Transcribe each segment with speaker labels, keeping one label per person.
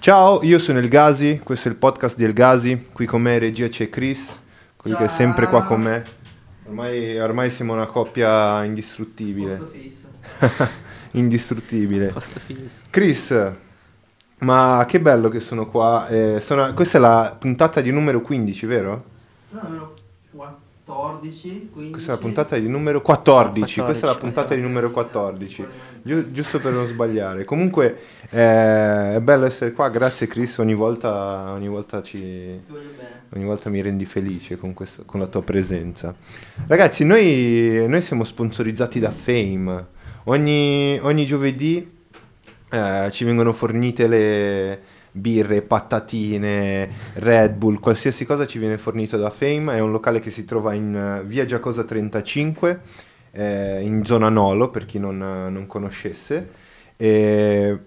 Speaker 1: Ciao, io sono El Gazi, questo è il podcast di El Gazi, qui con me in regia c'è Chris, quello che è sempre qua con me. Ormai, ormai siamo una coppia
Speaker 2: Posto
Speaker 1: indistruttibile.
Speaker 2: fisso.
Speaker 1: indistruttibile.
Speaker 3: Posto fisso.
Speaker 1: Chris, ma che bello che sono qua. eh, sono- questa è la puntata di numero 15, vero?
Speaker 2: No, numero 14, 15.
Speaker 1: Questa è la puntata di numero 14.
Speaker 3: 14,
Speaker 1: Questa è la puntata di numero 14.
Speaker 2: Giusto.
Speaker 1: Giu- giusto per non sbagliare. Comunque eh, è bello essere qua. Grazie Chris, ogni volta, ogni volta ci,
Speaker 2: Ti voglio bene.
Speaker 1: Ogni volta mi rendi felice con, questa- con la tua presenza. Ragazzi, noi, noi siamo sponsorizzati da Fame. Ogni, ogni giovedì eh, ci vengono fornite le birre, patatine, Red Bull, qualsiasi cosa ci viene fornito da Fame. È un locale che si trova in eh, via Giacosa 35, eh, in zona Nolo, per chi non, non conoscesse. E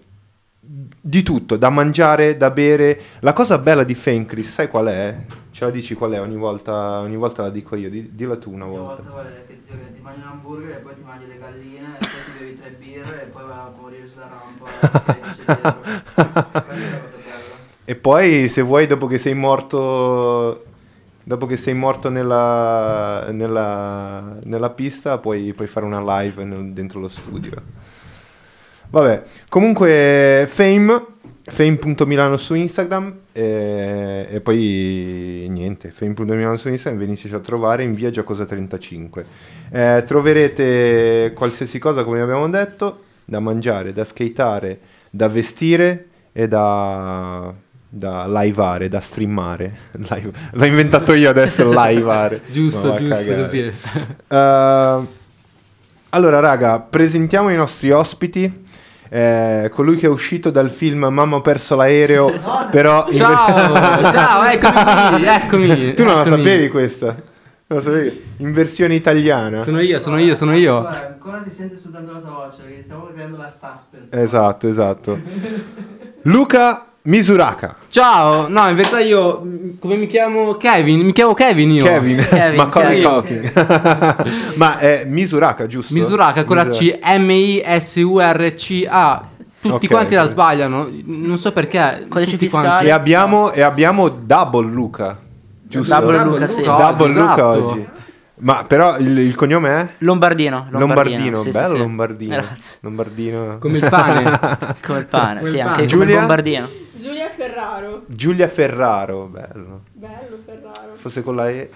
Speaker 1: di tutto, da mangiare, da bere. La cosa bella di Fame, Chris, sai qual è? Ce la dici qual è ogni volta, ogni volta la dico io, di- dilla tu una
Speaker 2: Ogni
Speaker 1: volta.
Speaker 2: volta guarda che zio che ti mangi un hamburger e poi ti mangi le galline e poi ti bevi tre birre e poi vai a morire sulla rampa e ti dietro. Questa è la cosa bella.
Speaker 1: E poi, se vuoi, dopo che sei morto, dopo che sei morto nella, nella, nella pista, puoi, puoi fare una live nel- dentro lo studio. Vabbè, comunque, Fame, Fame.milano su Instagram e, e poi niente, Fame.milano su Instagram, veniteci a trovare in via Giacosa 35. Eh, troverete qualsiasi cosa, come abbiamo detto, da mangiare, da skateare, da vestire e da, da liveare, da streamare. Live- L'ho inventato io adesso, liveare. Ma va
Speaker 3: Giusto,
Speaker 1: a
Speaker 3: giusto,
Speaker 1: cagare.
Speaker 3: così è.
Speaker 1: Eh, allora, raga, presentiamo i nostri ospiti. Eh, colui che è uscito dal film Mamma ho perso l'aereo, però... in
Speaker 3: Ciao, ciao, eccomi, qui, eccomi.
Speaker 1: tu non la
Speaker 3: eccomi.
Speaker 1: sapevi questa? Non la sapevi? In versione italiana.
Speaker 3: Sono io, sono io, sono io.
Speaker 2: Guarda, ancora si sente soltanto la tua voce, perché stiamo creando la suspense.
Speaker 1: Esatto, esatto. Luca Misuraca.
Speaker 3: Ciao, no, in verità io, mh, come mi chiamo? Kevin, mi chiamo Kevin io.
Speaker 1: Kevin.
Speaker 3: Kevin,
Speaker 1: Macaulay
Speaker 3: sì, io.
Speaker 1: Culkin. Ma è Misuraca, giusto?
Speaker 3: Misuraka con la
Speaker 1: Misuraca.
Speaker 3: C, M-I-S-U-R-C-A. Tutti
Speaker 1: Ok,
Speaker 3: quanti la
Speaker 1: ok.
Speaker 3: sbagliano, non so perché.
Speaker 4: Codice
Speaker 3: tutti
Speaker 4: fiscale.
Speaker 3: quanti.
Speaker 1: E abbiamo, e abbiamo Double Luca. Giusto?
Speaker 4: Double Double Luca, sì. Luca
Speaker 1: Double
Speaker 3: oggi,
Speaker 1: Luca
Speaker 3: esatto.
Speaker 1: oggi. Ma però il, il cognome è?
Speaker 4: Lombardino.
Speaker 1: Lombardino,
Speaker 4: sì, sì,
Speaker 1: bello
Speaker 4: sì.
Speaker 1: Lombardino.
Speaker 4: Grazie.
Speaker 1: Lombardino.
Speaker 3: Come il pane.
Speaker 4: Come il pane,
Speaker 3: Come
Speaker 4: sì,
Speaker 3: il
Speaker 4: anche
Speaker 3: pane.
Speaker 1: Giulia?
Speaker 4: come Lombardino.
Speaker 5: Giulia Ferraro,
Speaker 1: Giulia Ferraro, bello.
Speaker 5: bello Ferraro.
Speaker 1: Fosse con la E
Speaker 5: Eh,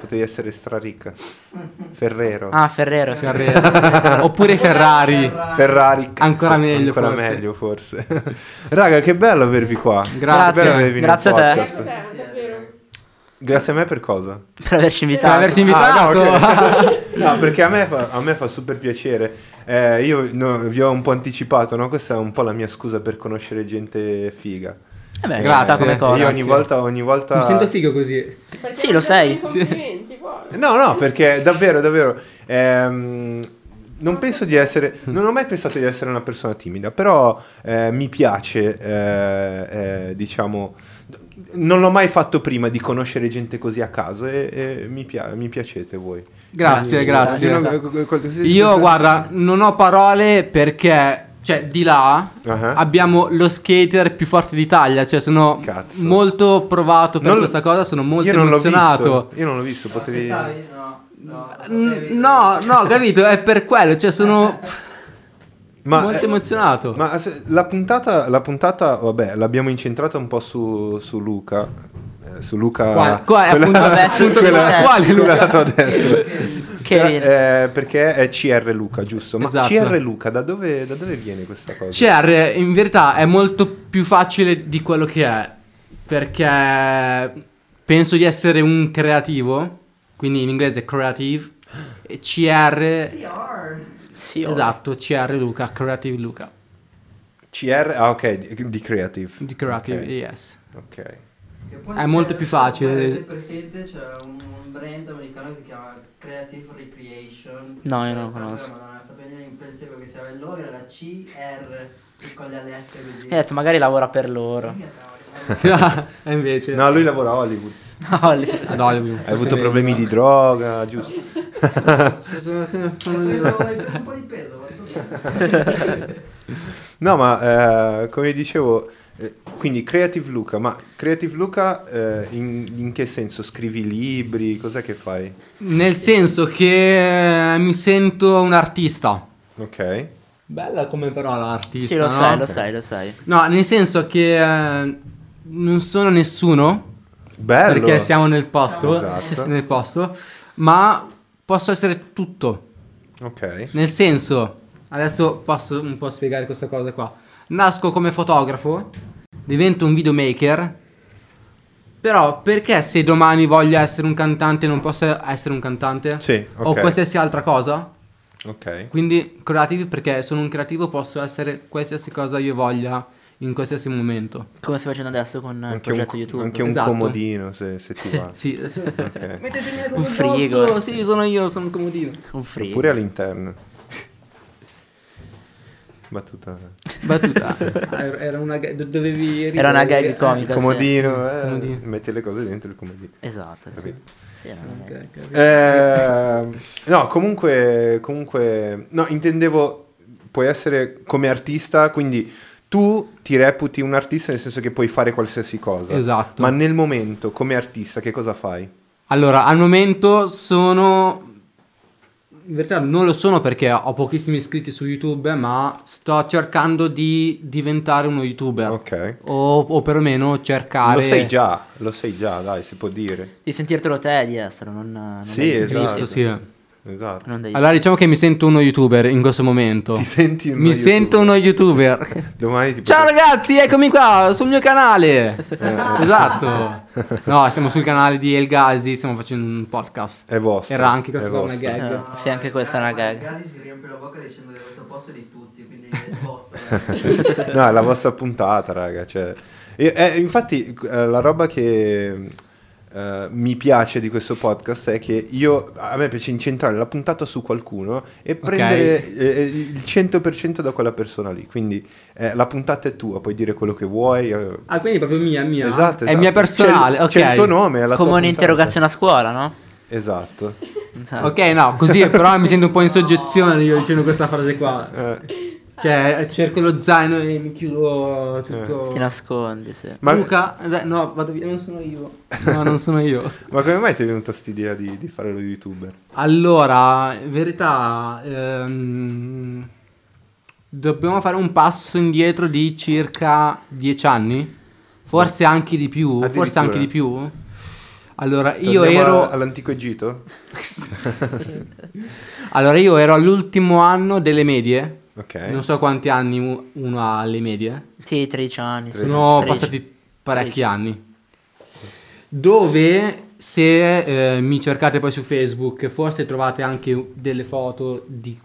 Speaker 1: potevi essere straricca. Ferrero.
Speaker 4: Ah, Ferrero. sì.
Speaker 3: Carrera. Oppure Ferrari.
Speaker 4: Ah.
Speaker 1: Ferrari. cazzo,
Speaker 3: Ancora meglio,
Speaker 1: Ancora
Speaker 3: forse.
Speaker 1: meglio forse. Raga, che bello avervi qua.
Speaker 3: Grazie.
Speaker 1: Bello avervi nel
Speaker 4: Grazie a te.
Speaker 5: ecco
Speaker 1: podcast.
Speaker 5: te, ma davvero.
Speaker 1: Grazie a me per cosa?
Speaker 4: Per averci
Speaker 3: Per
Speaker 4: invitato.
Speaker 3: averci
Speaker 1: Ah,
Speaker 3: invitato.
Speaker 1: no, ok. No, perché a me fa, a me fa super piacere. Eh, io no, vi ho un po' anticipato, no? Questa è un po' la mia scusa per conoscere gente figa.
Speaker 4: Eh beh,
Speaker 3: Grazie.
Speaker 4: ci sta come cosa.
Speaker 1: Io ogni
Speaker 3: Grazie.
Speaker 1: volta, ogni volta...
Speaker 3: Mi sento figo così.
Speaker 5: Perché
Speaker 4: Sì,
Speaker 5: mi
Speaker 4: lo
Speaker 5: fai
Speaker 4: sei.
Speaker 5: dei Complimenti, buono.
Speaker 1: Eh, No, no, perché davvero, davvero. ehm, non penso di essere. Non ho mai pensato di essere una persona timida, però eh, mi piace, eh, eh, diciamo. Non l'ho mai fatto prima di conoscere gente così a caso e, e mi, pia- mi piacete voi.
Speaker 3: Grazie,
Speaker 4: Ci
Speaker 3: grazie.
Speaker 4: sta, ci sta.
Speaker 3: Io guarda, non ho parole perché cioè di là
Speaker 1: Ah.
Speaker 3: abbiamo lo skater più forte d'Italia, cioè sono
Speaker 1: Cazzo.
Speaker 3: molto provato per
Speaker 1: Non-
Speaker 3: questa cosa, sono molto
Speaker 1: io non l'ho
Speaker 3: emozionato.
Speaker 1: visto. Io non l'ho visto, potevi.
Speaker 2: Aspettavi? No, no. aspettavi?
Speaker 3: N- Mm, No, no, capito, è per quello, cioè sono molto
Speaker 1: eh,
Speaker 3: emozionato.
Speaker 1: Ma se- la puntata, la puntata, vabbè, l'abbiamo incentrata un po' su, su Luca. eh, Su Luca,
Speaker 3: Qua- qua è appunto-
Speaker 4: vabbè, sì,
Speaker 1: quella,
Speaker 4: sì,
Speaker 1: quella-
Speaker 4: eh.
Speaker 3: Quale
Speaker 1: quella
Speaker 3: Luca?
Speaker 1: alla tua destra.
Speaker 4: Che
Speaker 1: Però,
Speaker 4: dire.
Speaker 1: eh, perché è CR Luca, giusto? Ma
Speaker 3: Esatto.
Speaker 1: CR Luca, da dove, da dove viene questa cosa?
Speaker 3: CR Cioè, in verità è molto più facile di quello che è perché penso di essere un creativo, quindi in inglese creative e CR
Speaker 2: CR.
Speaker 4: Sì, oh.
Speaker 3: Esatto, CR Luca, Creative Luca.
Speaker 1: CR, ah ok, di, di Creative.
Speaker 3: Di Creative,
Speaker 1: Ok,
Speaker 3: yes.
Speaker 1: ok.
Speaker 2: Che poi
Speaker 3: È
Speaker 2: c'è-
Speaker 3: molto più facile.
Speaker 2: come avete presente c'è un, un brand americano che si chiama Creative Recreation.
Speaker 4: No, io non lo
Speaker 2: Questa
Speaker 4: conosco.
Speaker 2: roba, Madonna, mi ha fatto venire in pensiero che c'era il loro, era la CR, che con le lettere così.
Speaker 4: Mi ha detto, magari lavora per loro.
Speaker 2: Minchia, cavolo.
Speaker 3: e invece...
Speaker 1: No, lui Eh. lavora a Hollywood.
Speaker 3: Ad Hollywood.
Speaker 1: Hai avuto problemi di droga, giusto?
Speaker 2: Hai preso- hai preso un po' di peso, va tutto bene.
Speaker 1: No, ma eh, come dicevo, eh, Quindi Creative Luca, ma Creative Luca eh, in, in che senso? Scrivi libri, cos'è che fai?
Speaker 3: Nel senso che eh, mi sento un artista.
Speaker 1: Ok.
Speaker 3: Bella come parola artista.
Speaker 4: Sì, lo
Speaker 3: no?
Speaker 4: sai, lo sai, lo sai.
Speaker 3: No, nel senso che eh, non sono nessuno.
Speaker 1: Bello.
Speaker 3: Perché siamo nel posto.
Speaker 1: Esatto.
Speaker 3: nel posto. Ma posso essere tutto.
Speaker 1: Ok.
Speaker 3: Nel senso, adesso posso un po' spiegare questa cosa qua. Nasco come fotografo, divento un videomaker. Però perché se domani voglio essere un cantante non posso essere un cantante?
Speaker 1: Sì, ok.
Speaker 3: O qualsiasi altra cosa?
Speaker 1: Ok.
Speaker 3: Quindi creative perché sono un creativo posso essere qualsiasi cosa io voglia in qualsiasi momento.
Speaker 4: Come stai facendo adesso con il
Speaker 1: Anche un,
Speaker 4: progetto YouTube.
Speaker 1: anche un
Speaker 3: eh, Esatto.
Speaker 1: comodino se, se ti va.
Speaker 3: Sì.
Speaker 1: Ok.
Speaker 3: Mettetemi
Speaker 4: Un frigo.
Speaker 3: addosso, Sì, sono io, sono un comodino.
Speaker 4: Un free.
Speaker 1: Oppure all'interno. Battuta.
Speaker 3: Battuta. Ah, Era una gag, dovevi ridere.
Speaker 4: Era una gag comica.
Speaker 1: Il
Speaker 4: sì.
Speaker 1: comodino, eh,
Speaker 3: Comodino.
Speaker 1: metti le cose dentro il comodino.
Speaker 4: Esatto, sì. Sì, era una gag.
Speaker 1: Eh, no, comunque, comunque, no, intendevo, puoi essere come artista, quindi tu ti reputi un artista nel senso che puoi fare qualsiasi cosa.
Speaker 3: Esatto.
Speaker 1: Ma nel momento, come artista, che cosa fai?
Speaker 3: Allora, al momento sono... In verità non lo sono perché ho pochissimi iscritti su YouTube, ma sto cercando di diventare uno YouTuber.
Speaker 1: Ok.
Speaker 3: O, o perlomeno cercare...
Speaker 1: Lo sei già, lo sei già, dai, si può dire.
Speaker 4: Di sentirtelo te di essere, non... non
Speaker 1: Sì,
Speaker 4: degli iscritti.
Speaker 1: Esatto.
Speaker 3: Visto, sì.
Speaker 1: Esatto.
Speaker 4: Non degli
Speaker 3: Allora diciamo che mi sento uno YouTuber in questo momento.
Speaker 1: Ti senti uno
Speaker 3: Mi sento
Speaker 1: youtuber?
Speaker 3: uno YouTuber.
Speaker 1: Domani ti
Speaker 3: Ciao
Speaker 1: potrei-
Speaker 3: ragazzi, eccomi qua sul mio
Speaker 1: Eh.
Speaker 3: canale. esatto. No, siamo sul canale di El Gazi, stiamo facendo un podcast.
Speaker 1: È vostro.
Speaker 3: Era anche questa
Speaker 1: è
Speaker 3: qua una
Speaker 1: vostro.
Speaker 3: gag.
Speaker 4: Eh, sì, anche questa è una gag.
Speaker 2: Gasi si riempie la bocca dicendo che questo posto è di tutti, quindi è il posto.
Speaker 1: No, è la vostra puntata, raga. cioè. E- eh, infatti, eh, la roba che eh, mi piace di questo podcast è che io a me piace incentrare la puntata su qualcuno e prendere eh, il 100% da quella persona lì. Quindi eh, la puntata è tua, puoi dire quello che vuoi. eh.
Speaker 3: Ah, quindi è proprio mia, mia.
Speaker 1: Esatto,
Speaker 3: È
Speaker 1: esatto.
Speaker 3: mia personale,
Speaker 1: C'è il-
Speaker 3: ok.
Speaker 1: C'è il tuo nome, è la
Speaker 4: Come
Speaker 1: tua
Speaker 4: un'interrogazione a scuola, no?
Speaker 1: puntata. Esatto.
Speaker 4: Esatto.
Speaker 3: Ok, no, così però mi sento un po' in soggezione io dicendo questa frase qua.
Speaker 1: Eh,
Speaker 3: Cioè, cerco lo zaino e mi chiudo tutto.
Speaker 4: Eh. Ti nascondi, sì.
Speaker 1: ma,
Speaker 3: Luca, eh, no, vado via, non sono io. No, non sono io.
Speaker 1: ma come mai ti è venuta st'idea di, di fare lo youtuber?
Speaker 3: Allora, in verità, ehm, dobbiamo fare un passo indietro di circa 10 anni, forse anche di più, forse
Speaker 1: Addirittura.
Speaker 3: anche di più. Allora, io
Speaker 1: Torniamo
Speaker 3: ero...
Speaker 1: a- all'antico Egitto?
Speaker 3: Allora, io ero all'ultimo anno delle medie.
Speaker 1: Ok.
Speaker 3: Non so quanti anni u- uno ha alle medie.
Speaker 4: Sì, 13 anni. sì.
Speaker 3: Sono
Speaker 4: 13.
Speaker 3: passati parecchi anni. Dove, se eh, mi cercate poi su Facebook, forse trovate anche delle foto di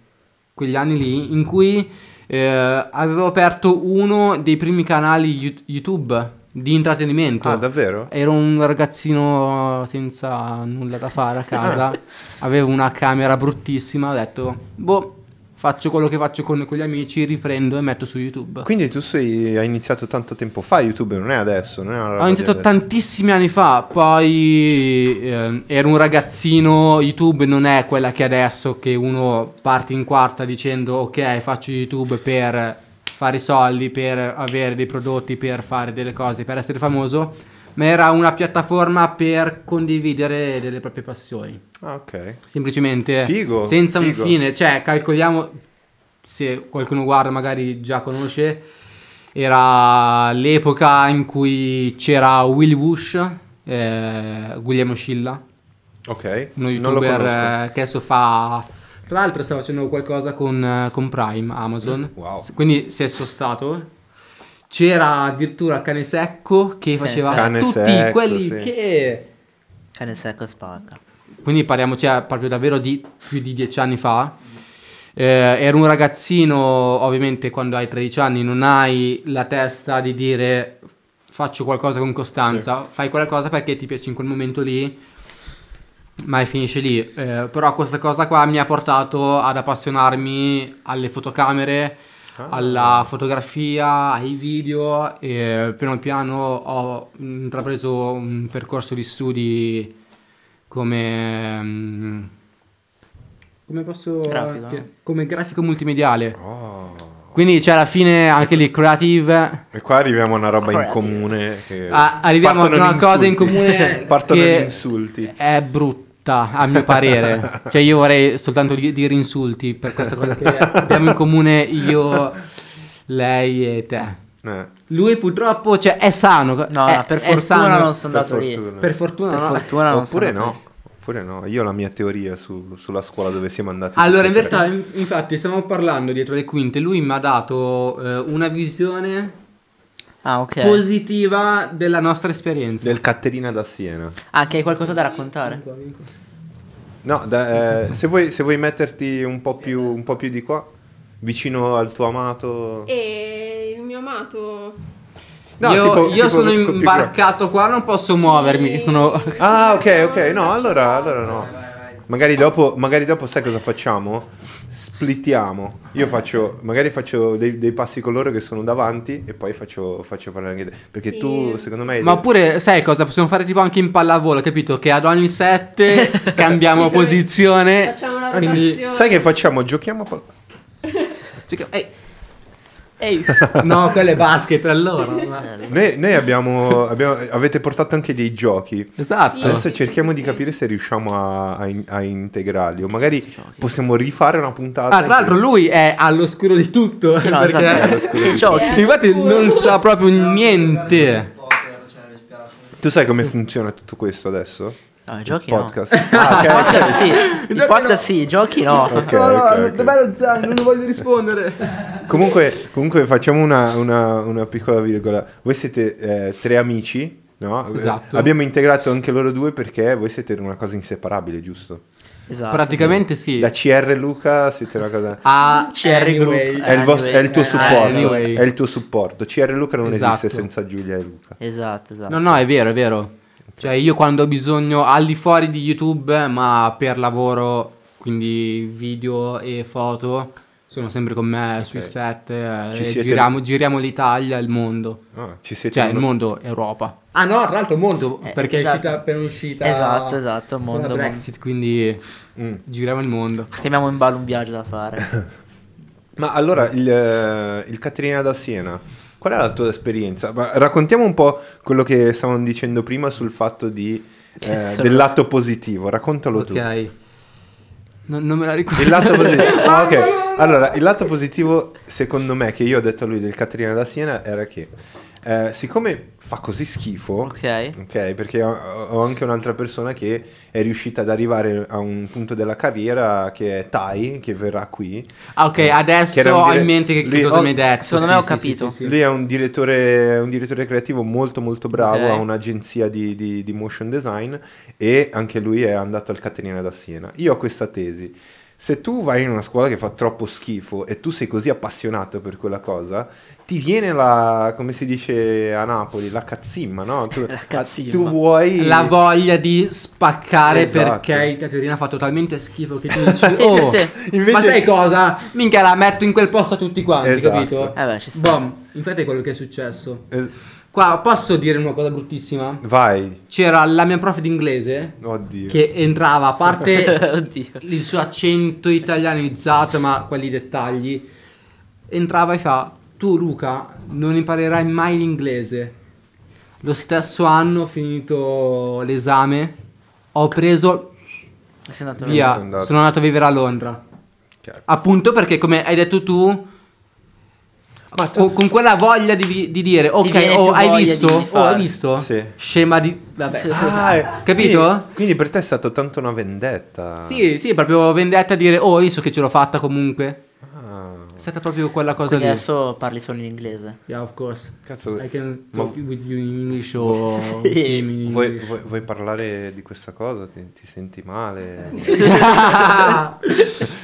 Speaker 3: quegli anni lì in cui eh, avevo aperto uno dei primi canali You- YouTube di intrattenimento.
Speaker 1: Ah, davvero?
Speaker 3: Ero un ragazzino senza nulla da fare a casa, avevo una camera bruttissima, ho detto, boh, faccio quello che faccio con, con gli amici, riprendo e metto su YouTube.
Speaker 1: Quindi tu sei, hai iniziato tanto tempo fa YouTube, non è adesso, non è una roba
Speaker 3: Ho iniziato
Speaker 1: di adesso.
Speaker 3: tantissimi anni fa, poi ehm, ero un ragazzino, YouTube non è quella che adesso che uno parte in quarta dicendo ok faccio YouTube per fare i soldi, per avere dei prodotti, per fare delle cose, per essere famoso, ma era una piattaforma per condividere delle proprie passioni,
Speaker 1: Ah, ok.
Speaker 3: semplicemente eh,
Speaker 1: Figo,
Speaker 3: senza
Speaker 1: figo.
Speaker 3: un fine, cioè calcoliamo se qualcuno guarda magari già conosce era l'epoca in cui c'era Will Bush, eh, Guglielmo Scilla,
Speaker 1: Ok.
Speaker 3: uno
Speaker 1: non lo
Speaker 3: youtuber
Speaker 1: conosco.
Speaker 3: eh, che adesso fa... Tra l'altro sta facendo qualcosa con, eh, con Prime, Amazon.
Speaker 1: Wow.
Speaker 3: S- Quindi si è spostato. C'era addirittura Cane Secco che faceva
Speaker 4: secco.
Speaker 1: Cane
Speaker 3: tutti
Speaker 1: Secco,
Speaker 3: quelli
Speaker 1: sì.
Speaker 3: che...
Speaker 4: Cane secco spacca.
Speaker 3: Quindi parliamo cioè, proprio davvero di più di dieci anni fa. Eh, ero un ragazzino, ovviamente quando hai 13 anni non hai la testa di dire faccio qualcosa con costanza, fai qualcosa perché ti piace in quel momento lì, ma finisce lì. Eh, però questa cosa qua mi ha portato ad appassionarmi alle fotocamere,
Speaker 1: Ah.
Speaker 3: alla fotografia, ai video e piano piano ho intrapreso un percorso di studi come mm, come posso
Speaker 4: Grafico.
Speaker 3: che- come grafico multimediale.
Speaker 1: Oh,
Speaker 3: Quindi cioè alla fine anche lì creative
Speaker 1: E qua arriviamo a una roba in
Speaker 4: Credi.
Speaker 1: comune. Che
Speaker 3: Ah, arriviamo
Speaker 1: partono
Speaker 3: a una
Speaker 1: gli
Speaker 3: cosa in
Speaker 1: insulti.
Speaker 3: comune
Speaker 1: partono
Speaker 3: che-
Speaker 1: gli insulti.
Speaker 3: è brutta a mio parere. cioè io vorrei soltanto di- dire insulti per questa cosa che abbiamo in comune io, lei e te.
Speaker 1: Eh,
Speaker 3: Lui purtroppo cioè, è sano.
Speaker 4: No,
Speaker 3: è-
Speaker 4: no, per
Speaker 3: è sano.
Speaker 4: fortuna Eh, non sono
Speaker 1: per
Speaker 4: andato lì.
Speaker 1: fortuna.
Speaker 3: Per fortuna
Speaker 4: Per
Speaker 3: no.
Speaker 4: fortuna non sono
Speaker 1: Oppure
Speaker 4: andato
Speaker 1: no. Oppure no, io ho la mia teoria su- sulla scuola dove siamo andati.
Speaker 3: Allora, in
Speaker 1: tutti e tre.
Speaker 3: verità, in- infatti, stiamo parlando dietro le quinte. Lui mi ha dato eh, una visione
Speaker 4: lì. Ah, ok.
Speaker 3: positiva della nostra esperienza.
Speaker 1: Del Caterina da Siena.
Speaker 4: Anche Ah, hai qualcosa da raccontare?
Speaker 3: Vieni qua.
Speaker 1: No, da- eh, se, vuoi, se vuoi metterti un po, più, un po' più di qua, vicino al tuo amato.
Speaker 5: E il mio amato...
Speaker 1: No,
Speaker 3: io
Speaker 1: tipo-
Speaker 3: io
Speaker 1: tipo
Speaker 3: sono
Speaker 1: più qua.
Speaker 3: imbarcato qua, non posso muovermi. che Sono...
Speaker 1: Ah, ok, ok. No, allora, allora
Speaker 2: Vai,
Speaker 1: no.
Speaker 2: vai, vai.
Speaker 1: Magari dopo, magari dopo sai cosa facciamo? Splittiamo. Io faccio, magari faccio dei, dei passi con loro che sono davanti e poi faccio, faccio parlare anche te. Perché
Speaker 5: Sì,
Speaker 1: tu, secondo me... hai
Speaker 3: Ma
Speaker 1: detto-
Speaker 3: oppure, sai cosa? Possiamo fare tipo anche in pallavolo, capito? Che ad ogni set cambiamo
Speaker 5: Sì, dove-
Speaker 3: posizione.
Speaker 5: Facciamo la
Speaker 1: Anzi,
Speaker 3: Quindi-
Speaker 5: rotazione.
Speaker 1: sai che facciamo? Giochiamo... a pal-
Speaker 3: Cioè, eh,
Speaker 4: Ehi.
Speaker 3: no, quello è basket allora. ma-
Speaker 1: Noi, noi abbiamo, abbiamo- Avete portato anche dei giochi.
Speaker 5: Sì.
Speaker 3: Esatto.
Speaker 1: Adesso cerchiamo
Speaker 5: sì,
Speaker 1: di
Speaker 5: sì.
Speaker 1: capire se riusciamo a, a in- a integrarli o magari possiamo rifare una puntata.
Speaker 3: Ah, tra l'altro lui è all'oscuro di tutto.
Speaker 4: Sì, no,
Speaker 3: perché-
Speaker 4: esatto. Che giochi?
Speaker 5: Eh,
Speaker 3: Infatti non
Speaker 5: scusa.
Speaker 3: sa proprio
Speaker 2: Giocare
Speaker 3: niente.
Speaker 2: sul poker, cioè, mi spiace.
Speaker 1: Tu sai come funziona tutto questo adesso?
Speaker 4: No, i giochi
Speaker 1: Il podcast. Ah,
Speaker 4: no. Il podcast
Speaker 1: ok.
Speaker 4: sì.
Speaker 3: Giochi
Speaker 4: Il
Speaker 3: no.
Speaker 4: podcast sì, i giochi no.
Speaker 1: Ok, No, no, ok, ok. dov'è
Speaker 3: non voglio rispondere.
Speaker 1: comunque, comunque facciamo una, una- una piccola virgola. Voi siete eh, tre amici, no?
Speaker 3: Esatto.
Speaker 1: Eh, Abbiamo integrato anche loro due perché voi siete una cosa inseparabile, giusto?
Speaker 4: Esatto.
Speaker 3: Praticamente sì.
Speaker 1: Da CR Luca siete una cosa...
Speaker 3: A
Speaker 4: CR Group.
Speaker 3: Anyway.
Speaker 1: È il, vostro- è il tuo
Speaker 4: Eh,
Speaker 1: supporto.
Speaker 3: anyway.
Speaker 1: È il tuo supporto. CR Luca non
Speaker 3: Esatto.
Speaker 1: esiste senza Giulia e Luca.
Speaker 4: Esatto, esatto.
Speaker 3: No, no, è vero, è vero. Cioè, io quando ho bisogno, al di fuori di YouTube, ma per lavoro, quindi video e foto, sono sempre con me sui
Speaker 1: Ok.
Speaker 3: set. eh,
Speaker 1: Ci
Speaker 3: e
Speaker 1: siete-
Speaker 3: giriamo, giriamo l'Italia e il mondo.
Speaker 1: Ah, ci siete
Speaker 3: Cioè,
Speaker 1: uno-
Speaker 3: il mondo Europa. Ah no, tra l'altro il mondo,
Speaker 4: Eh,
Speaker 3: perché
Speaker 4: esatto.
Speaker 3: è uscita appena uscita.
Speaker 4: Esatto, esatto,
Speaker 3: con
Speaker 4: mondo,
Speaker 3: la Brexit, quindi
Speaker 1: Mm.
Speaker 3: giriamo il mondo.
Speaker 4: Perché abbiamo in ballo un viaggio da fare.
Speaker 1: Ma allora, il, eh, il Caterina da Siena, qual è la tua esperienza? Ma raccontiamo un po' quello che stavamo dicendo prima sul fatto di, eh,
Speaker 4: Sono-
Speaker 1: del lato positivo, raccontalo tu.
Speaker 3: Ok. Non, non me la ricordo.
Speaker 1: Il lato positivo. Ah, ok. Allora, il lato positivo, secondo me, che io ho detto a lui del Caterina da Siena era che, eh, siccome fa così schifo,
Speaker 4: Ok. Eh
Speaker 1: Ok, perché ho- ho anche un'altra persona che è riuscita ad arrivare a un punto della carriera che è Tai, che verrà qui.
Speaker 3: Ah, ok,
Speaker 1: Eh, che
Speaker 3: adesso
Speaker 1: era un
Speaker 3: ho
Speaker 1: dire-
Speaker 3: in mente che, che
Speaker 1: lui-
Speaker 3: cosa
Speaker 1: oh,
Speaker 3: mi hai detto.
Speaker 4: secondo me ho capito.
Speaker 1: Lui è un direttore, un direttore creativo molto molto bravo,
Speaker 4: Ok.
Speaker 1: ha un'agenzia di, di- di motion design e anche lui è andato al Catenina da Siena. Io ho questa tesi. Se tu vai in una scuola che fa troppo schifo e tu sei così appassionato per quella cosa, ti viene la, come si dice a Napoli, la cazzimma, no? Tu,
Speaker 4: La cazzimma.
Speaker 1: Tu vuoi...
Speaker 3: La voglia di spaccare
Speaker 1: Esatto.
Speaker 3: perché il Caterina ha fatto talmente schifo che tu dici
Speaker 4: Sì,
Speaker 3: "Oh,
Speaker 4: sì, sì.
Speaker 1: Invece-
Speaker 3: Ma sai cosa? Minchia la metto in quel posto a tutti quanti,
Speaker 1: Esatto.
Speaker 3: capito?
Speaker 4: Eh beh, ci sta.
Speaker 3: Bom, infatti è quello che è successo.
Speaker 1: Eh,
Speaker 3: Qua posso dire una cosa bruttissima?
Speaker 1: vai,
Speaker 3: C'era la mia prof di inglese
Speaker 1: oddio.
Speaker 3: che entrava, a parte
Speaker 4: Oddio.
Speaker 3: il suo accento italianizzato, ma quali dettagli. Entrava e fa: Tu, Luca, non imparerai mai l'inglese. Lo stesso anno, ho finito l'esame, ho preso
Speaker 4: Sei andato
Speaker 1: non
Speaker 3: via.
Speaker 1: sei andato.
Speaker 3: Sono andato a vivere a Londra.
Speaker 1: Cazzo.
Speaker 3: Appunto perché, come hai detto tu. co- Con, quella voglia di, di dire, ok,
Speaker 4: viene
Speaker 3: oh,
Speaker 4: più
Speaker 3: hai
Speaker 4: voglia di
Speaker 3: visto? Oh,
Speaker 4: fare."
Speaker 3: hai visto?
Speaker 1: Sì.
Speaker 3: Scema di. Vabbè.
Speaker 1: Ah, eh,
Speaker 3: Capito?
Speaker 1: Quindi, quindi per te è stata tanto una vendetta.
Speaker 3: Sì, sì, proprio vendetta a dire, oh, io so che ce l'ho fatta comunque.
Speaker 1: Ah.
Speaker 3: È stata proprio quella cosa
Speaker 4: Quindi
Speaker 3: lì.
Speaker 4: adesso parli solo in inglese.
Speaker 3: Yeah, of course.
Speaker 1: Cazzo,
Speaker 3: I can
Speaker 1: ma-
Speaker 3: talk with you in English or
Speaker 4: Sì.
Speaker 3: film in
Speaker 1: Vuoi,
Speaker 3: English.
Speaker 1: vuoi- vuoi parlare di questa cosa? Ti, ti senti male?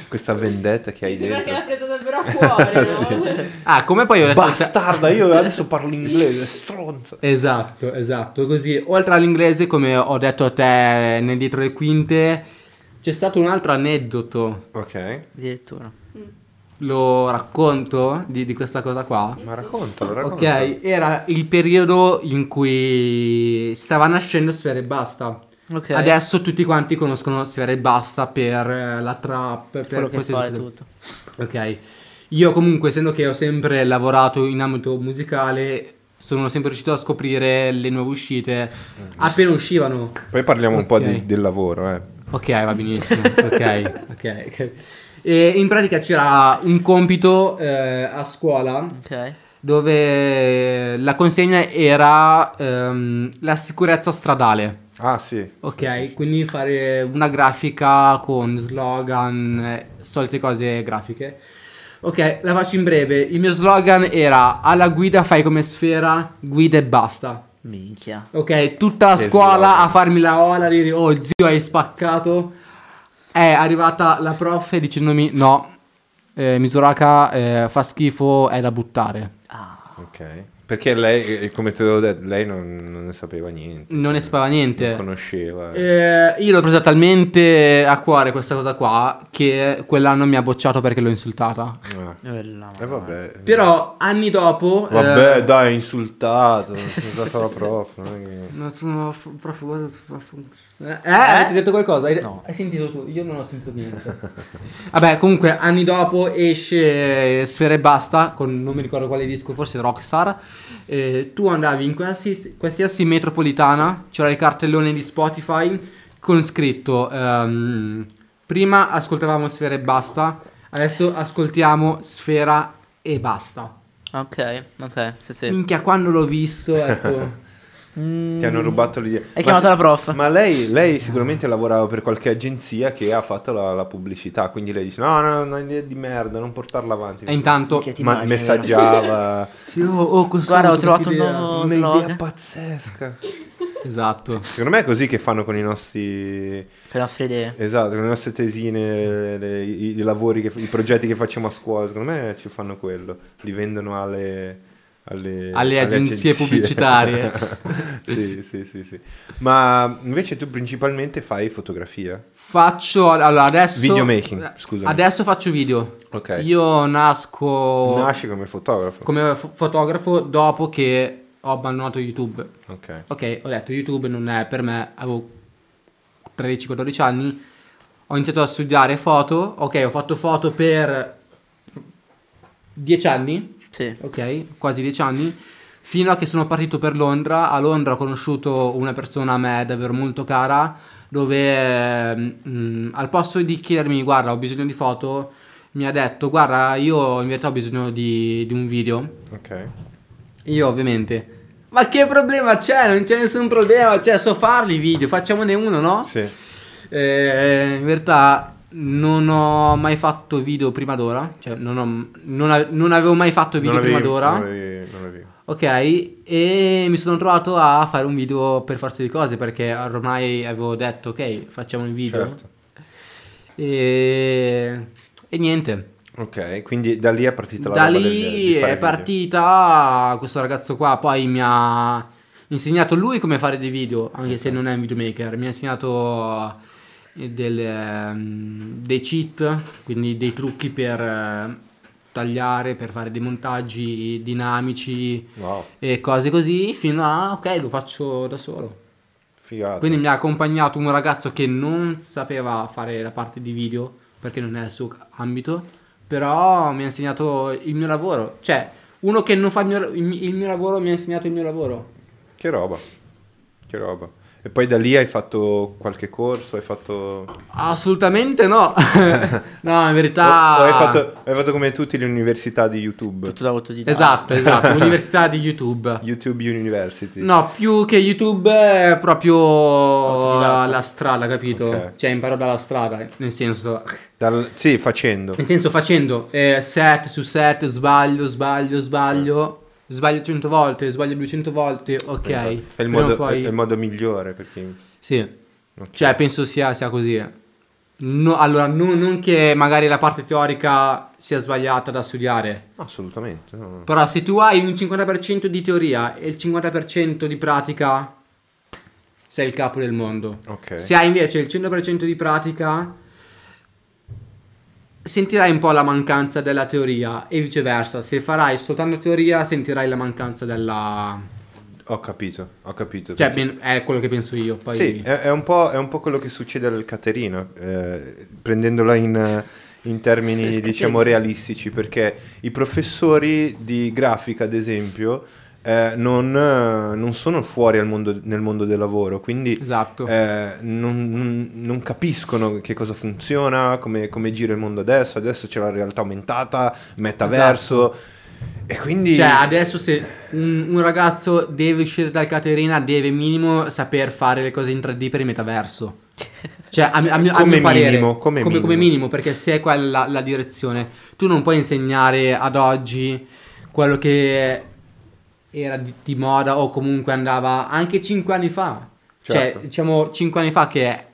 Speaker 1: Questa vendetta che hai
Speaker 5: Mi sembra che l'ha
Speaker 1: dentro.
Speaker 5: presa davvero a cuore, no?
Speaker 3: Ah, come poi ho detto...
Speaker 1: Bastarda, io adesso parlo inglese, stronza.
Speaker 3: Esatto, esatto, così. Oltre all'inglese, come ho detto a te nel dietro le quinte, c'è stato un altro aneddoto.
Speaker 1: Ok,
Speaker 4: Addirittura.
Speaker 3: Lo racconto di, di questa cosa qua?
Speaker 1: ma raccontalo, raccontalo.
Speaker 3: Ok, era il periodo in cui stava nascendo Sfera e Basta.
Speaker 4: Ok.
Speaker 3: Adesso tutti quanti conoscono Sfera e Basta per eh, la trap, per
Speaker 4: quello che
Speaker 3: queste
Speaker 4: fa è
Speaker 3: cose.
Speaker 4: tutto.
Speaker 3: Ecco. Ok. Io comunque, essendo che ho sempre lavorato in ambito musicale, sono sempre riuscito a scoprire le nuove uscite appena uscivano.
Speaker 1: Poi parliamo un po'
Speaker 3: Ok.
Speaker 1: di- del lavoro, eh.
Speaker 3: Ok, va benissimo. ok, ok. ok. E in pratica c'era un compito eh, a scuola
Speaker 4: Ok.
Speaker 3: dove la consegna era ehm, la sicurezza stradale.
Speaker 1: Ah, sì. Sì, sì,
Speaker 3: Ok,
Speaker 1: sì.
Speaker 3: quindi fare una grafica con slogan, eh, solite cose grafiche. Ok, la faccio in breve. Il mio slogan era alla guida fai come sfera, guida e basta.
Speaker 4: Minchia.
Speaker 3: Ok, tutta la
Speaker 1: Che
Speaker 3: scuola
Speaker 1: slogan.
Speaker 3: a farmi la ola, a dire oh zio hai spaccato. È arrivata la prof dicendomi no, eh, Misuraka eh, fa schifo, è da buttare.
Speaker 4: Ah.
Speaker 1: Ok. Perché lei, eh, come te l'ho detto, lei non, non ne sapeva niente. cioè,
Speaker 3: Non ne sapeva niente.
Speaker 1: Non conosceva.
Speaker 3: Eh, io l'ho presa talmente a cuore questa cosa qua che quell'anno mi ha bocciato perché l'ho insultata.
Speaker 1: Ah.
Speaker 3: Eh,
Speaker 4: Bella.
Speaker 1: E vabbè.
Speaker 3: Però anni dopo...
Speaker 1: Vabbè,
Speaker 3: eh,
Speaker 1: dai, insultato. Insultato la prof. non è che-
Speaker 3: Non sono f- prof, guarda, sono prof- Eh, eh, avete detto qualcosa? Hai,
Speaker 4: No.
Speaker 3: hai sentito tu? Io non ho sentito niente. Vabbè, comunque, anni dopo esce Sfera e Basta, con non mi ricordo quale disco, forse Rockstar. Eh, tu andavi in qualsiasi, qualsiasi metropolitana, c'era il cartellone di Spotify con scritto: ehm, Prima ascoltavamo Sfera e Basta, adesso ascoltiamo Sfera e Basta.
Speaker 4: Ok, ok, sì sì.
Speaker 3: Minchia, quando l'ho visto, ecco.
Speaker 1: Ti hanno rubato l'idea.
Speaker 4: Mm. Hai chiamato la prof.
Speaker 1: Ma lei, lei sicuramente lavorava per qualche agenzia che ha fatto la, la pubblicità, quindi lei dice no, no, no, idea di merda, non portarla avanti.
Speaker 3: e intanto.
Speaker 4: Minchia, ti
Speaker 1: Ma-
Speaker 4: immagini,
Speaker 1: messaggiava
Speaker 3: Sì, oh, oh, questo
Speaker 4: Guarda,
Speaker 3: ho
Speaker 4: ho trovato un
Speaker 3: avuto questa idea.
Speaker 4: nuovo
Speaker 1: un'idea
Speaker 4: slogan.
Speaker 1: pazzesca.
Speaker 3: Esatto.
Speaker 1: Secondo me è così che fanno con i nostri
Speaker 4: Le nostre idee.
Speaker 1: esatto, con le nostre tesine, le- i, i lavori, che, i progetti che facciamo a scuola. Secondo me ci fanno quello, li vendono alle, alle,
Speaker 3: Alle agenzie pubblicitarie.
Speaker 1: sì, sì, sì, sì. Ma invece tu principalmente fai fotografia.
Speaker 3: Faccio allora adesso
Speaker 1: Videomaking, scusami.
Speaker 3: Adesso faccio video.
Speaker 1: Ok.
Speaker 3: Io nasco
Speaker 1: Nasci come fotografo.
Speaker 3: come fo- fotografo dopo che ho abbandonato YouTube.
Speaker 1: ok.
Speaker 3: Ok, ho detto YouTube non è per me, avevo 13-14 anni. Ho iniziato a studiare foto. Ok, ho fatto foto per 10 anni.
Speaker 4: Sì.
Speaker 3: ok, quasi dieci anni, fino a che sono partito per Londra. A Londra ho conosciuto una persona a me davvero molto cara, dove ehm, mm, al posto di chiedermi guarda ho bisogno di foto, mi ha detto guarda io in verità ho bisogno di, di un video.
Speaker 1: Ok.
Speaker 3: E Io ovviamente... Ma che problema c'è? Non c'è nessun problema, cioè so farli i video, facciamone uno, no?
Speaker 1: Sì.
Speaker 3: Eh, in verità non ho mai fatto video prima d'ora, cioè non, ho- non ave- non avevo mai fatto video
Speaker 1: avevi-
Speaker 3: prima d'ora.
Speaker 1: Non avevi, non avevi.
Speaker 3: Ok, e mi sono trovato a fare un video per forza di cose perché ormai avevo detto ok, facciamo il video.
Speaker 1: Certo.
Speaker 3: E... e niente.
Speaker 1: Ok, quindi da lì è partita la
Speaker 3: da
Speaker 1: roba
Speaker 3: lì
Speaker 1: del- di fare
Speaker 3: è
Speaker 1: video.
Speaker 3: partita questo ragazzo qua, poi mi ha insegnato lui come fare dei video, anche se non è un videomaker, mi ha insegnato eh, delle, mm, dei cheat, quindi dei trucchi per eh, tagliare, per fare dei montaggi dinamici
Speaker 1: Wow,
Speaker 3: e cose così fino a ok lo faccio da solo
Speaker 1: figata.
Speaker 3: quindi mi ha accompagnato un ragazzo che non sapeva fare la parte di video perché non è il suo ambito però mi ha insegnato il mio lavoro cioè uno che non fa il mio, il mi- il mio lavoro mi ha insegnato il mio lavoro
Speaker 1: Che roba. Che roba. E poi da lì hai fatto qualche corso, hai fatto...
Speaker 3: assolutamente no no in
Speaker 1: o-
Speaker 3: verità
Speaker 1: o hai fatto... Hai fatto come tutti le università di YouTube.
Speaker 4: Tutto da autodidatta.
Speaker 3: esatto esatto università di youtube
Speaker 1: YouTube University.
Speaker 3: No, più che YouTube è proprio
Speaker 4: Autodidatta.
Speaker 3: la strada, capito?
Speaker 1: Ok.
Speaker 3: Cioè imparo dalla strada, nel senso
Speaker 1: Dal- Sì, facendo.
Speaker 3: Nel senso facendo eh, set su set, sbaglio, sbaglio, sbaglio, sbaglio 100 volte, sbaglio 200 volte, ok.
Speaker 1: È il,
Speaker 3: Prima o
Speaker 1: modo,
Speaker 3: poi-
Speaker 1: è il modo migliore perché...
Speaker 3: Sì,
Speaker 1: Ok.
Speaker 3: cioè penso sia, sia così. No, allora, no- non che magari la parte teorica sia sbagliata da studiare,
Speaker 1: No, assolutamente. no, no.
Speaker 3: però se tu hai un 50% di teoria e il 50% di pratica, sei il capo del mondo.
Speaker 1: Ok.
Speaker 3: Se hai invece il 100% di pratica, sentirai un po' la mancanza della teoria e viceversa. Se farai soltanto teoria, sentirai la mancanza della...
Speaker 1: Ho capito, ho capito.
Speaker 3: Cioè,
Speaker 1: perché-
Speaker 3: ben- è quello che penso io. Poi...
Speaker 1: Sì, è, è un po', è un po' quello che succede al Caterina, eh, prendendola in, in termini diciamo realistici perché i professori di grafica ad esempio eh, non, eh, non sono fuori al mondo- nel mondo del lavoro quindi
Speaker 3: Esatto.
Speaker 1: eh, non, non- non capiscono che cosa funziona, come, come gira il mondo adesso. Adesso c'è la realtà aumentata, metaverso. E quindi
Speaker 3: Cioè, adesso se un, un ragazzo deve uscire dal Caterina, deve minimo saper fare le cose in 3D per il metaverso. Cioè, a, mi- a mio, a
Speaker 1: Come
Speaker 3: mio parere,
Speaker 1: minimo, come minimo.
Speaker 3: perché se è quella la direzione, tu non puoi insegnare ad oggi quello che era di, di moda o comunque andava anche 5 anni fa.
Speaker 1: Certo.
Speaker 3: Cioè, diciamo 5 anni fa che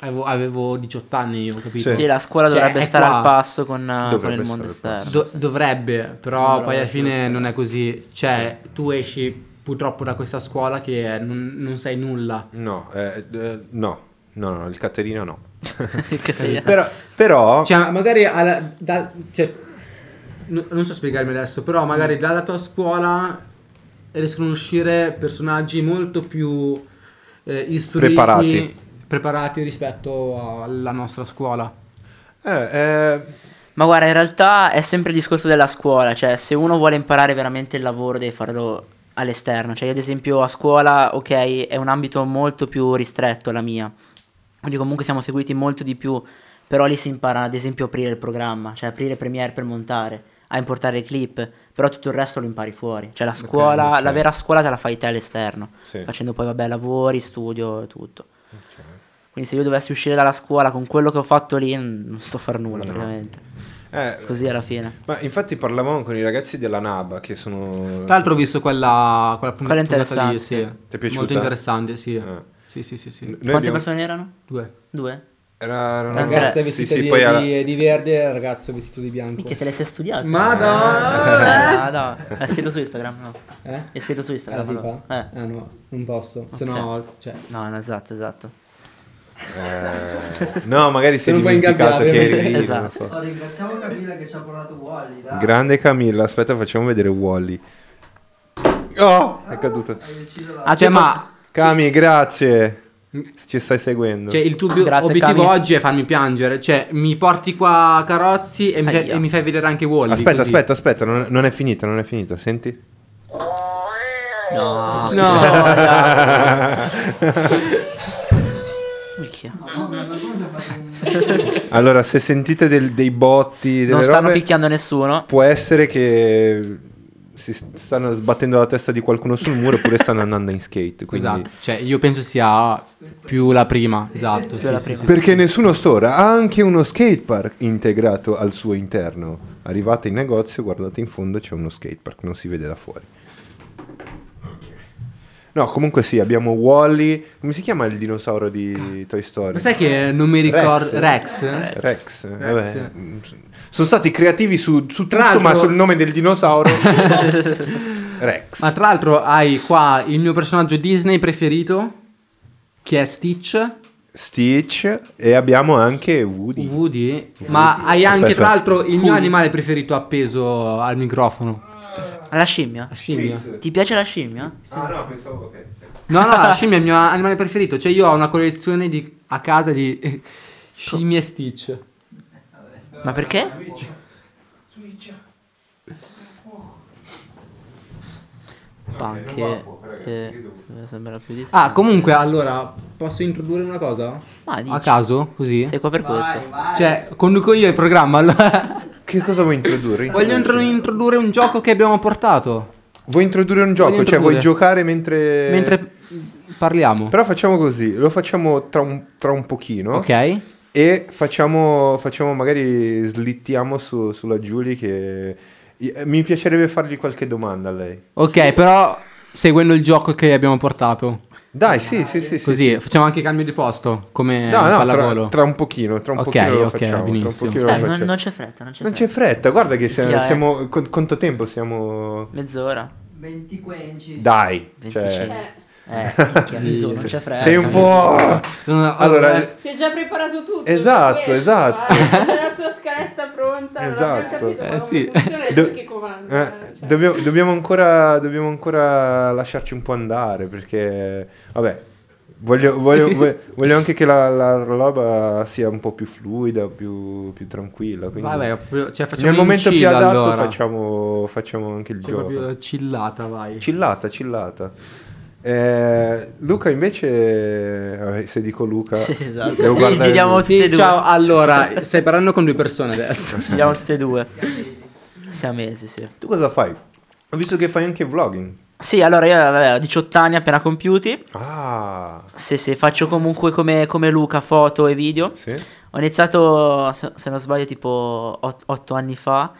Speaker 3: avevo, avevo 18 anni, io, capito?
Speaker 1: Sì.
Speaker 4: Sì, la scuola
Speaker 3: Cioè,
Speaker 4: dovrebbe
Speaker 3: è
Speaker 4: stare
Speaker 3: qua.
Speaker 4: al passo con, eh,
Speaker 1: Dovrebbe
Speaker 4: con il mondo
Speaker 1: stare al
Speaker 4: esterno.
Speaker 3: Do-
Speaker 4: sì.
Speaker 3: Dovrebbe, però
Speaker 4: Dovrebbe
Speaker 3: poi alla
Speaker 4: essere
Speaker 3: fine
Speaker 4: così.
Speaker 3: non è così. Cioè, tu esci purtroppo da questa scuola che non, non sai nulla.
Speaker 1: no, eh, eh, no, no, no, il Caterina no.
Speaker 4: Il cattivo.
Speaker 1: Però, però
Speaker 3: Cioè, magari alla- da- cioè, n- non so spiegarmi adesso, però magari dalla tua scuola riescono a uscire personaggi molto più eh, istruiti,
Speaker 1: Preparati.
Speaker 3: preparati rispetto alla nostra scuola.
Speaker 1: eh, eh,
Speaker 4: Ma guarda, in realtà è sempre il discorso della scuola, cioè se uno vuole imparare veramente il lavoro deve farlo all'esterno, cioè io ad esempio a scuola, ok, è un ambito molto più ristretto la mia, quindi comunque siamo seguiti molto di più, però lì si impara ad esempio a aprire il programma, cioè aprire Premiere per montare, a importare i clip, però tutto il resto lo impari fuori, cioè la scuola,
Speaker 1: ok.
Speaker 4: la vera scuola te la fai te all'esterno,
Speaker 1: sì.
Speaker 4: facendo poi vabbè lavori, studio e tutto. Quindi se io dovessi uscire dalla scuola con quello che ho fatto lì n- non so far
Speaker 1: No.
Speaker 4: nulla praticamente.
Speaker 1: Eh,
Speaker 4: Così alla fine.
Speaker 1: ma infatti parlavamo con i ragazzi della NABA che sono...
Speaker 3: Tra l'altro ho visto quella, quella punt-
Speaker 4: Quella
Speaker 3: puntata lì,
Speaker 4: interessante.
Speaker 3: sì.
Speaker 1: Ti è piaciuta?
Speaker 3: Molto interessante, sì.
Speaker 1: Eh.
Speaker 3: Sì, sì, sì, sì.
Speaker 1: Noi
Speaker 4: Quante
Speaker 1: abbiamo-
Speaker 4: persone erano?
Speaker 3: Due.
Speaker 4: Due?
Speaker 1: Era, erano-
Speaker 4: Ragazza Ragazzi,
Speaker 1: sì, sì, poi alla-
Speaker 3: verde e il ragazzo vestito di bianco.
Speaker 4: Minchia, te le sei studiate. Eh.
Speaker 3: Madonna!
Speaker 4: Ah, no. È scritto su Instagram, no?
Speaker 3: Eh?
Speaker 4: È scritto su Instagram. allora. Eh.
Speaker 3: Ah no, non posso.
Speaker 4: se no,
Speaker 3: cioè.
Speaker 4: No, no, esatto, esatto.
Speaker 1: Eh, no, magari si è
Speaker 3: Se non puoi
Speaker 1: dimenticato che
Speaker 3: ingabbiare,
Speaker 1: eri lì, non lo
Speaker 4: esatto.
Speaker 1: so.
Speaker 2: Oh, ringraziamo Camilla che ci ha portato Wally, dai.
Speaker 1: Grande Camilla, aspetta facciamo vedere Wally. Oh, è caduto.
Speaker 2: Hai deciso la...
Speaker 3: Ah, cioè, ma
Speaker 1: Cami, grazie. Se ci stai seguendo.
Speaker 3: cioè, il tuo ob-
Speaker 4: Grazie,
Speaker 3: obiettivo
Speaker 4: Cami.
Speaker 3: oggi è farmi piangere. Cioè, mi porti qua a Carozzi e mi, fai,
Speaker 4: Aia.
Speaker 3: e mi fai vedere anche Wally.
Speaker 1: aspetta,
Speaker 3: così.
Speaker 1: aspetta, aspetta, non, non è finita, non è finita, senti.
Speaker 4: No,
Speaker 3: No.
Speaker 4: Minchia.
Speaker 2: Mamma mia, qualcuno si è fatto un...
Speaker 1: Allora, se sentite del- dei botti, delle
Speaker 4: Non stanno
Speaker 1: robe,
Speaker 4: picchiando nessuno.
Speaker 1: può essere che si st- stanno sbattendo la testa di qualcuno sul muro oppure stanno andando in skate, quindi...
Speaker 3: Esatto. Cioè, io penso sia più la prima. Esatto.
Speaker 4: Più
Speaker 3: sì,
Speaker 4: la
Speaker 3: sì,
Speaker 4: prima.
Speaker 3: sì,
Speaker 1: Perché nessuno store ha anche uno skatepark integrato al suo interno. Arrivate in negozio, guardate in fondo, c'è uno skatepark, non si vede da fuori. No, comunque sì, abbiamo Wally. Come si chiama il dinosauro di Toy Story?
Speaker 3: Ma sai che non mi ricordo.
Speaker 1: Rex.
Speaker 3: Rex?
Speaker 1: eh,
Speaker 3: Rex.
Speaker 1: vabbè. Mm, s- Sono stati creativi su, su
Speaker 3: Tra
Speaker 1: tutto, ma
Speaker 3: l'altro-
Speaker 1: sul nome del dinosauro. Rex.
Speaker 3: Ma tra l'altro, hai qua il mio personaggio Disney preferito. Che è Stitch.
Speaker 1: Stitch e abbiamo anche Woody.
Speaker 3: Woody. Ma hai anche,
Speaker 1: Aspetta,
Speaker 3: tra l'altro, il mio animale preferito appeso al microfono.
Speaker 4: La scimmia?
Speaker 3: La scimmia.
Speaker 4: Ti piace la scimmia?
Speaker 1: Ah no, pensavo che...
Speaker 3: No, no, la scimmia è il mio animale preferito. Cioè, io ho una collezione di- a casa di eh, scimmie e Stitch.
Speaker 4: Ma perché? Panche. eh, sembra più di
Speaker 3: Ah, comunque, allora, posso introdurre una cosa?
Speaker 4: Ma dici.
Speaker 3: A caso, così?
Speaker 4: Sei qua per
Speaker 2: Vai,
Speaker 4: questo.
Speaker 2: vai.
Speaker 3: Cioè, conduco io il programma. Allora.
Speaker 1: Che cosa vuoi introdurre?
Speaker 3: Voglio intro-
Speaker 1: Introduci.
Speaker 3: introdurre un gioco che abbiamo portato.
Speaker 1: Vuoi introdurre un gioco?
Speaker 3: Voglio
Speaker 1: Cioè, vuoi
Speaker 3: introdurre.
Speaker 1: giocare mentre.
Speaker 3: Mentre parliamo.
Speaker 1: Eh. Però facciamo così: lo facciamo tra un, tra un pochino.
Speaker 3: Ok?
Speaker 1: E facciamo, facciamo magari slittiamo su- sulla Julie. Che I- eh, mi piacerebbe fargli qualche domanda a lei.
Speaker 3: Ok, però seguendo il gioco che abbiamo portato.
Speaker 1: Dai, sì, sì, sì. sì,
Speaker 3: Così,
Speaker 1: sì.
Speaker 3: facciamo anche cambio di posto, come
Speaker 1: No, no, tra,
Speaker 3: Eh, pallavolo.
Speaker 1: tra un pochino, tra un
Speaker 3: Ok,
Speaker 1: pochino lo
Speaker 3: ok,
Speaker 1: facciamo. Tra un pochino
Speaker 3: benissimo.
Speaker 4: Eh,
Speaker 1: lo
Speaker 4: non,
Speaker 1: facciamo.
Speaker 4: non c'è fretta, non c'è
Speaker 1: Non c'è
Speaker 4: fretta.
Speaker 1: fretta, guarda che siamo.
Speaker 4: Minchia, eh.
Speaker 1: siamo- con- quanto tempo siamo.
Speaker 4: Mezz'ora.
Speaker 2: 20 quenci.
Speaker 1: Dai, cioè,
Speaker 4: 25.
Speaker 5: Eh,
Speaker 4: Eh, minchia, Miso, non c'è fretta.
Speaker 1: sei un po'.
Speaker 3: No,
Speaker 1: Allora, eh,
Speaker 5: si è già preparato tutto. per
Speaker 1: Esatto,
Speaker 5: questo,
Speaker 1: esatto.
Speaker 5: guarda, C'è la sua scaletta pronta. Non
Speaker 1: Esatto.
Speaker 5: abbiamo capito
Speaker 3: Eh,
Speaker 5: ma come
Speaker 3: sì.
Speaker 5: funziona è
Speaker 1: Do-
Speaker 5: lui che comanda.
Speaker 1: Eh,
Speaker 5: cioè.
Speaker 1: dobbiamo, dobbiamo ancora, dobbiamo ancora lasciarci un po' andare perché, vabbè, Voglio, voglio- voglio- voglio anche che la, la roba sia un po' più fluida, più, più tranquilla. Quindi
Speaker 3: Vabbè, proprio- cioè facciamo
Speaker 1: nel momento più adatto
Speaker 3: allora.
Speaker 1: facciamo, facciamo anche il
Speaker 3: Cioè,
Speaker 1: gioco.
Speaker 3: proprio chillata, vai.
Speaker 1: Cillata, cillata. Eh, Luca invece, vabbè, se dico Luca,
Speaker 4: Sì, esatto.
Speaker 1: devo
Speaker 4: Sì,
Speaker 1: guardare
Speaker 4: giriamo
Speaker 1: lui.
Speaker 4: tutti e
Speaker 3: Sì,
Speaker 4: due.
Speaker 3: ciao, allora, stai parlando con due persone adesso.
Speaker 4: Ci diamo tutte e due. Siamesi, sì.
Speaker 1: Tu cosa fai? Ho visto che fai anche vlogging.
Speaker 4: Sì, allora io vabbè, ho 18 anni appena compiuti.
Speaker 1: Ah,
Speaker 4: Sì, sì, faccio comunque come, come Luca foto e video.
Speaker 1: sì.
Speaker 4: Ho iniziato, se se non sbaglio, tipo 8 anni fa.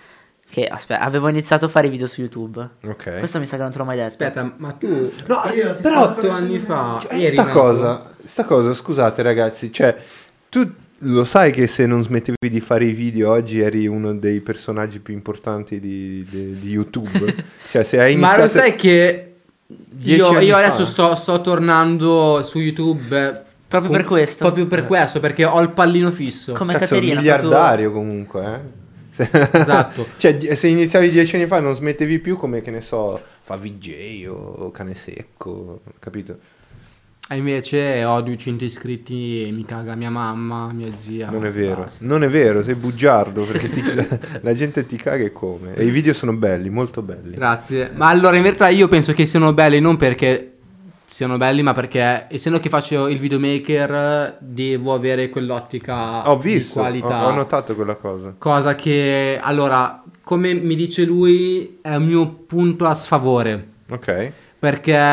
Speaker 4: Che aspetta, avevo iniziato a fare video su YouTube.
Speaker 1: Ok.
Speaker 4: Questo mi sa che non te l'ho mai detto.
Speaker 3: Aspetta, ma tu
Speaker 1: No,
Speaker 2: Io si
Speaker 1: però
Speaker 2: sta-
Speaker 3: otto anni fa
Speaker 1: Cioè,
Speaker 3: eri
Speaker 1: sta
Speaker 3: nato.
Speaker 1: cosa, sta cosa, scusate ragazzi, cioè tu lo sai che se non smettevi di fare i video oggi eri uno dei personaggi più importanti di, di- di YouTube? cioè se hai
Speaker 3: Ma
Speaker 1: iniziato...
Speaker 3: lo sai che
Speaker 1: dieci
Speaker 3: io,
Speaker 1: anni
Speaker 3: io
Speaker 1: fa.
Speaker 3: adesso sto, sto tornando su YouTube eh,
Speaker 4: Proprio per questo? Eh.
Speaker 3: Proprio per questo, perché ho il pallino fisso.
Speaker 4: Come
Speaker 1: Cazzo,
Speaker 4: Caterina.
Speaker 1: miliardario comunque, eh? Se-
Speaker 3: Esatto.
Speaker 1: cioè, di- se iniziavi dieci anni fa e non smettevi più, come che ne so, Favij o Cane Secco, capito?
Speaker 3: E Ah, invece ho 200 iscritti e mi caga mia mamma, mia zia.
Speaker 1: non è vero,
Speaker 3: Ah, basta.
Speaker 1: non è vero, sei bugiardo perché ti- la, la gente ti caga e come. E i video sono belli, molto belli.
Speaker 3: Grazie. Ma allora in verità io penso che siano belli non perché siano belli, ma perché essendo che faccio il videomaker eh, devo avere quell'ottica
Speaker 1: Ah, Ho visto,
Speaker 3: di
Speaker 1: ho,
Speaker 3: qualità.
Speaker 1: ho notato quella cosa.
Speaker 3: Cosa che allora, come mi dice lui, è un mio punto a sfavore.
Speaker 1: Ok.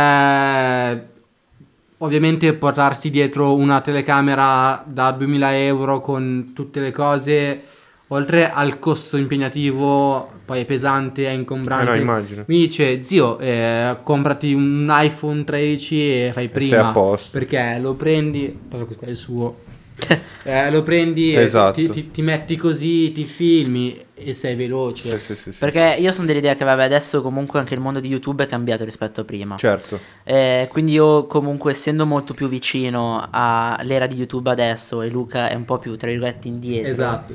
Speaker 3: Perché ovviamente portarsi dietro una telecamera da 2000 euro con tutte le cose, oltre al costo impegnativo, poi è pesante, è
Speaker 1: Eh no,
Speaker 3: ingombrante.
Speaker 1: immagino.
Speaker 3: mi dice, zio, eh, comprati un iPhone 13 e fai prima.
Speaker 1: sei a posto.
Speaker 3: Perché lo prendi, proprio questo qua è il suo. Eh, lo prendi e
Speaker 1: Esatto.
Speaker 3: ti, ti- ti metti così, ti filmi e sei veloce.
Speaker 1: Sì, sì, sì, sì.
Speaker 4: Perché io sono dell'idea che vabbè, adesso comunque anche il mondo di YouTube è cambiato rispetto a prima.
Speaker 1: Certo.
Speaker 4: Eh, quindi io comunque essendo molto più vicino all'era di YouTube adesso e Luca è un po' più tra virgolette indietro.
Speaker 3: Esatto.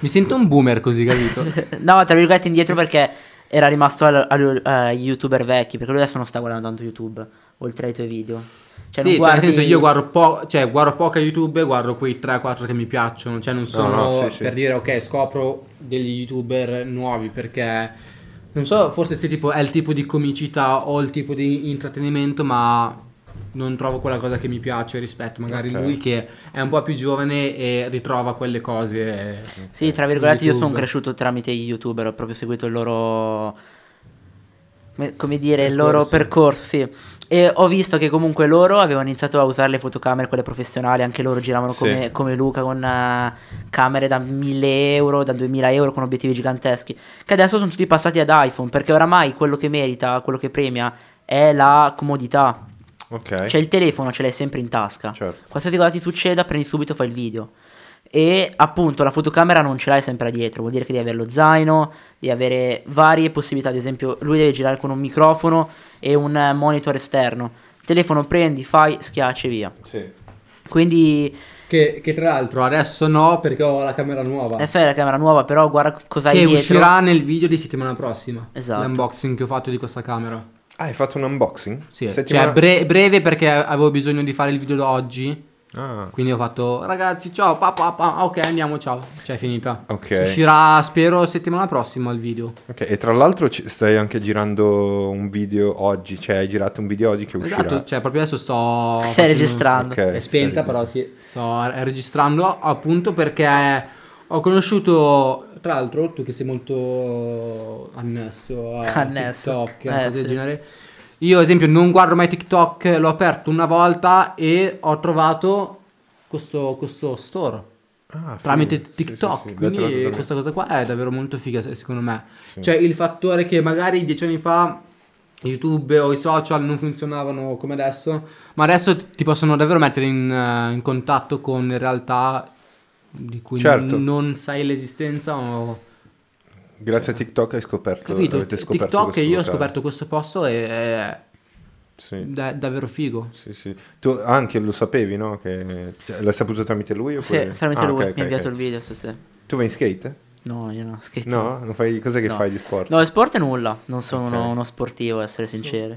Speaker 3: Mi sento un boomer così, capito?
Speaker 4: no, tra virgolette indietro perché era rimasto al- al- agli youtuber vecchi, perché lui adesso non sta guardando tanto YouTube, oltre ai tuoi video. Cioè,
Speaker 3: sì,
Speaker 4: non
Speaker 3: cioè, nel
Speaker 4: guardi-
Speaker 3: senso io guardo, po- cioè, guardo poca YouTube e guardo quei 3-4 che mi piacciono, cioè non sono
Speaker 1: no, sì, sì.
Speaker 3: per dire ok scopro degli YouTuber nuovi perché non so forse se tipo è il tipo di comicità o il tipo di intrattenimento ma non trovo quella cosa che mi piace rispetto magari
Speaker 1: Ok.
Speaker 3: lui che è un po' più giovane e ritrova quelle cose.
Speaker 1: Eh,
Speaker 4: Sì, tra virgolette io sono
Speaker 3: YouTube.
Speaker 4: cresciuto tramite gli youtuber, ho proprio seguito il loro... come- Come dire, il
Speaker 3: Percorso.
Speaker 4: loro percorso, sì. E ho visto che comunque loro avevano iniziato a usare le fotocamere, quelle professionali, anche loro giravano
Speaker 1: Sì.
Speaker 4: come, come Luca con eh, camere da 1000 euro, da 2000 euro, con obiettivi giganteschi. Che adesso sono tutti passati ad iPhone, perché oramai quello che merita, quello che premia, è la comodità.
Speaker 1: Ok.
Speaker 4: Cioè il telefono ce l'hai sempre in tasca.
Speaker 1: Certo.
Speaker 4: Qualsiasi cosa ti succeda, prendi subito e fai il video. E appunto la fotocamera non ce l'hai sempre dietro, vuol dire che devi avere lo zaino, devi avere varie possibilità, ad esempio lui deve girare con un microfono e un eh, monitor esterno. Il telefono prendi, fai, schiacci e via.
Speaker 1: Sì.
Speaker 4: Quindi
Speaker 3: Che, che tra l'altro adesso no perché ho la camera nuova.
Speaker 4: eh, fai la camera nuova, però guarda cosa hai
Speaker 3: che
Speaker 4: dietro.
Speaker 3: uscirà nel video di settimana prossima.
Speaker 4: Esatto.
Speaker 3: L'unboxing che ho fatto di questa camera.
Speaker 1: Ah, hai fatto un unboxing?
Speaker 3: Sì,
Speaker 1: Settimana-
Speaker 3: cioè bre- breve perché avevo bisogno di fare il video da oggi.
Speaker 1: Ah,
Speaker 3: Quindi ho fatto ragazzi, ciao, pa, pa, pa, ok, andiamo, ciao. Cioè è finita.
Speaker 1: Ok.
Speaker 3: Uscirà spero settimana prossima il video.
Speaker 1: ok. E tra l'altro ci- stai anche girando un video oggi, cioè hai girato un video oggi che uscirà.
Speaker 3: Esatto, cioè proprio adesso sto
Speaker 4: Stai
Speaker 3: facendo-
Speaker 4: registrando.
Speaker 1: Ok.
Speaker 3: È spenta, però sì, sto re- registrando appunto perché ho conosciuto tra l'altro tu che sei molto annesso a
Speaker 4: Annesso.
Speaker 3: TikTok, a
Speaker 4: Eh,
Speaker 3: cose del
Speaker 4: sì.
Speaker 3: genere. Io ad esempio non guardo mai TikTok, l'ho aperto una volta e ho trovato questo, questo store
Speaker 1: Ah, figo.
Speaker 3: cioè, tramite
Speaker 1: Sì, sì,
Speaker 3: TikTok.
Speaker 1: sì, l'ho
Speaker 3: Quindi
Speaker 1: trovato da me.
Speaker 3: questa cosa qua è davvero molto figa, se- secondo me.
Speaker 1: Sì.
Speaker 3: Cioè, il fattore che magari dieci anni fa YouTube o i social non funzionavano come adesso, ma adesso t- ti possono davvero mettere in, eh, in contatto con realtà di cui
Speaker 1: Certo.
Speaker 3: n- non sai l'esistenza o
Speaker 1: Grazie a TikTok hai scoperto,
Speaker 3: capito
Speaker 1: avete scoperto
Speaker 3: TikTok
Speaker 1: questo
Speaker 3: e io ho
Speaker 1: locale.
Speaker 3: scoperto questo posto e è
Speaker 1: Sì.
Speaker 3: da- davvero figo
Speaker 1: Sì, sì. Tu anche lo sapevi, no? Che... cioè, l'hai saputo tramite lui?
Speaker 4: Sì,
Speaker 1: Oppure...
Speaker 4: tramite
Speaker 1: Ah,
Speaker 4: lui,
Speaker 1: ok,
Speaker 4: mi
Speaker 1: ok,
Speaker 4: ha inviato
Speaker 1: ok.
Speaker 4: il video, sì, sì.
Speaker 1: Tu vai in skate?
Speaker 4: No, io no, scherzo.
Speaker 1: No? Non fai... Cos'è che
Speaker 4: No.
Speaker 1: fai di sport?
Speaker 4: No, sport è nulla, non sono
Speaker 1: Ok.
Speaker 4: uno, uno sportivo, a essere sincero.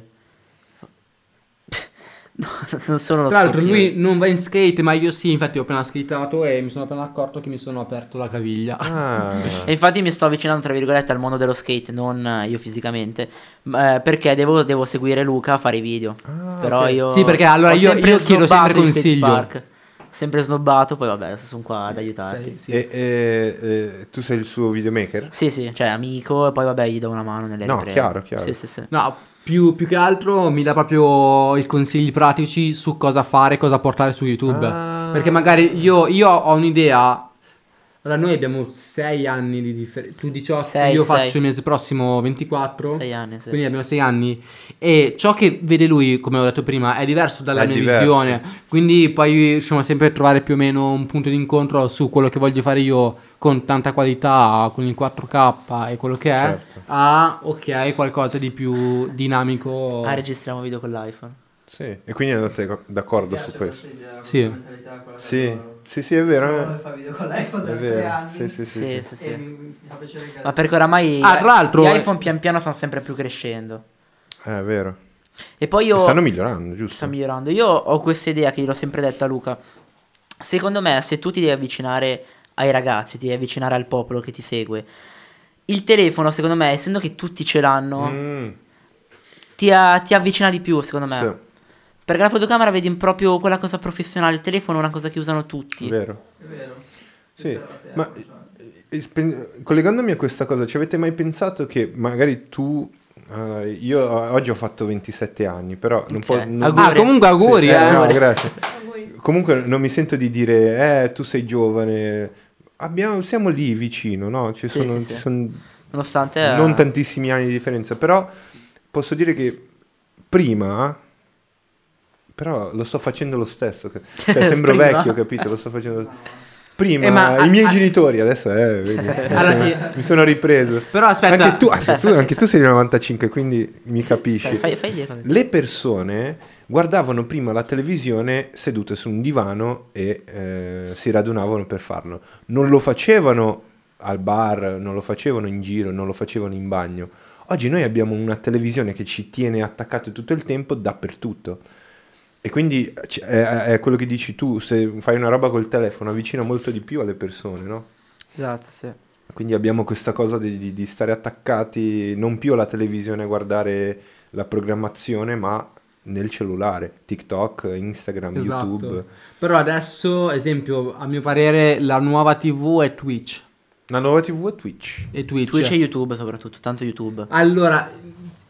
Speaker 4: non sono uno
Speaker 3: Tra l'altro
Speaker 4: sportivo.
Speaker 3: lui non va in skate, ma io sì, infatti ho appena skateato e mi sono appena accorto che mi sono aperto la caviglia.
Speaker 1: Ah,
Speaker 4: E infatti mi sto avvicinando, tra virgolette, al mondo dello skate, non eh, io fisicamente, ma, eh, perché devo, devo seguire Luca a fare i video.
Speaker 1: Ah,
Speaker 4: Però
Speaker 1: ok.
Speaker 4: io...
Speaker 3: Sì, perché allora
Speaker 4: ho
Speaker 3: io-
Speaker 4: sempre
Speaker 3: io chiedo
Speaker 4: snobbato
Speaker 3: sempre
Speaker 4: gli skate
Speaker 3: consiglio.
Speaker 4: park. Sempre snobbato, poi vabbè, adesso sono qua ad aiutarti.
Speaker 3: Sei- sì.
Speaker 1: E, e- e tu sei il suo videomaker?
Speaker 4: Sì, sì, cioè amico, e poi vabbè gli do una mano nelle
Speaker 1: No,
Speaker 4: riprese.
Speaker 1: chiaro, chiaro.
Speaker 4: Sì, sì, sì.
Speaker 3: No, più, più che altro mi dà proprio i consigli pratici su cosa fare, cosa portare su YouTube.
Speaker 1: Ah.
Speaker 3: Perché magari io, io ho un'idea. Allora, noi abbiamo 6 anni di differenza. Tu 18,
Speaker 4: Sei,
Speaker 3: io
Speaker 4: sei.
Speaker 3: faccio il mese prossimo 24.
Speaker 4: Sei anni, sì.
Speaker 3: Quindi abbiamo 6 anni. E ciò che vede lui, come ho detto prima, è diverso dalla
Speaker 1: È
Speaker 3: mia
Speaker 1: diverso.
Speaker 3: visione. Quindi poi riusciamo sempre a trovare più o meno un punto d'incontro su quello che voglio fare io con tanta qualità, con il 4K e quello che è.
Speaker 1: Certo.
Speaker 3: Ah, ok, qualcosa di più dinamico.
Speaker 4: Ah, registriamo video con l'iPhone.
Speaker 1: Sì. E quindi andate d'accordo su questo?
Speaker 3: Sì.
Speaker 1: Sì. sì, sì, è vero.
Speaker 2: Io
Speaker 1: eh.
Speaker 2: fa video con l'iPhone
Speaker 1: È
Speaker 2: da tre
Speaker 1: vero.
Speaker 2: anni.
Speaker 1: Sì, sì, sì.
Speaker 4: Sì,
Speaker 1: sì.
Speaker 4: sì, sì.
Speaker 2: E mi, mi fa piacere che
Speaker 4: Ma
Speaker 2: adesso-
Speaker 4: perché oramai
Speaker 3: Ah, tra l'altro,
Speaker 4: gli
Speaker 3: eh.
Speaker 4: iPhone pian piano stanno sempre più crescendo.
Speaker 1: Eh, È vero.
Speaker 4: E poi io...
Speaker 1: E Stanno migliorando, giusto?
Speaker 4: sta migliorando. Io ho questa idea che gliel'ho sempre detta a Luca. Secondo me, se tu ti devi avvicinare ai ragazzi, ti devi avvicinare al popolo che ti segue, il telefono, secondo me, essendo che tutti ce l'hanno,
Speaker 1: Mm,
Speaker 4: ti, a- ti avvicina di più, secondo me.
Speaker 1: sì,
Speaker 4: Perché la fotocamera vedi proprio quella cosa professionale, il telefono è una cosa che usano tutti.
Speaker 1: vero.
Speaker 2: È vero.
Speaker 1: Sì,
Speaker 2: Tutta la terra,
Speaker 1: ma
Speaker 2: cioè.
Speaker 1: eh, spen- collegandomi a questa cosa, ci avete mai pensato che magari tu... eh, io eh, oggi ho fatto 27 anni, però non
Speaker 4: Ok,
Speaker 1: può... non-
Speaker 4: auguri.
Speaker 3: Ah, comunque
Speaker 1: Sì,
Speaker 3: auguri,
Speaker 1: eh,
Speaker 3: eh.
Speaker 1: no, grazie.
Speaker 5: Auguri.
Speaker 1: Comunque non mi sento di dire, eh, tu sei giovane, Abbiamo- siamo lì vicino, no? Ci
Speaker 4: Sì,
Speaker 1: sono,
Speaker 4: sì,
Speaker 1: ci
Speaker 4: sì.
Speaker 1: sono
Speaker 4: Nonostante... eh,
Speaker 1: non tantissimi anni di differenza, però posso dire che prima, però lo sto facendo lo stesso, che- cioè sembro
Speaker 4: Prima.
Speaker 1: vecchio, capito? Lo sto facendo... Prima,
Speaker 3: Eh, ma-
Speaker 1: i miei
Speaker 3: ah, ah-
Speaker 1: genitori, adesso eh, vedi, mi,
Speaker 3: Allora,
Speaker 1: sono,
Speaker 3: io-
Speaker 1: mi sono ripreso.
Speaker 3: Però aspetta,
Speaker 1: Anche tu, ah, se
Speaker 4: aspetta,
Speaker 1: tu- anche tu sei del 95, quindi mi capisci.
Speaker 4: Dai, fai, fai idea cosa-
Speaker 1: Le persone guardavano prima la televisione sedute su un divano e eh, si radunavano per farlo. Non lo facevano al bar, non lo facevano in giro, non lo facevano in bagno. Oggi noi abbiamo una televisione che ci tiene attaccato tutto il tempo dappertutto. E quindi eh, c- è, è quello che dici tu, se fai una roba col telefono avvicina molto di più alle persone, no?
Speaker 4: Esatto, sì.
Speaker 1: Quindi abbiamo questa cosa di, di- di stare attaccati non più alla televisione a guardare la programmazione, ma nel cellulare, TikTok, Instagram,
Speaker 3: Esatto.
Speaker 1: YouTube.
Speaker 3: Però adesso, esempio, a mio parere la nuova TV è Twitch.
Speaker 1: La nuova TV è Twitch.
Speaker 3: E Twitch.
Speaker 4: Twitch e YouTube soprattutto, tanto YouTube.
Speaker 3: Allora,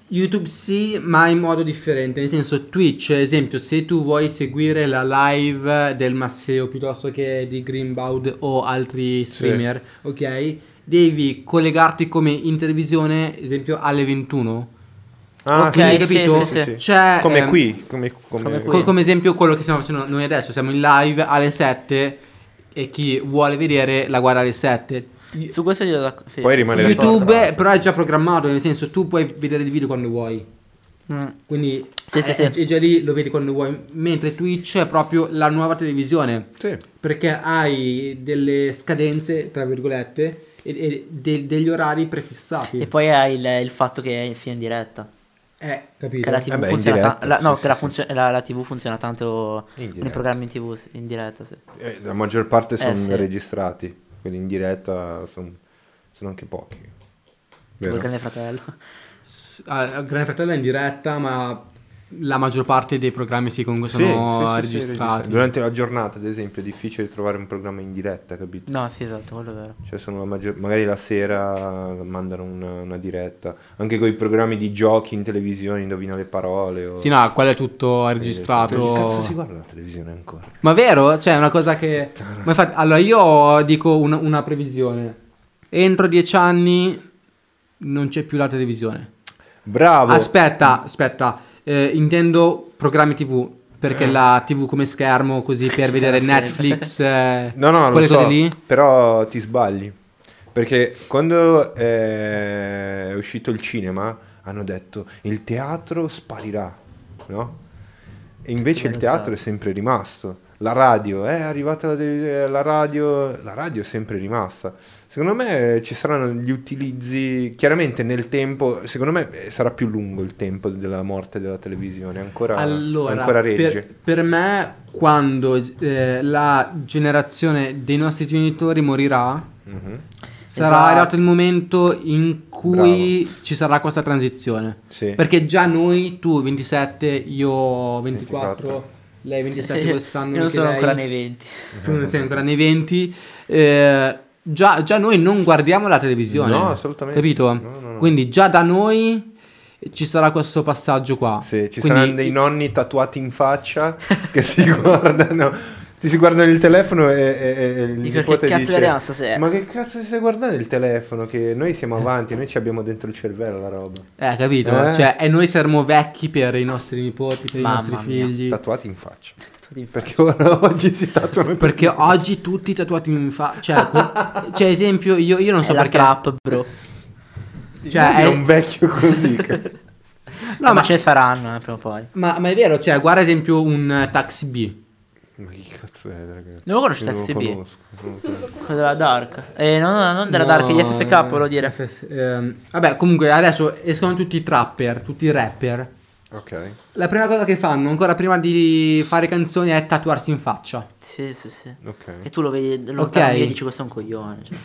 Speaker 3: YouTube sì, ma in modo differente. Nel senso, Twitch, esempio, se tu vuoi seguire la live del Masseo piuttosto che di Greenbaud o altri streamer, ok? Devi collegarti come in televisione, esempio, alle 21.
Speaker 1: Ah,
Speaker 4: Ok,
Speaker 1: sì,
Speaker 4: sì,
Speaker 1: capito?
Speaker 4: sì, sì.
Speaker 3: Cioè,
Speaker 1: come
Speaker 3: ehm,
Speaker 1: qui, come, come-
Speaker 4: come
Speaker 3: Co- come esempio quello che stiamo facendo noi adesso, siamo in live alle 7 e chi vuole vedere la guarda alle 7.
Speaker 4: Su questo glielo da... sì.
Speaker 1: Poi rimane
Speaker 3: YouTube eh, però è già programmato, nel senso tu puoi vedere il video quando vuoi.
Speaker 4: Mm.
Speaker 3: Quindi eh,
Speaker 4: Sì,
Speaker 3: è,
Speaker 4: sì, sì.
Speaker 3: è già lì, lo vedi quando vuoi. Mentre Twitch è proprio la nuova televisione.
Speaker 1: Sì.
Speaker 3: Perché hai delle scadenze, tra virgolette, e, e de- degli orari prefissati.
Speaker 4: E poi hai il, il fatto che sia in diretta.
Speaker 3: eh,
Speaker 4: Che
Speaker 3: capito?
Speaker 4: la TV
Speaker 1: Vabbè, in
Speaker 4: funziona
Speaker 1: diretta,
Speaker 4: ta- la- no,
Speaker 1: sì,
Speaker 4: che la,
Speaker 1: sì,
Speaker 4: funzio- la- la TV funziona tanto
Speaker 1: In
Speaker 4: nei
Speaker 1: diretta.
Speaker 4: programmi in TV sì, in diretta, sì.
Speaker 1: Eh, la maggior parte sono
Speaker 4: sì.
Speaker 1: registrati, quindi in diretta sono, sono anche pochi.
Speaker 4: Tipo
Speaker 1: Vero?
Speaker 4: il grande fratello.
Speaker 3: S- ah, il Grande Fratello è in diretta, ma la maggior parte dei programmi sì, comunque
Speaker 1: Sì, sì,
Speaker 3: sono
Speaker 1: sì, sì,
Speaker 3: registrati.
Speaker 1: Durante la giornata, ad esempio, è difficile trovare un programma in diretta, capito?
Speaker 4: No, sì, esatto, quello è vero.
Speaker 1: Cioè sono la maggior- magari la sera mandano una, una diretta, anche con i programmi di giochi in televisione, indovina le parole. O...
Speaker 3: Sì, no, quello è tutto
Speaker 1: Eh, Che cazzo si
Speaker 3: registrato.
Speaker 1: guarda la televisione ancora?
Speaker 3: Ma vero? Cioè, è una cosa che. Ma infatti, allora io dico un- una previsione. Entro dieci anni non c'è più la televisione.
Speaker 1: Bravo!
Speaker 3: Aspetta, aspetta. Eh, intendo programmi TV. Perché
Speaker 1: Eh.
Speaker 3: la TV come schermo, così per vedere
Speaker 4: Sì, sì.
Speaker 3: Netflix, eh,
Speaker 1: no, no, lo
Speaker 3: quelle
Speaker 1: so,
Speaker 3: cose lì.
Speaker 1: però ti sbagli. Perché quando eh, è uscito il cinema hanno detto il teatro sparirà, no? E invece il
Speaker 4: bello
Speaker 1: teatro
Speaker 4: teatro.
Speaker 1: è sempre rimasto. La radio, "Eh, è arrivata la, tele- la radio, la radio è sempre rimasta. Secondo me eh, ci saranno gli utilizzi, chiaramente nel tempo, secondo me eh, sarà più lungo il tempo della morte della televisione, ancora,
Speaker 3: Allora,
Speaker 1: ancora regge.
Speaker 3: per, per me, quando eh, la generazione dei nostri genitori morirà,
Speaker 1: Mhm,
Speaker 3: sarà
Speaker 4: Esatto.
Speaker 3: arrivato il momento in cui ci sarà questa transizione.
Speaker 1: Sì.
Speaker 3: Perché già noi, tu 27, io 24,
Speaker 1: 24.
Speaker 3: lei 27 quest'anno.
Speaker 4: Io non
Speaker 3: anche
Speaker 4: sono
Speaker 3: lei.
Speaker 4: ancora nei 20.
Speaker 3: Tu non sei ancora nei 20. eh, già, già noi non guardiamo la televisione.
Speaker 1: No, assolutamente.
Speaker 3: Capito?
Speaker 1: No, no, no.
Speaker 3: Quindi già da noi ci sarà questo passaggio qua.
Speaker 1: Sì, ci
Speaker 3: Quindi-
Speaker 1: saranno dei nonni tatuati in faccia che si guardano. Ti si guardano il telefono e, e- e- e il
Speaker 4: Dico,
Speaker 1: nipote
Speaker 4: "Che cazzo
Speaker 1: dice,
Speaker 4: guardiamo stasera?" Eh.
Speaker 1: Ma che cazzo ti stai guardando il telefono? Che noi siamo avanti, noi ci abbiamo dentro il cervello la roba.
Speaker 3: Eh, capito?
Speaker 1: Eh.
Speaker 3: Cioè, e noi saremo vecchi per i nostri nipoti, per
Speaker 4: Mamma
Speaker 3: i nostri
Speaker 4: mia.
Speaker 3: figli.
Speaker 1: Tatuati in faccia.
Speaker 4: Tutti in fa-
Speaker 1: Perché ora oggi si tatuano
Speaker 3: Perché oggi tutti tatuati in fa... Cioè, que- cioè, esempio, io, io non so
Speaker 4: è la
Speaker 3: perché...
Speaker 4: trap, bro.
Speaker 3: cioè,
Speaker 1: Immagina
Speaker 3: è-
Speaker 1: un vecchio così. che-
Speaker 3: No,
Speaker 4: Eh, ma
Speaker 3: ma,
Speaker 4: ce ne saranno eh, prima o poi.
Speaker 3: ma- ma è vero, cioè, guarda esempio un eh, Taxi B.
Speaker 1: Ma che cazzo è, ragazzi?
Speaker 4: Non lo conosci,
Speaker 1: lo
Speaker 4: Taxi B?
Speaker 1: conosco, non lo conosco.
Speaker 4: Quello della Dark. Eh, no, no, non della Dark,
Speaker 3: No,
Speaker 4: gli FFK,
Speaker 3: eh,
Speaker 4: volevo dire.
Speaker 3: FS ehm, vabbè, comunque adesso escono tutti i trapper, tutti i rapper.
Speaker 1: Ok.
Speaker 3: La prima cosa che fanno, ancora prima di fare canzoni, è tatuarsi in faccia.
Speaker 4: Sì, sì, sì.
Speaker 1: Ok.
Speaker 4: E tu lo vedi lontano
Speaker 3: Ok.
Speaker 4: via e dici questo è un coglione. Cioè.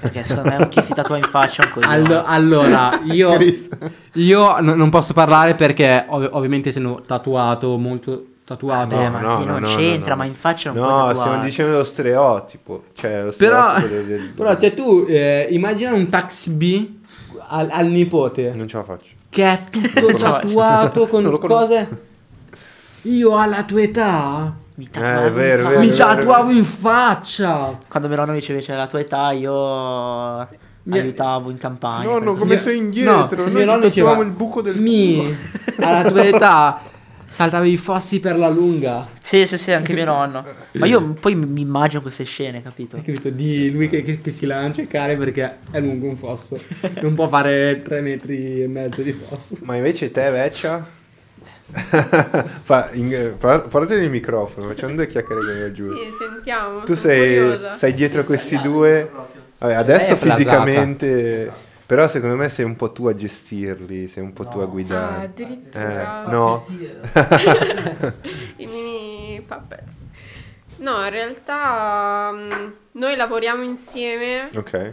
Speaker 4: Perché secondo me chi si tatua in faccia è un coglione.
Speaker 3: Allo- ah, allora, io,
Speaker 1: Chris.
Speaker 3: io no- non posso parlare perché ov- ovviamente sono tatuato, molto tatuato.
Speaker 4: Vabbè, ma sì, non c'entra, ma in faccia non
Speaker 1: No,
Speaker 4: puoi tatuare.
Speaker 1: stiamo dicendo lo stereotipo. Cioè, lo
Speaker 3: Però,
Speaker 1: stereotipo del- del-
Speaker 3: però cioè, tu eh, immagina un taxi B al, al nipote
Speaker 1: Non ce la faccio.
Speaker 3: che è tutto
Speaker 4: conosco.
Speaker 3: tatuato con
Speaker 1: Non lo conosco.
Speaker 3: cose. Io alla tua età
Speaker 4: Mi
Speaker 1: Eh,
Speaker 4: tatuavo
Speaker 1: è vero,
Speaker 4: in
Speaker 1: è vero,
Speaker 4: faccia.
Speaker 1: è
Speaker 3: mi
Speaker 1: vero.
Speaker 3: tatuavo in faccia.
Speaker 4: Quando mio nonno diceva c'era la tua età io
Speaker 3: Mi-
Speaker 4: aiutavo in campagna.
Speaker 1: No, no,
Speaker 4: perché-
Speaker 1: come
Speaker 3: Mio-
Speaker 1: sei indietro?
Speaker 3: no,
Speaker 1: Noi
Speaker 3: mio
Speaker 1: ti
Speaker 3: nonno diceva,
Speaker 1: tatuavamo il buco del
Speaker 3: Mi,
Speaker 1: culo."
Speaker 3: alla tua età saltavi i fossi per la lunga.
Speaker 4: Sì, sì, sì, anche mio nonno. Ma io poi mi mi immagino queste scene, capito?
Speaker 3: Hai capito? Di lui che, che- che si lancia a cercare perché è lungo un fosso. Non può fare tre metri e mezzo di fosso.
Speaker 1: Ma invece te, vecchia? Fa, in- par- parlate nel microfono, facciamo due chiacchiere con la giù.
Speaker 5: Sì, sentiamo.
Speaker 1: tu
Speaker 5: sono curiosa.
Speaker 1: sei, sei dietro a questi due. Vabbè,
Speaker 3: Lei
Speaker 1: adesso
Speaker 3: è flasata.
Speaker 1: fisicamente, però secondo me sei un po' tu a gestirli, sei un po' tu a
Speaker 5: Ah,
Speaker 1: guidare.
Speaker 2: Cioè,
Speaker 5: addirittura.
Speaker 1: Eh, no.
Speaker 5: I mini puppets. No, in realtà mm, noi lavoriamo insieme
Speaker 1: Ok,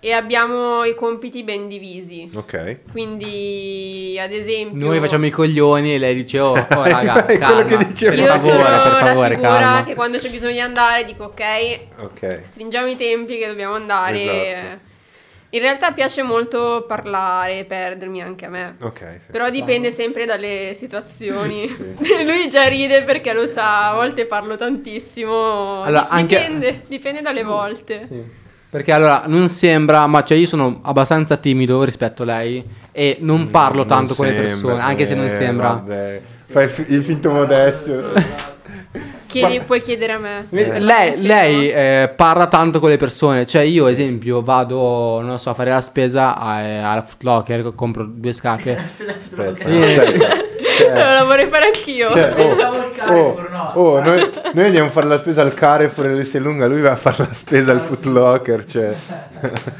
Speaker 5: e abbiamo i compiti ben divisi.
Speaker 1: ok.
Speaker 5: Quindi, ad esempio,
Speaker 3: Noi facciamo i coglioni e lei dice: Oh, oh raga,
Speaker 1: È quello
Speaker 3: calma,
Speaker 1: che dicevo.
Speaker 3: per
Speaker 5: io
Speaker 3: favore,
Speaker 5: sono
Speaker 3: per favore,
Speaker 5: la figura
Speaker 3: calma.
Speaker 5: che quando c'è bisogno di andare dico ok,
Speaker 1: Ok.
Speaker 5: stringiamo i tempi che dobbiamo andare.
Speaker 1: Esatto.
Speaker 5: In realtà piace molto parlare, perdermi anche a me.
Speaker 1: Ok. sì.
Speaker 5: Però dipende sempre dalle situazioni.
Speaker 1: Sì.
Speaker 5: Lui già ride perché lo sa, a volte parlo tantissimo.
Speaker 3: Allora,
Speaker 5: Di-
Speaker 3: anche-
Speaker 5: dipende, dipende
Speaker 1: Mm,
Speaker 5: dalle volte.
Speaker 3: Sì. Perché allora non sembra, ma cioè io sono abbastanza timido rispetto a lei e non parlo
Speaker 1: Mm, Non
Speaker 3: tanto con le
Speaker 1: sembra,
Speaker 3: persone, anche se non
Speaker 1: eh,
Speaker 3: sembra.
Speaker 1: vabbè. Fai fi- il finto modesto.
Speaker 5: Chiedi- puoi chiedere a me.
Speaker 3: Eh, Lei, lei, eh, parla tanto con le persone, cioè io esempio vado, non so, a fare la spesa a- alla Foot Locker, compro due scarpe.
Speaker 1: Aspetta,
Speaker 3: Sì.
Speaker 1: aspetta. Cioè,
Speaker 5: Lo vorrei fare anch'io.
Speaker 1: cioè,
Speaker 4: Pensavo al Carrefour,
Speaker 1: oh,
Speaker 4: no.
Speaker 1: oh, noi, noi andiamo a fare la spesa al Carrefour e lunga, lui va a fare la spesa al Foot Locker, cioè.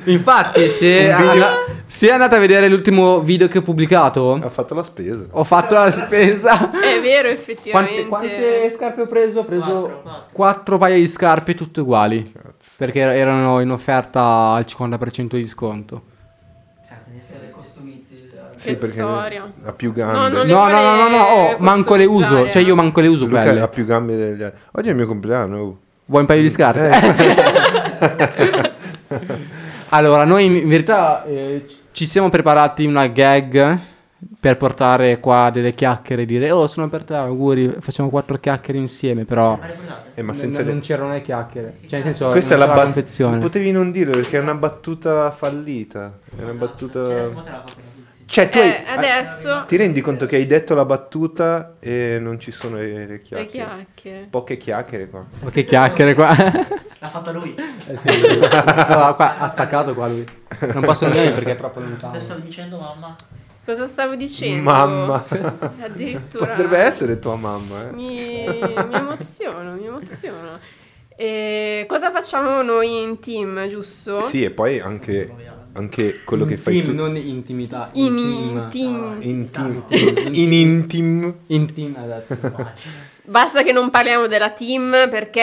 Speaker 3: Infatti se,
Speaker 1: Un video-
Speaker 3: alla- se andate a vedere l'ultimo video che ho pubblicato,
Speaker 1: Ha fatto la spesa.
Speaker 3: ho fatto la spesa.
Speaker 5: È vero,
Speaker 3: Quante,
Speaker 5: effettivamente.
Speaker 3: quante scarpe ho preso? Ho preso
Speaker 4: Quattro, quattro.
Speaker 3: quattro paia di scarpe tutte uguali,
Speaker 1: Cazzo.
Speaker 3: perché er- erano in offerta al 50% di sconto.
Speaker 2: le Cioè, costumizi. eh,
Speaker 5: Che storia.
Speaker 1: ha più gambe.
Speaker 5: No, non le-
Speaker 3: No, no, no, no, no, oh,
Speaker 5: vuole
Speaker 3: manco le uso,
Speaker 5: customizzare,
Speaker 3: cioè io
Speaker 5: no?
Speaker 3: manco le uso
Speaker 1: Luca
Speaker 3: quelle.
Speaker 1: ha più gambe degli altri. Oggi è il mio compleanno. oh.
Speaker 3: Vuoi un paio di scarpe?
Speaker 1: Eh.
Speaker 3: allora, noi in in verità eh, ci- ci siamo preparati una gag per portare qua delle chiacchiere e dire oh sono per te, auguri, facciamo quattro chiacchiere insieme però
Speaker 4: Ma ricordate?
Speaker 1: Eh, ma
Speaker 3: n-
Speaker 1: senza
Speaker 3: non,
Speaker 1: le-
Speaker 3: c'erano le chiacchiere. Cioè, nel senso,
Speaker 1: Questa è la
Speaker 3: bat-
Speaker 1: battuta. Potevi non dirlo perché è una battuta fallita. È una battuta. Cioè, tu
Speaker 5: Eh,
Speaker 1: hai-
Speaker 5: adesso
Speaker 1: ti rendi conto che hai detto la battuta e non ci sono le, le
Speaker 5: le
Speaker 1: chiacchiere.
Speaker 5: chiacchiere.
Speaker 1: Poche chiacchiere qua.
Speaker 3: Ma che chiacchiere qua. Eh,
Speaker 4: L'ha fatta lui.
Speaker 3: No, qua- ha spaccato qua lui. Non posso neanche perché è troppo lontano.
Speaker 4: Lo stavi dicendo mamma.
Speaker 5: Cosa stavo dicendo?
Speaker 1: Mamma.
Speaker 5: Addirittura.
Speaker 1: Potrebbe essere tua mamma, eh.
Speaker 5: Mi, mi emoziono, mi emoziono. E cosa facciamo noi in team, giusto?
Speaker 1: Sì, e poi anche, anche quello che fai
Speaker 3: Intim,
Speaker 1: tu.
Speaker 3: non intimità.
Speaker 5: In
Speaker 3: intim.
Speaker 5: team.
Speaker 1: Ah, In team.
Speaker 3: Intim.
Speaker 1: In intim.
Speaker 3: Intim ha detto.
Speaker 5: Basta che non parliamo della team perché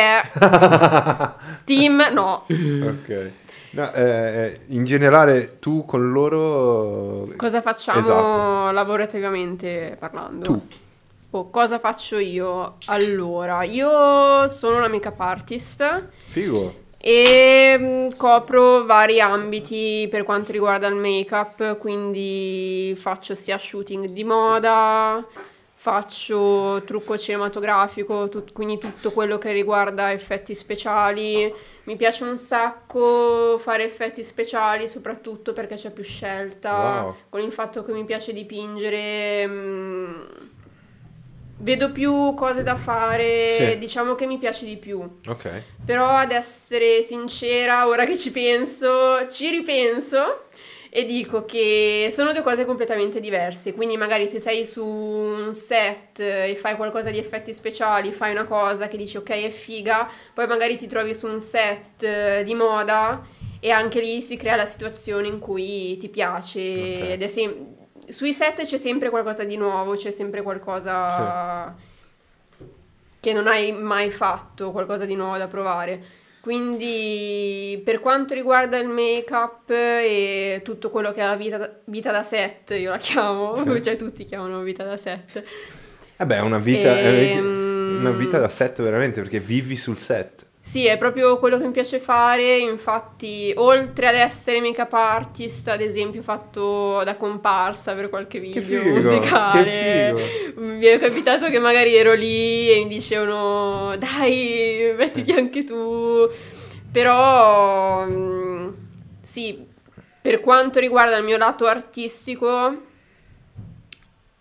Speaker 5: team no.
Speaker 1: Ok. No, eh, in generale, tu con loro...
Speaker 5: Cosa facciamo
Speaker 1: Esatto.
Speaker 5: lavorativamente parlando?
Speaker 1: Tu.
Speaker 5: Oh, cosa faccio io? Allora, io sono una make-up artist
Speaker 1: Figo.
Speaker 5: e mm, copro vari ambiti per quanto riguarda il make-up, quindi faccio sia shooting di moda, faccio trucco cinematografico, tut- quindi tutto quello che riguarda effetti speciali. Mi piace un sacco fare effetti speciali, soprattutto perché c'è più scelta,
Speaker 1: Wow.
Speaker 5: con il fatto che mi piace dipingere. mm, Vedo più cose da fare,
Speaker 1: Sì.
Speaker 5: diciamo che mi piace di più.
Speaker 1: Ok.
Speaker 5: Però ad essere sincera, ora che ci penso, ci ripenso e dico che sono due cose completamente diverse. Quindi magari se sei su un set e fai qualcosa di effetti speciali, fai una cosa che dici ok è figa, poi magari ti trovi su un set eh, di moda e anche lì si crea la situazione in cui ti piace
Speaker 1: Ok.
Speaker 5: ed è sem- sui set c'è sempre qualcosa di nuovo, c'è sempre qualcosa che non hai mai fatto, qualcosa di nuovo da provare. Quindi, per quanto riguarda il make-up e tutto quello che è la vita, vita da set, io la chiamo,
Speaker 1: Sì.
Speaker 5: cioè tutti chiamano vita da set.
Speaker 1: Eh beh, è una vita, è una vita-
Speaker 5: Ehm.
Speaker 1: una vita da set veramente, perché vivi sul set.
Speaker 5: Sì, è proprio quello che mi piace fare, infatti, oltre ad essere make-up artist, ad esempio, ho fatto da comparsa per qualche video
Speaker 1: Che figo,
Speaker 5: musicale.
Speaker 1: che figo.
Speaker 5: Mi è capitato che magari ero lì e mi dicevano dai, mettiti anche tu. Però mm, sì, per quanto riguarda il mio lato artistico,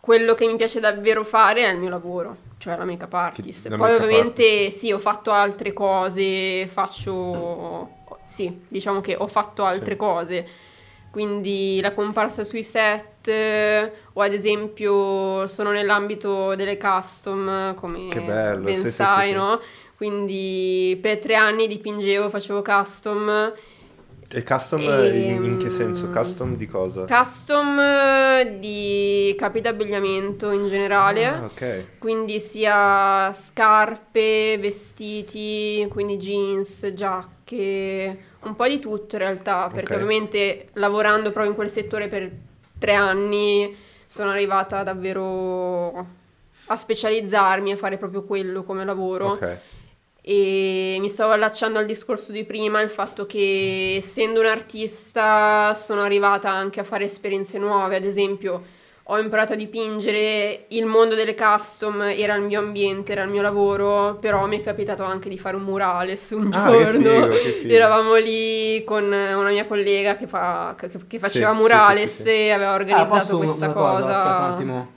Speaker 5: quello che mi piace davvero fare è il mio lavoro, cioè la make-up artist.
Speaker 1: la
Speaker 5: Poi
Speaker 1: make-up
Speaker 5: ovviamente sì, ho fatto altre cose, faccio... Sì, diciamo che ho fatto altre
Speaker 1: Sì.
Speaker 5: cose. Quindi la comparsa sui set, eh, o ad esempio sono nell'ambito delle custom, come
Speaker 1: Che bello,
Speaker 5: ben
Speaker 1: sì, sì,
Speaker 5: sai,
Speaker 1: sì, sì.
Speaker 5: no? Quindi per tre anni dipingevo, facevo custom.
Speaker 1: E custom eh, in, in che senso?
Speaker 5: Ehm.
Speaker 1: Custom di cosa?
Speaker 5: Custom eh, di capi d'abbigliamento in generale.
Speaker 1: Ah, ok.
Speaker 5: Quindi sia scarpe, vestiti, quindi jeans, giacche, un po' di tutto in realtà, perché
Speaker 1: Ok.
Speaker 5: ovviamente lavorando proprio in quel settore per tre anni sono arrivata davvero a specializzarmi e fare proprio quello come lavoro.
Speaker 1: Ok.
Speaker 5: E mi stavo allacciando al discorso di prima, il fatto che essendo un artista sono arrivata anche a fare esperienze nuove, ad esempio ho imparato a dipingere, il mondo delle custom era il mio ambiente, era il mio lavoro, però mi è capitato anche di fare un murales un
Speaker 1: Ah, che
Speaker 5: giorno.
Speaker 1: figo, che figo.
Speaker 5: Eravamo lì con una mia collega che, fa- che- che faceva
Speaker 1: Sì, sì,
Speaker 5: murales
Speaker 1: sì, sì.
Speaker 5: e aveva
Speaker 3: Ah,
Speaker 5: organizzato
Speaker 3: posso un-
Speaker 5: questa
Speaker 3: una cosa?
Speaker 5: cosa.
Speaker 3: Aspetta un attimo.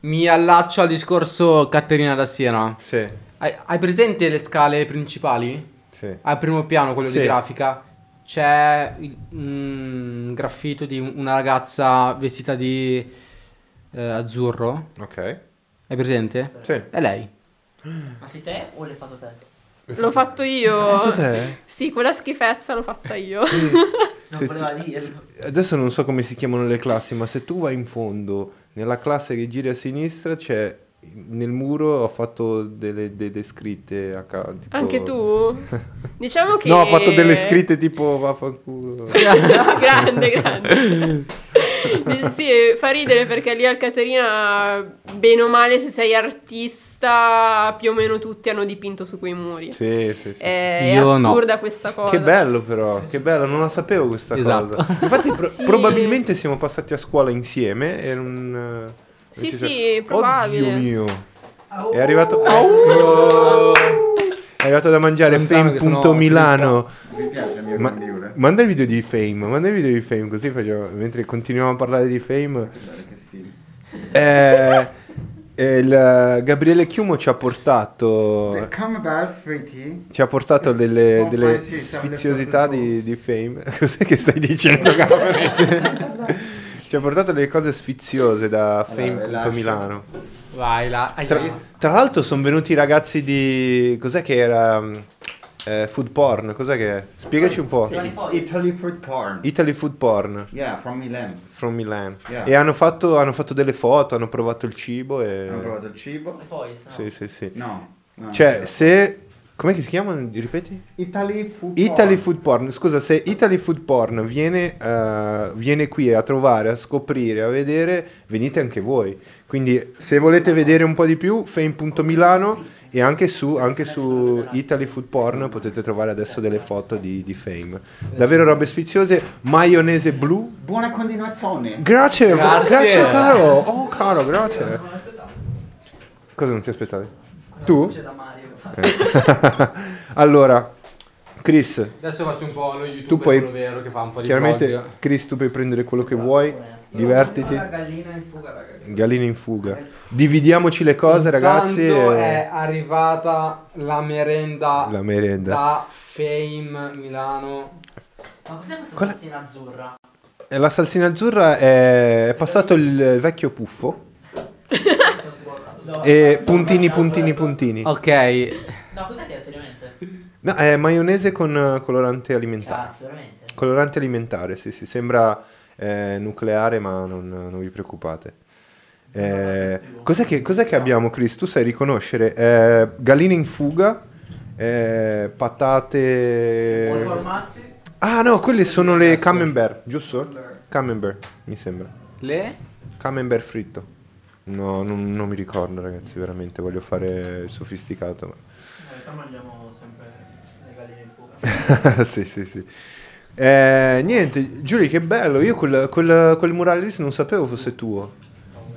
Speaker 3: Mi allaccio al discorso Caterina da Siena.
Speaker 1: Sì,
Speaker 3: Hai, hai presente le scale principali?
Speaker 1: sì.
Speaker 4: Ah.
Speaker 3: Al primo piano, quello
Speaker 1: Sì.
Speaker 3: di grafica, c'è il- un graffito di un- una ragazza vestita di eh, azzurro.
Speaker 1: Ok.
Speaker 3: Hai presente?
Speaker 1: Sì.
Speaker 3: È lei.
Speaker 4: Ma sei te o l'hai fatto te?
Speaker 5: L'ho fatto io.
Speaker 1: Fatto te?
Speaker 5: Sì, quella schifezza l'ho fatta io.
Speaker 4: Non
Speaker 1: Se
Speaker 4: voleva
Speaker 1: tu-
Speaker 4: dire.
Speaker 1: se- adesso non so come si chiamano le classi, ma se tu vai in fondo, nella classe che giri a sinistra c'è nel muro ho fatto delle, delle scritte a ca- tipo-
Speaker 5: Anche tu? Diciamo che...
Speaker 1: Oh. No, ho fatto delle scritte tipo vaffanculo.
Speaker 5: grande, grande. Dice- sì, fa ridere perché lì al Caterina, bene o male, se sei artista, più o meno tutti hanno dipinto su quei muri.
Speaker 1: Sì, sì, sì.
Speaker 5: È, è
Speaker 3: Io no.
Speaker 5: assurda questa cosa.
Speaker 1: Che bello però, che bello, non la sapevo questa
Speaker 3: Esatto.
Speaker 1: cosa. Infatti pro-
Speaker 5: Sì.
Speaker 1: probabilmente siamo passati a scuola insieme e non... eh, non
Speaker 5: Sì,
Speaker 1: ci
Speaker 5: sì,
Speaker 1: siamo-
Speaker 5: probabile.
Speaker 1: Oddio mio. È arrivato... Oh! È arrivato da mangiare
Speaker 3: Lontano che sennò
Speaker 1: fame.milano.
Speaker 6: Mi piace il mio
Speaker 1: Ma-
Speaker 6: condire.
Speaker 1: manda il video di fame, manda il video di fame così facciamo, mentre continuiamo a parlare di fame.
Speaker 6: Guarda che stile.
Speaker 1: Eh, eh, il, Gabriele Chiumo ci ha portato...
Speaker 6: Come back, pretty.
Speaker 1: Ci ha portato delle,
Speaker 6: Oh,
Speaker 1: delle
Speaker 6: ma sì, siamo le
Speaker 1: sfiziosità
Speaker 6: proprio
Speaker 1: di, di fame. Cos'è che stai dicendo, Gabriele? Ci ha portato delle cose sfiziose da
Speaker 6: Allora, ve lascio.
Speaker 1: Fame.milano.
Speaker 3: Vai là. Ai-
Speaker 1: Tra, tra l'altro sono venuti i ragazzi di... Cos'è che era? mm, eh, food porn, cos'è che è? Spiegaci un po'.
Speaker 6: Oh, Italy food porn.
Speaker 1: Italy Food Porn
Speaker 6: Yeah, from Milan.
Speaker 1: from Milan.
Speaker 6: Yeah.
Speaker 1: E hanno fatto, hanno fatto delle foto, hanno provato il cibo e...
Speaker 6: Hanno provato il cibo.
Speaker 1: Sì, sì, sì.
Speaker 6: No. no,
Speaker 1: Cioè,
Speaker 6: no.
Speaker 1: se... Com'è che si chiamano? Ripeti?
Speaker 6: Italy food
Speaker 1: Italy
Speaker 6: porn.
Speaker 1: Food Porn, scusa, se Italy Food Porn viene, eh, viene qui a trovare, a scoprire, a vedere, venite anche voi. Quindi se volete vedere un po' di più, fame.milano e anche su, anche su Italy Food Porn potete trovare adesso delle foto di, di Fame. Davvero robe sfiziose, maionese blu.
Speaker 6: Buona continuazione.
Speaker 1: Grazie, grazie,
Speaker 3: Grazie.
Speaker 1: caro. Oh caro, grazie. Cosa non ti aspettavi? Tu? Eh,
Speaker 2: C'è da Mario.
Speaker 1: allora, Chris,
Speaker 3: Adesso faccio un po' lo youtuber
Speaker 1: Tu puoi-
Speaker 3: quello vero che fa un po' di
Speaker 1: Chiaramente,
Speaker 3: vlog.
Speaker 1: Chris, tu puoi prendere quello che vuoi,
Speaker 3: eh.
Speaker 1: divertiti.
Speaker 2: La gallina in fuga, raga.
Speaker 1: Galline in fuga. Dividiamoci le cose, ragazzi.
Speaker 3: Intanto
Speaker 1: e-
Speaker 3: è arrivata la merenda
Speaker 1: La merenda.
Speaker 3: da Fame Milano.
Speaker 4: Ma cos'è questa
Speaker 1: Quella-
Speaker 4: tazzina azzurra?
Speaker 1: E La salsina azzurra è, è passato il vecchio puffo. E Eh, puntini, puntini, puntini.
Speaker 3: Ok,
Speaker 4: No, cos'è che è seriamente?
Speaker 1: No, è maionese con eh, colorante alimentare.
Speaker 4: Cazzo, veramente.
Speaker 1: Colorante alimentare, sì, sì. Sembra eh, nucleare, ma non, non vi preoccupate. Eh, cos'è, che, cos'è che abbiamo, Chris? Tu sai riconoscere? Eh, galline in fuga, eh,
Speaker 2: Vuoi
Speaker 1: patate...
Speaker 2: formazzi?
Speaker 1: Ah no, quelle sono le camembert, giusto? Camembert, mi sembra.
Speaker 3: le?
Speaker 1: Camembert fritto. No, non, non mi ricordo ragazzi, veramente, voglio fare il sofisticato. ma-
Speaker 2: In realtà mangiamo sempre le galline in fuga.
Speaker 1: sì, sì, sì. Eh, niente, Giulio, che bello. Io quel, quel, quel murale lì non sapevo fosse tuo.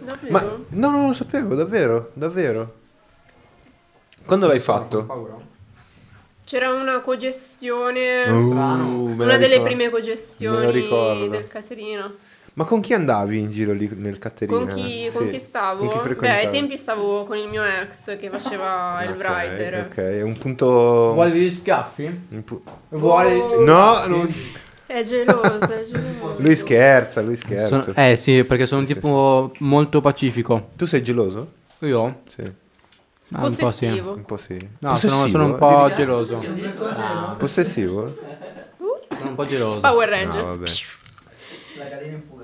Speaker 5: Davvero?
Speaker 1: Ma no, non lo sapevo, davvero, davvero. Quando l'hai
Speaker 3: Ho
Speaker 1: fatto?
Speaker 3: paura.
Speaker 5: C'era una cogestione,
Speaker 1: Uh, me la
Speaker 5: una delle
Speaker 1: ricordo.
Speaker 5: prime
Speaker 1: Me lo ricordo.
Speaker 5: cogestioni del Caterino.
Speaker 1: Ma con chi andavi in giro lì nel Caterina?
Speaker 5: Con chi, con
Speaker 1: Sì,
Speaker 5: chi stavo?
Speaker 1: con chi
Speaker 5: Beh, ai
Speaker 1: frequentavi? Ah,
Speaker 5: tempi stavo con il mio ex che faceva il
Speaker 1: Ok,
Speaker 5: writer.
Speaker 1: Ok, è un punto...
Speaker 3: Vuole gli scaffi?
Speaker 1: un pu-
Speaker 3: Vuole...
Speaker 1: No, non-
Speaker 5: È geloso, è geloso.
Speaker 1: lui scherza, lui scherza.
Speaker 3: Sono- eh sì, perché sono un
Speaker 1: Sì,
Speaker 3: tipo molto pacifico.
Speaker 1: Tu sei geloso?
Speaker 3: Io?
Speaker 1: Sì,
Speaker 3: Ah, un po' sì.
Speaker 5: Possessivo.
Speaker 1: un po' sì.
Speaker 3: No, sono, sono
Speaker 1: eh.
Speaker 3: un po' geloso. Sono
Speaker 1: Possessivo?
Speaker 3: un po' geloso.
Speaker 5: Power
Speaker 1: No,
Speaker 5: Rangers.
Speaker 1: vabbè.
Speaker 2: La gallina in fuga.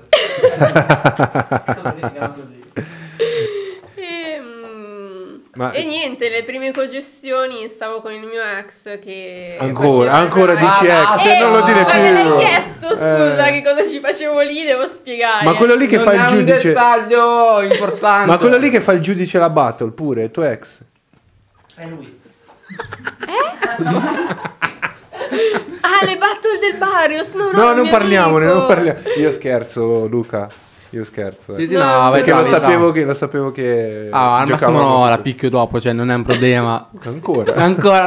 Speaker 5: E, mm,
Speaker 1: Ma-
Speaker 5: e niente, le prime cogestioni stavo con il mio ex che...
Speaker 1: Ancora, ancora
Speaker 5: dici
Speaker 1: dici
Speaker 3: Ah,
Speaker 1: ex,
Speaker 3: se
Speaker 1: non lo dire
Speaker 5: Eh, ma
Speaker 1: più.
Speaker 5: me l'hai chiesto, scusa,
Speaker 1: Eh.
Speaker 5: che cosa ci facevo lì, devo spiegare.
Speaker 1: Ma quello lì che
Speaker 3: Ah, eh,
Speaker 1: fa
Speaker 3: Non
Speaker 1: il
Speaker 3: è un
Speaker 1: giudice.
Speaker 3: dettaglio importante.
Speaker 1: Ma quello lì che fa il giudice la battle pure, il tuo ex.
Speaker 4: È lui.
Speaker 5: Ah, le battle del Barrios, no, no,
Speaker 1: No,
Speaker 5: il
Speaker 1: non
Speaker 5: mio
Speaker 1: parliamone,
Speaker 5: amico.
Speaker 1: non parliamo. Io scherzo, Luca. Io scherzo. eh.
Speaker 3: Sì, sì,
Speaker 5: No,
Speaker 3: no, vai
Speaker 1: Perché lo
Speaker 3: bravo, vai
Speaker 1: sapevo
Speaker 3: bravo.
Speaker 1: che lo sapevo che
Speaker 3: Ah, al
Speaker 1: giocavamo
Speaker 3: massimo no,
Speaker 1: così.
Speaker 3: la picchio dopo, cioè non è un problema.
Speaker 1: Ancora.
Speaker 3: Ancora,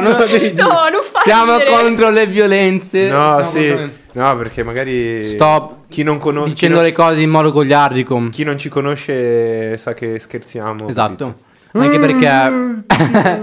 Speaker 3: no,
Speaker 5: No, non fai
Speaker 3: siamo
Speaker 5: ridere.
Speaker 3: contro le violenze.
Speaker 1: No,
Speaker 3: siamo
Speaker 1: sì.
Speaker 3: contro-
Speaker 1: No, perché magari
Speaker 3: Sto
Speaker 1: chi non conosce
Speaker 3: dicendo le cose in modo goliardico.
Speaker 1: chi non ci conosce sa che scherziamo.
Speaker 3: Esatto. Anche perché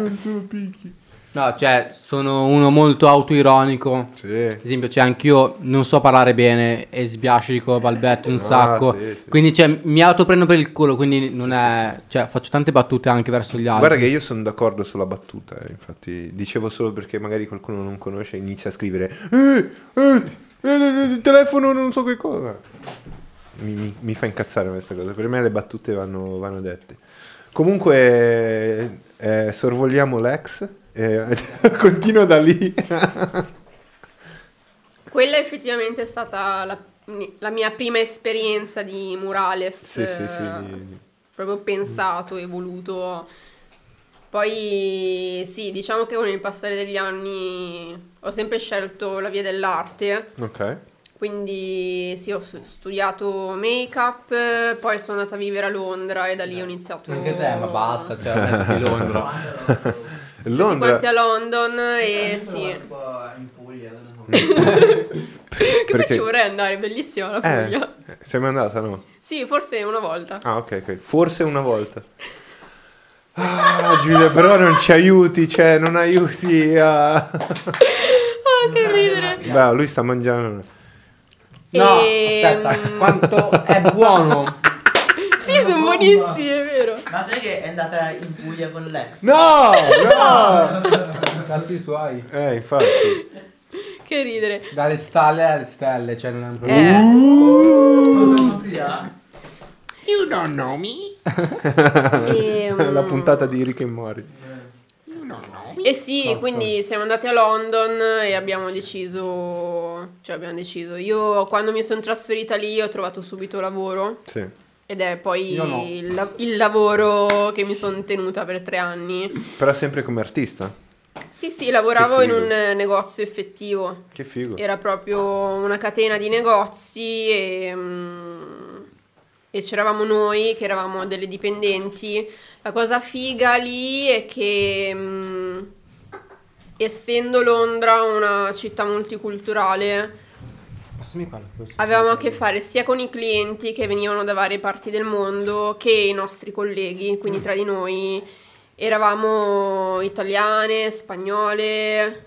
Speaker 5: Mm.
Speaker 3: No, cioè sono uno molto autoironico.
Speaker 1: capito? Sì.
Speaker 3: Ad esempio, cioè, anch'io non so parlare bene e sbiascico, balbetto un
Speaker 1: Ah,
Speaker 3: sacco.
Speaker 1: sì, sì.
Speaker 3: Quindi, cioè, mi autoprendo per il culo. Quindi, non è. Cioè, faccio tante battute anche verso gli altri.
Speaker 1: Guarda che io sono d'accordo sulla battuta, eh, infatti dicevo solo perché magari qualcuno non conosce e inizia a scrivere "Eh, eh, eh, eh, il telefono non so che cosa. Mi, mi- mi fa incazzare questa cosa, per me le battute vanno, vanno dette. Comunque eh, sorvoliamo l'ex, eh, continuo da lì.
Speaker 5: Quella effettivamente è stata la, la mia prima esperienza di murales.
Speaker 1: sì, sì, sì.
Speaker 5: eh, Proprio pensato e voluto. Poi sì, diciamo che con il passare degli anni ho sempre scelto la via dell'arte.
Speaker 1: Ok.
Speaker 5: Quindi sì, ho s- studiato make-up, eh, poi sono andata a vivere a Londra e da lì ho iniziato...
Speaker 3: Anche te, ma basta, cioè, metti di Londra.
Speaker 5: Tutti
Speaker 1: Londra,
Speaker 5: quanti a London
Speaker 2: Eh,
Speaker 5: e
Speaker 2: io sono
Speaker 5: sì.
Speaker 2: tipo in Puglia. non so.
Speaker 5: Che poi
Speaker 1: perché-
Speaker 5: ci vorrei andare, bellissima la
Speaker 1: eh,
Speaker 5: Puglia.
Speaker 1: eh, sei mai andata no?
Speaker 5: Sì, forse una volta.
Speaker 1: Ah, ok, ok. Forse una volta. Ah, Giulia, però non ci aiuti, cioè, non aiuti a...
Speaker 5: Ah, che ridere.
Speaker 1: Bravo, lui sta mangiando.
Speaker 5: No,
Speaker 3: Ehm,
Speaker 7: aspetta, quanto è buono.
Speaker 5: Ehm, Sì, sono buonissimi, è vero.
Speaker 4: Ma sai che è andata in Puglia con l'ex?
Speaker 1: No, no.
Speaker 7: Cazzi suoi.
Speaker 1: eh, infatti.
Speaker 5: Che ridere.
Speaker 7: Dalle stalle alle stelle, cioè non è un problema.
Speaker 1: Uh.
Speaker 5: Eh,
Speaker 6: You don't know me.
Speaker 5: ehm,
Speaker 1: La puntata di Rick e Mori.
Speaker 5: E Eh sì, quindi siamo andati a London e abbiamo deciso, cioè abbiamo deciso, io quando mi sono trasferita lì ho trovato subito lavoro
Speaker 1: Sì.
Speaker 5: ed è poi
Speaker 7: Io no.
Speaker 5: il, la- il lavoro che mi sono tenuta per tre anni.
Speaker 1: Però sempre come artista.
Speaker 5: Sì, sì, lavoravo
Speaker 1: Che
Speaker 5: in
Speaker 1: figo.
Speaker 5: un eh, negozio effettivo,
Speaker 1: Che figo.
Speaker 5: era proprio una catena di negozi e, mm, e c'eravamo noi che eravamo delle dipendenti. La cosa figa lì è che mm, essendo Londra una città multiculturale,
Speaker 7: Passami qua. così.
Speaker 5: avevamo a che fare sia con i clienti che venivano da varie parti del mondo che i nostri colleghi, quindi tra di noi eravamo italiane, spagnole,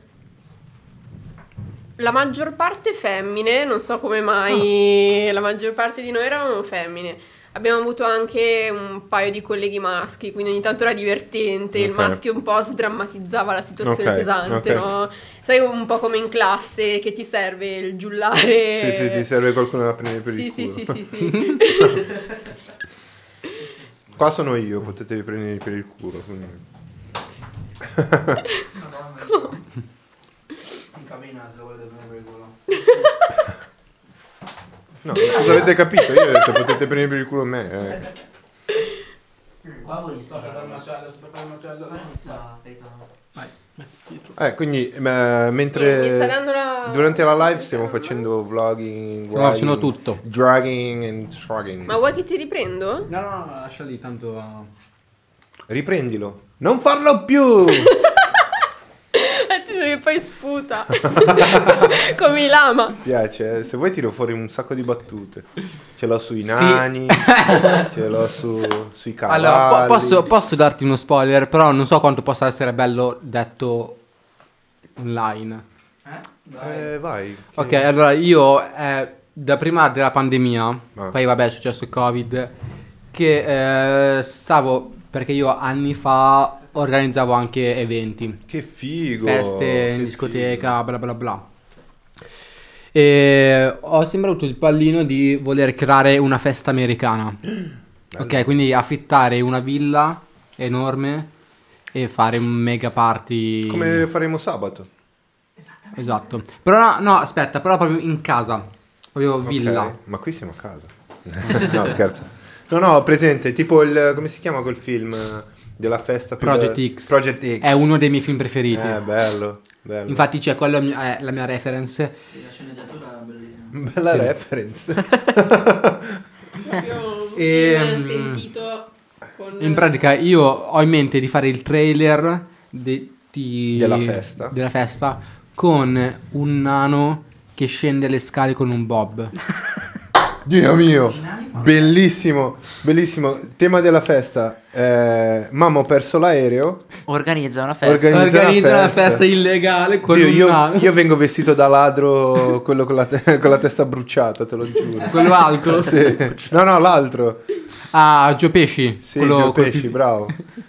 Speaker 5: la maggior parte femmine, non so come mai,
Speaker 1: Ah.
Speaker 5: la maggior parte di noi eravamo femmine. Abbiamo avuto anche un paio di colleghi maschi, quindi ogni tanto era divertente. Il
Speaker 1: Ok.
Speaker 5: maschio un po' sdrammatizzava la situazione
Speaker 1: Ok,
Speaker 5: pesante,
Speaker 1: ok.
Speaker 5: no? Sai, un po' come in classe che ti serve il
Speaker 1: Sì,
Speaker 5: giullare.
Speaker 1: sì, ti serve qualcuno da prendere per
Speaker 5: Sì,
Speaker 1: il
Speaker 5: sì,
Speaker 1: culo.
Speaker 5: sì, sì, sì.
Speaker 1: Qua sono io, potetevi prendere per il culo. quindi.
Speaker 2: In cabina se lo volete prendere per il culo.
Speaker 1: No, cosa avete capito? Io ho detto potete prendere per il culo me. eh.
Speaker 4: Qua voi
Speaker 7: Sto per fare il macello, sto per fare il macello.
Speaker 1: Eh, quindi ma-
Speaker 5: Mi sta
Speaker 1: mentre
Speaker 5: dando la-
Speaker 1: durante la live stiamo facendo vlogging,
Speaker 3: Stiamo facendo
Speaker 1: vlogging,
Speaker 3: tutto.
Speaker 1: Drugging and shrugging.
Speaker 5: Ma vuoi che ti riprendo?
Speaker 7: No, no, no, lascia lì, tanto... uh,
Speaker 1: Riprendilo. Non farlo più.
Speaker 5: Attento che Eh, poi sputa. come i lama.
Speaker 1: piace, eh. se vuoi tiro fuori un sacco di battute. Ce l'ho sui
Speaker 3: Sì.
Speaker 1: nani, ce l'ho su, sui cavalli.
Speaker 3: Allora, po- posso, posso darti uno spoiler, però non so quanto possa essere bello detto online.
Speaker 1: Eh, vai. che-
Speaker 3: Ok, allora io eh, da prima della pandemia,
Speaker 1: Ah.
Speaker 3: poi vabbè è successo il covid, che eh, stavo, perché io anni fa organizzavo anche eventi,
Speaker 1: Che figo.
Speaker 3: feste
Speaker 1: che
Speaker 3: in discoteca, bla bla bla. E ho sempre avuto il pallino di voler creare una festa americana.
Speaker 1: figo.
Speaker 3: Ok, quindi affittare una villa enorme e fare un mega party.
Speaker 1: Come faremo sabato?
Speaker 3: Esatto. Però no, no, aspetta, però proprio in casa. Proprio
Speaker 1: Ok,
Speaker 3: villa.
Speaker 1: Ma qui siamo a casa. no, scherzo. No, no, presente, tipo il come si chiama quel film eh, della festa più
Speaker 3: Project
Speaker 1: bella-
Speaker 3: X.
Speaker 1: Project X.
Speaker 3: È uno dei miei film preferiti.
Speaker 1: Eh, bello, bello.
Speaker 3: Infatti, c'è quella è la mia reference.
Speaker 2: La sceneggiatura è bellissima.
Speaker 1: bella reference.
Speaker 5: Proprio
Speaker 3: E,
Speaker 5: mi ha
Speaker 1: Ehm,
Speaker 3: mm,
Speaker 5: sentito con...
Speaker 3: In pratica, io ho in mente di fare il trailer de- di-
Speaker 1: Della festa.
Speaker 3: della festa con un nano che scende le scale con un bob.
Speaker 1: Dio mio, bellissimo, bellissimo. Tema della festa. eh, mamma ho perso l'aereo.
Speaker 4: Organizza una festa.
Speaker 1: Organizza- Organizza una festa.
Speaker 3: illegale con
Speaker 1: Zio,
Speaker 3: un
Speaker 1: io,
Speaker 3: nano.
Speaker 1: io vengo vestito da ladro, quello con la, te- con la testa bruciata, te lo giuro.
Speaker 3: Quello alto?
Speaker 1: Sì. No, no, l'altro.
Speaker 3: Ah, Gio Pesci.
Speaker 1: Sì,
Speaker 3: quello-
Speaker 1: Gio
Speaker 3: quel
Speaker 1: Pesci,
Speaker 3: più-
Speaker 1: bravo.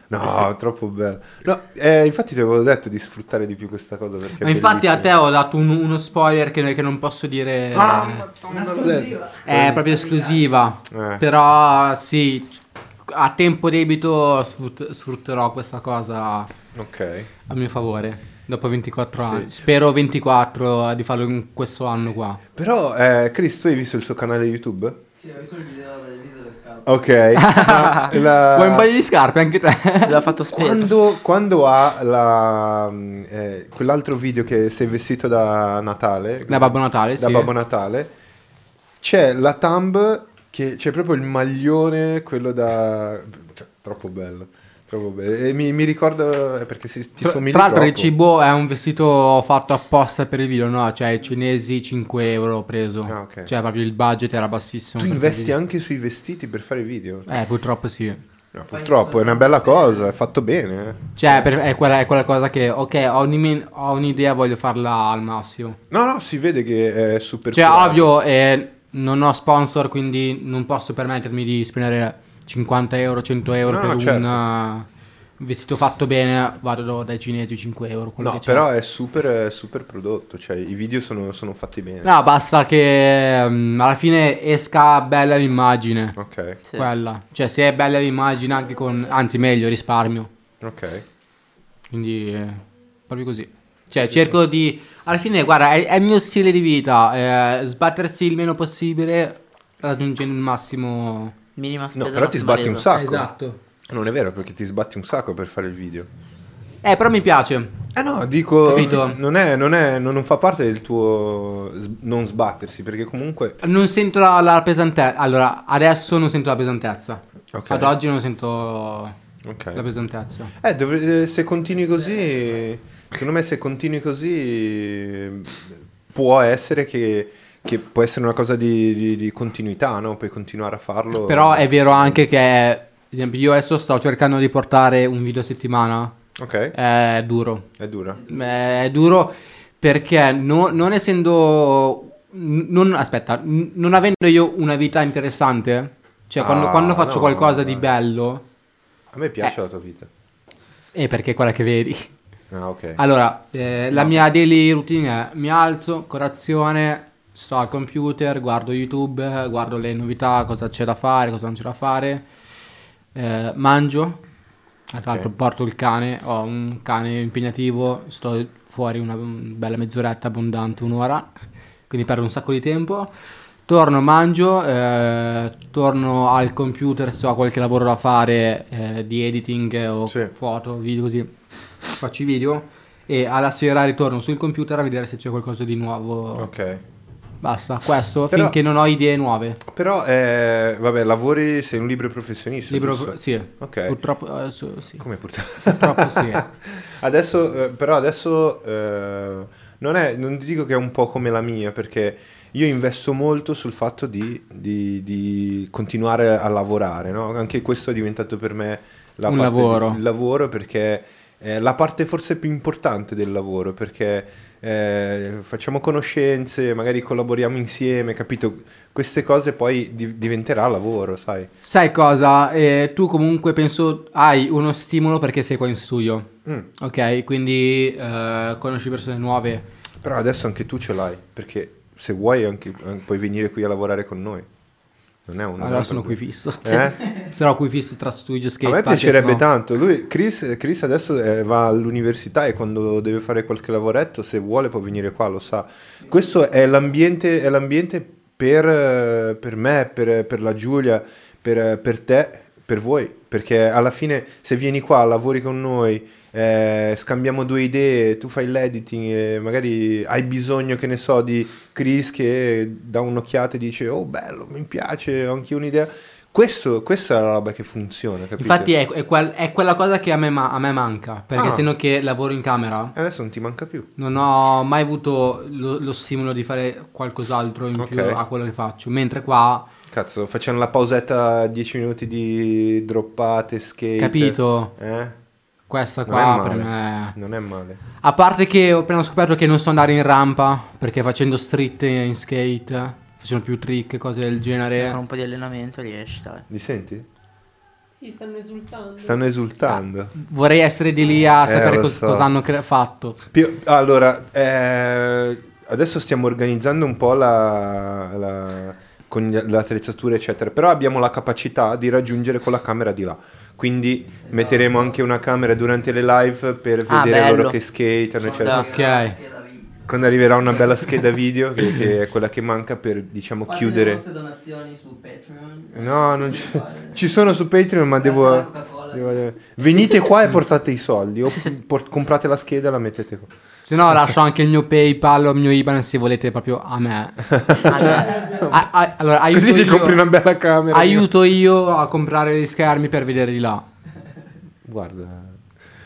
Speaker 1: No, troppo bello. No, eh, infatti ti avevo detto di sfruttare di più questa cosa perché è
Speaker 3: Ma infatti a te
Speaker 1: bellissima.
Speaker 3: ho dato un- uno spoiler che, che non posso dire. eh,
Speaker 1: Ah,
Speaker 3: è proprio esclusiva.
Speaker 1: Eh.
Speaker 3: Però sì, c- a tempo debito sfrut- sfrutterò questa cosa
Speaker 1: Ok.
Speaker 3: a mio favore. Dopo 24
Speaker 1: Sì.
Speaker 3: anni. Spero 24 di farlo in questo anno qua.
Speaker 1: Però eh, Chris, tu hai visto il suo canale YouTube?
Speaker 2: Sì, ho visto il video del video delle scarpe.
Speaker 1: Ok. Ma la-
Speaker 3: Vuoi un paio di scarpe anche te?
Speaker 4: L'ha fatto spesso.
Speaker 1: Quando, quando ha la, mm, eh, quell'altro video che sei vestito da Natale,
Speaker 3: Da Babbo Natale,
Speaker 1: da
Speaker 3: Eh sì.
Speaker 1: Babbo Natale, c'è la thumb che c'è proprio il maglione, quello da... cioè, troppo bello, troppo bello. E mi, mi ricordo eh, perché si, ti
Speaker 3: Tra
Speaker 1: somigli
Speaker 3: tra l'altro il
Speaker 1: troppo.
Speaker 3: cibo è un vestito fatto apposta per il video, no? Cioè i cinesi 5 euro preso.
Speaker 1: Ah, ok.
Speaker 3: Cioè proprio il budget era bassissimo.
Speaker 1: Tu
Speaker 3: per
Speaker 1: investi
Speaker 3: quel
Speaker 1: anche sui vestiti per fare i video?
Speaker 3: video. Eh, purtroppo sì.
Speaker 1: No, purtroppo è una bella cosa, è fatto bene. eh.
Speaker 3: Cioè, per- è, quella, è quella cosa che, ok, ho, un'ime- ho un'idea, voglio farla al massimo.
Speaker 1: No, no, si vede che è super
Speaker 3: Cioè,
Speaker 1: curato.
Speaker 3: ovvio, eh, non ho sponsor, quindi non posso permettermi di spendere 50 euro, 100 euro
Speaker 1: No,
Speaker 3: per
Speaker 1: no, certo.
Speaker 3: un eh, vestito fatto bene. Vado dai cinesi 5 euro. quello
Speaker 1: No,
Speaker 3: che c'è.
Speaker 1: però è super, è super prodotto, cioè i video sono, sono fatti bene.
Speaker 3: No, basta che mm, alla fine esca bella l'immagine.
Speaker 1: Ok,
Speaker 4: Sì.
Speaker 3: Quella. Cioè, se è bella l'immagine, anche con... Anzi, meglio, risparmio.
Speaker 1: ok.
Speaker 3: Quindi, eh, proprio così. Cioè, cerco di... Alla fine, guarda, è, è il mio stile di vita. eh, sbattersi il meno possibile, raggiungendo il massimo...
Speaker 4: Minima spesa.
Speaker 1: No, però ti
Speaker 4: massima
Speaker 1: sbatti un
Speaker 4: resa.
Speaker 1: sacco.
Speaker 7: Esatto.
Speaker 1: Non è vero perché ti sbatti un sacco per fare il video.
Speaker 3: Eh, però mi piace.
Speaker 1: Eh no, dico,
Speaker 3: Capito.
Speaker 1: non, è, non, è, non non fa parte del tuo s- non sbattersi perché comunque...
Speaker 3: Non sento la, pesantezza. Allora, adesso non sento la pesantezza.
Speaker 1: Ok,
Speaker 3: Ad oggi non sento
Speaker 1: ok.
Speaker 3: la pesantezza.
Speaker 1: Eh, dovre- eh, se continui così, secondo me se continui così può essere che, che può essere una cosa di, di- di continuità, no? Puoi continuare a farlo.
Speaker 3: Però è vero anche che, ad esempio, io adesso sto cercando di portare un video a settimana.
Speaker 1: Ok,
Speaker 3: È duro.
Speaker 1: è dura.
Speaker 3: Eh, È duro perché no- non essendo. n- Non, aspetta, n- non avendo io una vita interessante, cioè quando,
Speaker 1: Ah,
Speaker 3: quando faccio
Speaker 1: no,
Speaker 3: qualcosa di
Speaker 1: dai.
Speaker 3: bello,
Speaker 1: A me piace
Speaker 3: Eh.
Speaker 1: la tua vita.
Speaker 3: è perché è quella che vedi.
Speaker 1: Ah, ok.
Speaker 3: Allora, eh, la mia daily routine è mi alzo, colazione, sto al computer, guardo YouTube, eh, guardo le novità, cosa c'è da fare, cosa non c'è da fare, eh, mangio, tra l'altro porto il cane, ho un cane impegnativo, sto fuori una bella mezz'oretta abbondante, un'ora, quindi perdo un sacco di tempo. Torno, mangio, eh, torno al computer se ho qualche lavoro da fare eh, di editing o
Speaker 1: Sì.
Speaker 3: foto, video così, faccio i video e alla sera ritorno sul computer a vedere se c'è qualcosa di nuovo.
Speaker 1: Ok.
Speaker 3: Basta, questo
Speaker 1: Però-
Speaker 3: finché non ho idee nuove.
Speaker 1: Però, eh, vabbè, lavori, sei un libero professionista.
Speaker 3: Libro,
Speaker 1: giusto?
Speaker 3: sì,
Speaker 1: Ok.
Speaker 3: purtroppo eh, su- sì.
Speaker 1: Come purtroppo?
Speaker 3: Purtroppo sì.
Speaker 1: Adesso, eh, però adesso eh, non, è, non ti dico che è un po' come la mia, perché io investo molto sul fatto di, di- di continuare a lavorare, no? Anche questo è diventato per me la
Speaker 3: Un
Speaker 1: parte
Speaker 3: lavoro.
Speaker 1: di- il lavoro perché è la parte forse più importante del lavoro, perché eh, facciamo conoscenze, magari collaboriamo insieme, capito? Queste cose poi di- diventerà lavoro, sai?
Speaker 3: Sai cosa? Eh, tu comunque penso hai uno stimolo perché sei qua in studio,
Speaker 1: Mm.
Speaker 3: ok? Quindi eh, conosci persone nuove.
Speaker 1: Però adesso anche tu ce l'hai, perché se vuoi anche, an- puoi venire qui a lavorare con noi. Non è un non è
Speaker 3: Allora
Speaker 1: un
Speaker 3: sono qui
Speaker 1: problema.
Speaker 3: fisso.
Speaker 1: Eh?
Speaker 3: Sarò qui fisso tra studio e
Speaker 1: A
Speaker 3: skate
Speaker 1: me
Speaker 3: park,
Speaker 1: piacerebbe
Speaker 3: se no-
Speaker 1: tanto. Lui, Chris, Chris adesso eh, va all'università e quando deve fare qualche lavoretto, se vuole può venire qua, lo sa. Questo è l'ambiente, è l'ambiente per, eh, per me, per, per la Giulia, per, eh, per te, per voi. Perché alla fine se vieni qua, lavori con noi, eh, scambiamo due idee, tu fai l'editing e magari hai bisogno, che ne so, di Chris che dà un'occhiata e dice oh bello, mi piace, ho anche io un'idea. Questo, questa è la roba che funziona, capito?
Speaker 3: Infatti è, è quel- è quella cosa che a me, ma- a me manca, perché
Speaker 1: Ah.
Speaker 3: se no che lavoro in camera,
Speaker 1: E Adesso non ti manca più.
Speaker 3: Non ho mai avuto lo, lo stimolo di fare qualcos'altro in più
Speaker 1: Ok.
Speaker 3: a quello che faccio. Mentre qua,
Speaker 1: Cazzo, facciamo la pausetta 10 minuti di droppate, skate.
Speaker 3: capito,
Speaker 1: Eh?
Speaker 3: questa
Speaker 1: Non è
Speaker 3: qua
Speaker 1: male.
Speaker 3: per me.
Speaker 1: Non è male.
Speaker 3: A parte che ho appena scoperto che non so andare in rampa perché facendo street in skate, facendo più trick, cose del
Speaker 4: Con
Speaker 3: genere.
Speaker 4: un po' di allenamento riesci, dai.
Speaker 1: Li senti?
Speaker 5: Sì, stanno esultando.
Speaker 4: Ah.
Speaker 1: Stanno esultando.
Speaker 3: Vorrei essere di lì a
Speaker 1: Eh,
Speaker 3: sapere
Speaker 1: lo
Speaker 3: cos-
Speaker 1: so.
Speaker 3: cosa hanno cre- fatto.
Speaker 1: Più- allora, eh, adesso stiamo organizzando un po' la, la- con gli- l'attrezzatura, eccetera, però abbiamo la capacità di raggiungere con la camera di là. Quindi metteremo anche una camera durante le live per
Speaker 4: Ah,
Speaker 1: vedere loro
Speaker 4: bello.
Speaker 1: che skateano, eccetera.
Speaker 4: Esatto.
Speaker 3: Ok.
Speaker 1: Quando arriverà una bella scheda video, che, che è quella che manca per, diciamo,
Speaker 2: Le
Speaker 1: chiudere.
Speaker 2: vostre donazioni su Patreon.
Speaker 1: No, non
Speaker 2: Potete
Speaker 1: ci,
Speaker 2: fare.
Speaker 1: ci sono su Patreon, ma
Speaker 2: Grazie
Speaker 1: devo,
Speaker 2: alla Coca-Cola.
Speaker 1: devo- Venite qua e portate i soldi, o por- comprate la scheda e la mettete qua.
Speaker 3: Se no, lascio anche il mio PayPal o il mio IBAN se volete proprio a me.
Speaker 1: Eh.
Speaker 3: A- a- allora, aiuto
Speaker 1: Così ti
Speaker 3: io-
Speaker 1: compri una bella camera.
Speaker 3: Aiuto io a comprare gli schermi per vedere di là.
Speaker 1: Guarda.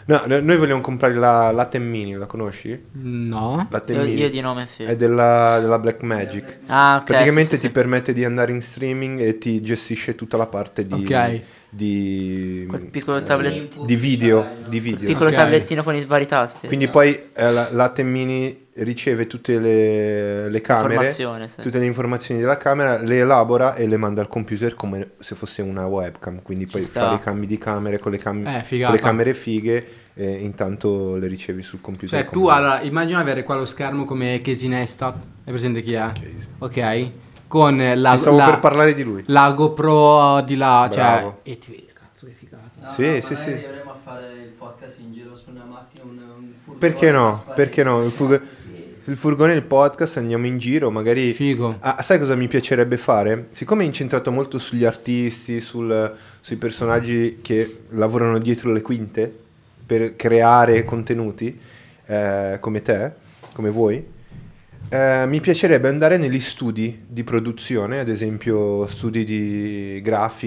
Speaker 1: No, no, noi vogliamo comprare la, la Temmini, la conosci?
Speaker 3: No.
Speaker 1: La
Speaker 4: Io,
Speaker 1: Temmini.
Speaker 4: io di nome sì.
Speaker 1: È della, della Black Magic.
Speaker 4: Ah, ok.
Speaker 1: Praticamente
Speaker 4: sì,
Speaker 1: ti
Speaker 4: sì, sì.
Speaker 1: permette di andare in streaming e ti gestisce tutta la parte di...
Speaker 3: Ok.
Speaker 1: Di,
Speaker 4: Quel piccolo
Speaker 1: eh,
Speaker 4: tablet-
Speaker 1: di video, di video.
Speaker 4: Piccolo
Speaker 3: Ok.
Speaker 4: tablettino con i vari tasti.
Speaker 1: Quindi poi eh, la, la Temmini riceve tutte le, le camere,
Speaker 4: Informazione, sì.
Speaker 1: tutte le informazioni della camera, le elabora e le manda al computer come se fosse una webcam. Quindi
Speaker 4: Ci
Speaker 1: puoi
Speaker 4: sta.
Speaker 1: fare i cambi di camere con le, cam-
Speaker 3: Eh,
Speaker 1: con
Speaker 3: figata.
Speaker 1: le camere fighe e intanto le ricevi sul computer.
Speaker 3: Cioè, tu
Speaker 1: come-
Speaker 3: allora immagina avere qua lo schermo come Casey Neistat. Hai presente chi è?
Speaker 1: Casey.
Speaker 3: Ok. Con la,
Speaker 1: Ti stavo
Speaker 3: la-
Speaker 1: per parlare di lui.
Speaker 3: la GoPro di là.
Speaker 1: Bravo.
Speaker 3: Cioè, e ti vedi, cazzo, che figata.
Speaker 1: Sì, sì, sì.
Speaker 2: Ah, Arriveremo a fare il podcast in giro su una macchina, un, un furgone
Speaker 1: Perché no?
Speaker 2: trasparente.
Speaker 1: Perché no? Il, furgo-
Speaker 2: Sì.
Speaker 1: il furgone, il podcast, andiamo in giro, magari...
Speaker 3: Figo.
Speaker 1: Ah, sai cosa mi piacerebbe fare? Siccome è incentrato molto sugli artisti, sul- sui personaggi che lavorano dietro le quinte per creare contenuti, eh, come te, come voi, eh, mi piacerebbe andare negli studi di produzione, ad esempio studi di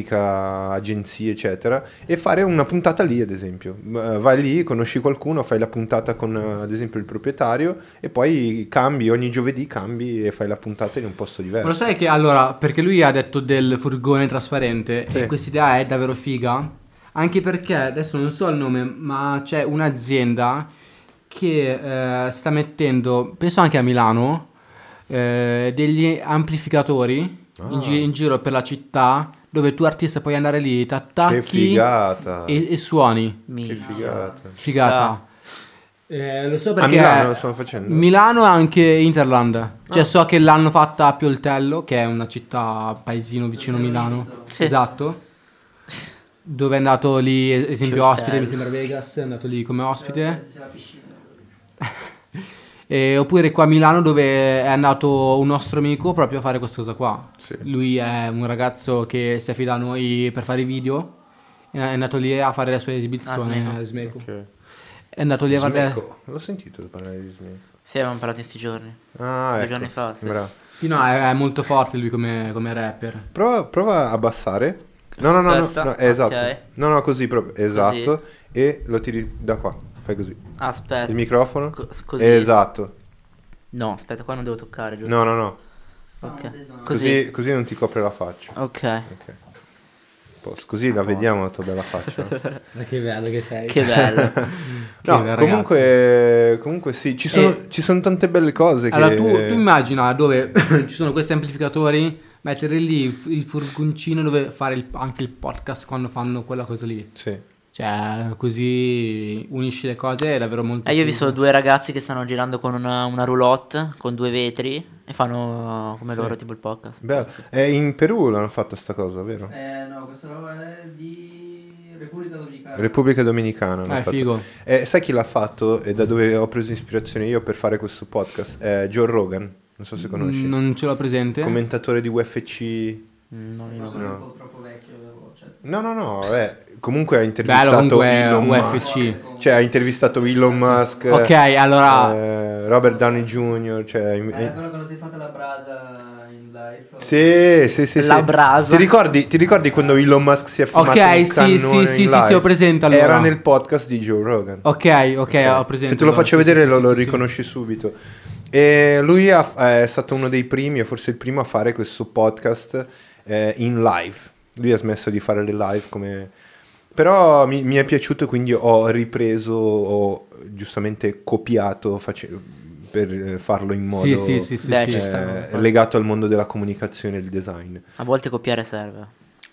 Speaker 1: grafica, agenzie, eccetera, e fare una puntata lì, ad esempio. M- eh, Vai lì, conosci qualcuno, fai la puntata con, eh, ad esempio, il proprietario e poi cambi, ogni giovedì cambi e fai la puntata in un posto
Speaker 3: Ma lo
Speaker 1: diverso.
Speaker 3: sai che allora, perché lui ha detto del furgone trasparente,
Speaker 1: Sì.
Speaker 3: e questa idea è davvero figa? Anche perché adesso non so il nome, ma c'è un'azienda che eh, sta mettendo, penso anche a Milano, eh, degli amplificatori in, gi-
Speaker 1: Ah.
Speaker 3: in giro per la città dove tu artista puoi andare lì,
Speaker 1: Che
Speaker 3: t'attacchi e,
Speaker 1: figata!
Speaker 3: e suoni.
Speaker 1: Che
Speaker 4: Mi-
Speaker 1: figata!
Speaker 3: Figata. Eh, lo so
Speaker 1: A
Speaker 3: perché
Speaker 1: Milano lo stanno facendo. Ah.
Speaker 3: Milano e anche Interland. Cioè, so che l'hanno fatta a Pioltello, che è una città, paesino vicino a Milano.
Speaker 4: Sì.
Speaker 3: Esatto. Dove è andato lì, es- esempio,
Speaker 4: Pioltello.
Speaker 3: ospite, mi sembra Vegas, è andato lì come ospite.
Speaker 2: C'è la piscina.
Speaker 3: E, oppure qua a Milano dove è andato un nostro amico proprio a fare questa cosa qua.
Speaker 1: Sì.
Speaker 3: Lui è un ragazzo che si affida a noi per fare i video. È è andato lì a fare la sua esibizione.
Speaker 4: Ah, Smeco.
Speaker 3: a Smeco.
Speaker 1: Ok.
Speaker 3: È andato lì a fare...
Speaker 1: Smeco. L'ho sentito parlare di Smeco.
Speaker 4: Sì, avevamo parlato in questi giorni.
Speaker 1: Ah,
Speaker 4: Due
Speaker 1: ecco.
Speaker 4: giorni fa, sì.
Speaker 1: Bravo.
Speaker 3: Sì, no, è, è molto forte lui come, come rapper.
Speaker 1: Prova, prova a abbassare. No, no, no, no,
Speaker 4: Aspetta,
Speaker 1: no, eh, esatto.
Speaker 4: ok.
Speaker 1: No, no, così proprio. Esatto. E lo tiri da qua. Fai così.
Speaker 4: Aspetta.
Speaker 1: Il microfono.
Speaker 4: Co- così.
Speaker 1: Esatto.
Speaker 4: No, aspetta, qua non devo toccare, giusto?
Speaker 1: No, no, no.
Speaker 2: Sound
Speaker 4: Ok.
Speaker 2: design.
Speaker 4: Così.
Speaker 1: Così, così non ti copre la faccia.
Speaker 4: Ok.
Speaker 1: Ok. Posso- Così la vediamo la tua bella faccia.
Speaker 3: Ma che bello che sei.
Speaker 4: Che bello.
Speaker 1: No, comunque, comunque sì, ci sono,
Speaker 3: Eh.
Speaker 1: ci sono tante belle cose che...
Speaker 3: Allora, tu, tu immagina dove ci sono questi amplificatori, mettere lì il, il furgoncino dove fare il- anche il podcast quando fanno quella cosa lì.
Speaker 1: Sì.
Speaker 3: Cioè, così unisci le cose è davvero molto...
Speaker 4: Eh, io ho
Speaker 3: figo.
Speaker 4: visto due ragazzi che stanno girando con una, una roulotte, con due vetri, e fanno come loro tipo il podcast.
Speaker 1: Bello. Eh, in Perù l'hanno fatta sta cosa, vero?
Speaker 2: Eh no, questa roba è di Repubblica Dominicana.
Speaker 1: Repubblica Dominicana. l'hanno
Speaker 3: Eh,
Speaker 1: fatta.
Speaker 3: figo.
Speaker 1: Eh, sai chi l'ha fatto e da dove ho preso ispirazione io per fare questo podcast? Eh, Joe Rogan, non so se conosci.
Speaker 3: Mm, Non ce l'ho presente.
Speaker 1: Commentatore di UFC.
Speaker 4: Mm, non
Speaker 2: Forse
Speaker 1: No.
Speaker 2: è un po' troppo vecchio, però, cioè,
Speaker 1: No, no, no, eh, comunque ha
Speaker 3: Bello,
Speaker 1: intervistato
Speaker 3: comunque eh, è
Speaker 1: Elon
Speaker 3: un
Speaker 1: Musk.
Speaker 3: UFC.
Speaker 1: Cioè, ha intervistato Elon Musk.
Speaker 3: Ok, allora...
Speaker 1: eh, Robert Downey Jr. Cioè, in-
Speaker 2: Eh, quello quando si è fatta la brasa in live.
Speaker 1: Sì, sì, sì, sì.
Speaker 4: La brasa.
Speaker 1: Ti ricordi, ti ricordi quando Elon Musk si è fumato
Speaker 3: Ok,
Speaker 1: un
Speaker 3: sì,
Speaker 1: cannone
Speaker 3: sì,
Speaker 1: in
Speaker 3: sì, sì,
Speaker 1: live?
Speaker 3: sì, ho presente allora.
Speaker 1: Era nel podcast di Joe Rogan.
Speaker 3: Ok, ok, ho presente.
Speaker 1: Se te lo
Speaker 3: allora,
Speaker 1: faccio
Speaker 3: sì,
Speaker 1: vedere
Speaker 3: sì,
Speaker 1: lo,
Speaker 3: sì,
Speaker 1: lo
Speaker 3: sì, sì.
Speaker 1: riconosci subito. E lui ha- è stato uno dei primi, o forse il primo, a fare questo podcast eh, in live. Lui ha smesso di fare le live come... Però mi, mi è piaciuto, quindi ho ripreso, ho giustamente copiato face- per eh, farlo in modo
Speaker 3: Sì, sì, sì, sì,
Speaker 4: Beh,
Speaker 3: sì.
Speaker 4: ci
Speaker 1: eh,
Speaker 4: sta.
Speaker 1: legato al mondo della comunicazione e del design.
Speaker 4: A volte copiare serve.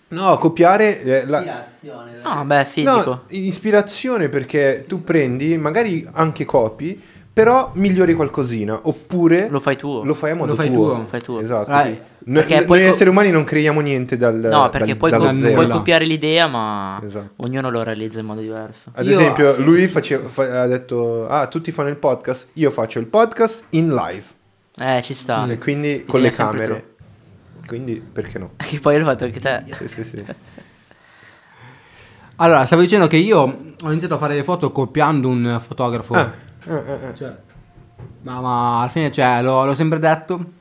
Speaker 1: No, copiare... eh, la-
Speaker 2: Ispirazione.
Speaker 4: No, beh, fidico.
Speaker 1: No, ispirazione perché tu prendi, magari anche copi, però migliori qualcosina, oppure
Speaker 4: Lo fai tu.
Speaker 1: lo fai a modo
Speaker 3: Lo fai
Speaker 1: tuo.
Speaker 3: tuo. Lo
Speaker 4: fai tu.
Speaker 1: Esatto.
Speaker 3: Ah,
Speaker 1: quindi Noi,
Speaker 4: perché
Speaker 1: noi
Speaker 4: poi co-
Speaker 1: esseri umani non creiamo niente dal
Speaker 4: No, perché
Speaker 1: dal-
Speaker 4: puoi,
Speaker 1: dallo
Speaker 4: co-
Speaker 1: zero.
Speaker 4: puoi
Speaker 3: nulla.
Speaker 4: copiare l'idea, ma
Speaker 1: Esatto.
Speaker 4: ognuno lo realizza in modo diverso.
Speaker 1: Ad
Speaker 3: Io-
Speaker 1: esempio, lui faceva- fa- ha detto "Ah, tutti fanno il podcast, io faccio il podcast in live".
Speaker 4: Eh, ci sta.
Speaker 1: E quindi
Speaker 4: Ti
Speaker 1: con le
Speaker 4: viene sempre
Speaker 1: camere. Quindi perché no?
Speaker 4: Che poi l'ho fatto anche te.
Speaker 1: Sì, sì, sì.
Speaker 3: Allora, stavo dicendo che io ho iniziato a fare le foto copiando un fotografo.
Speaker 1: Ah,
Speaker 3: Cioè, ma, ma alla fine, cioè, l'ho, l'ho sempre detto.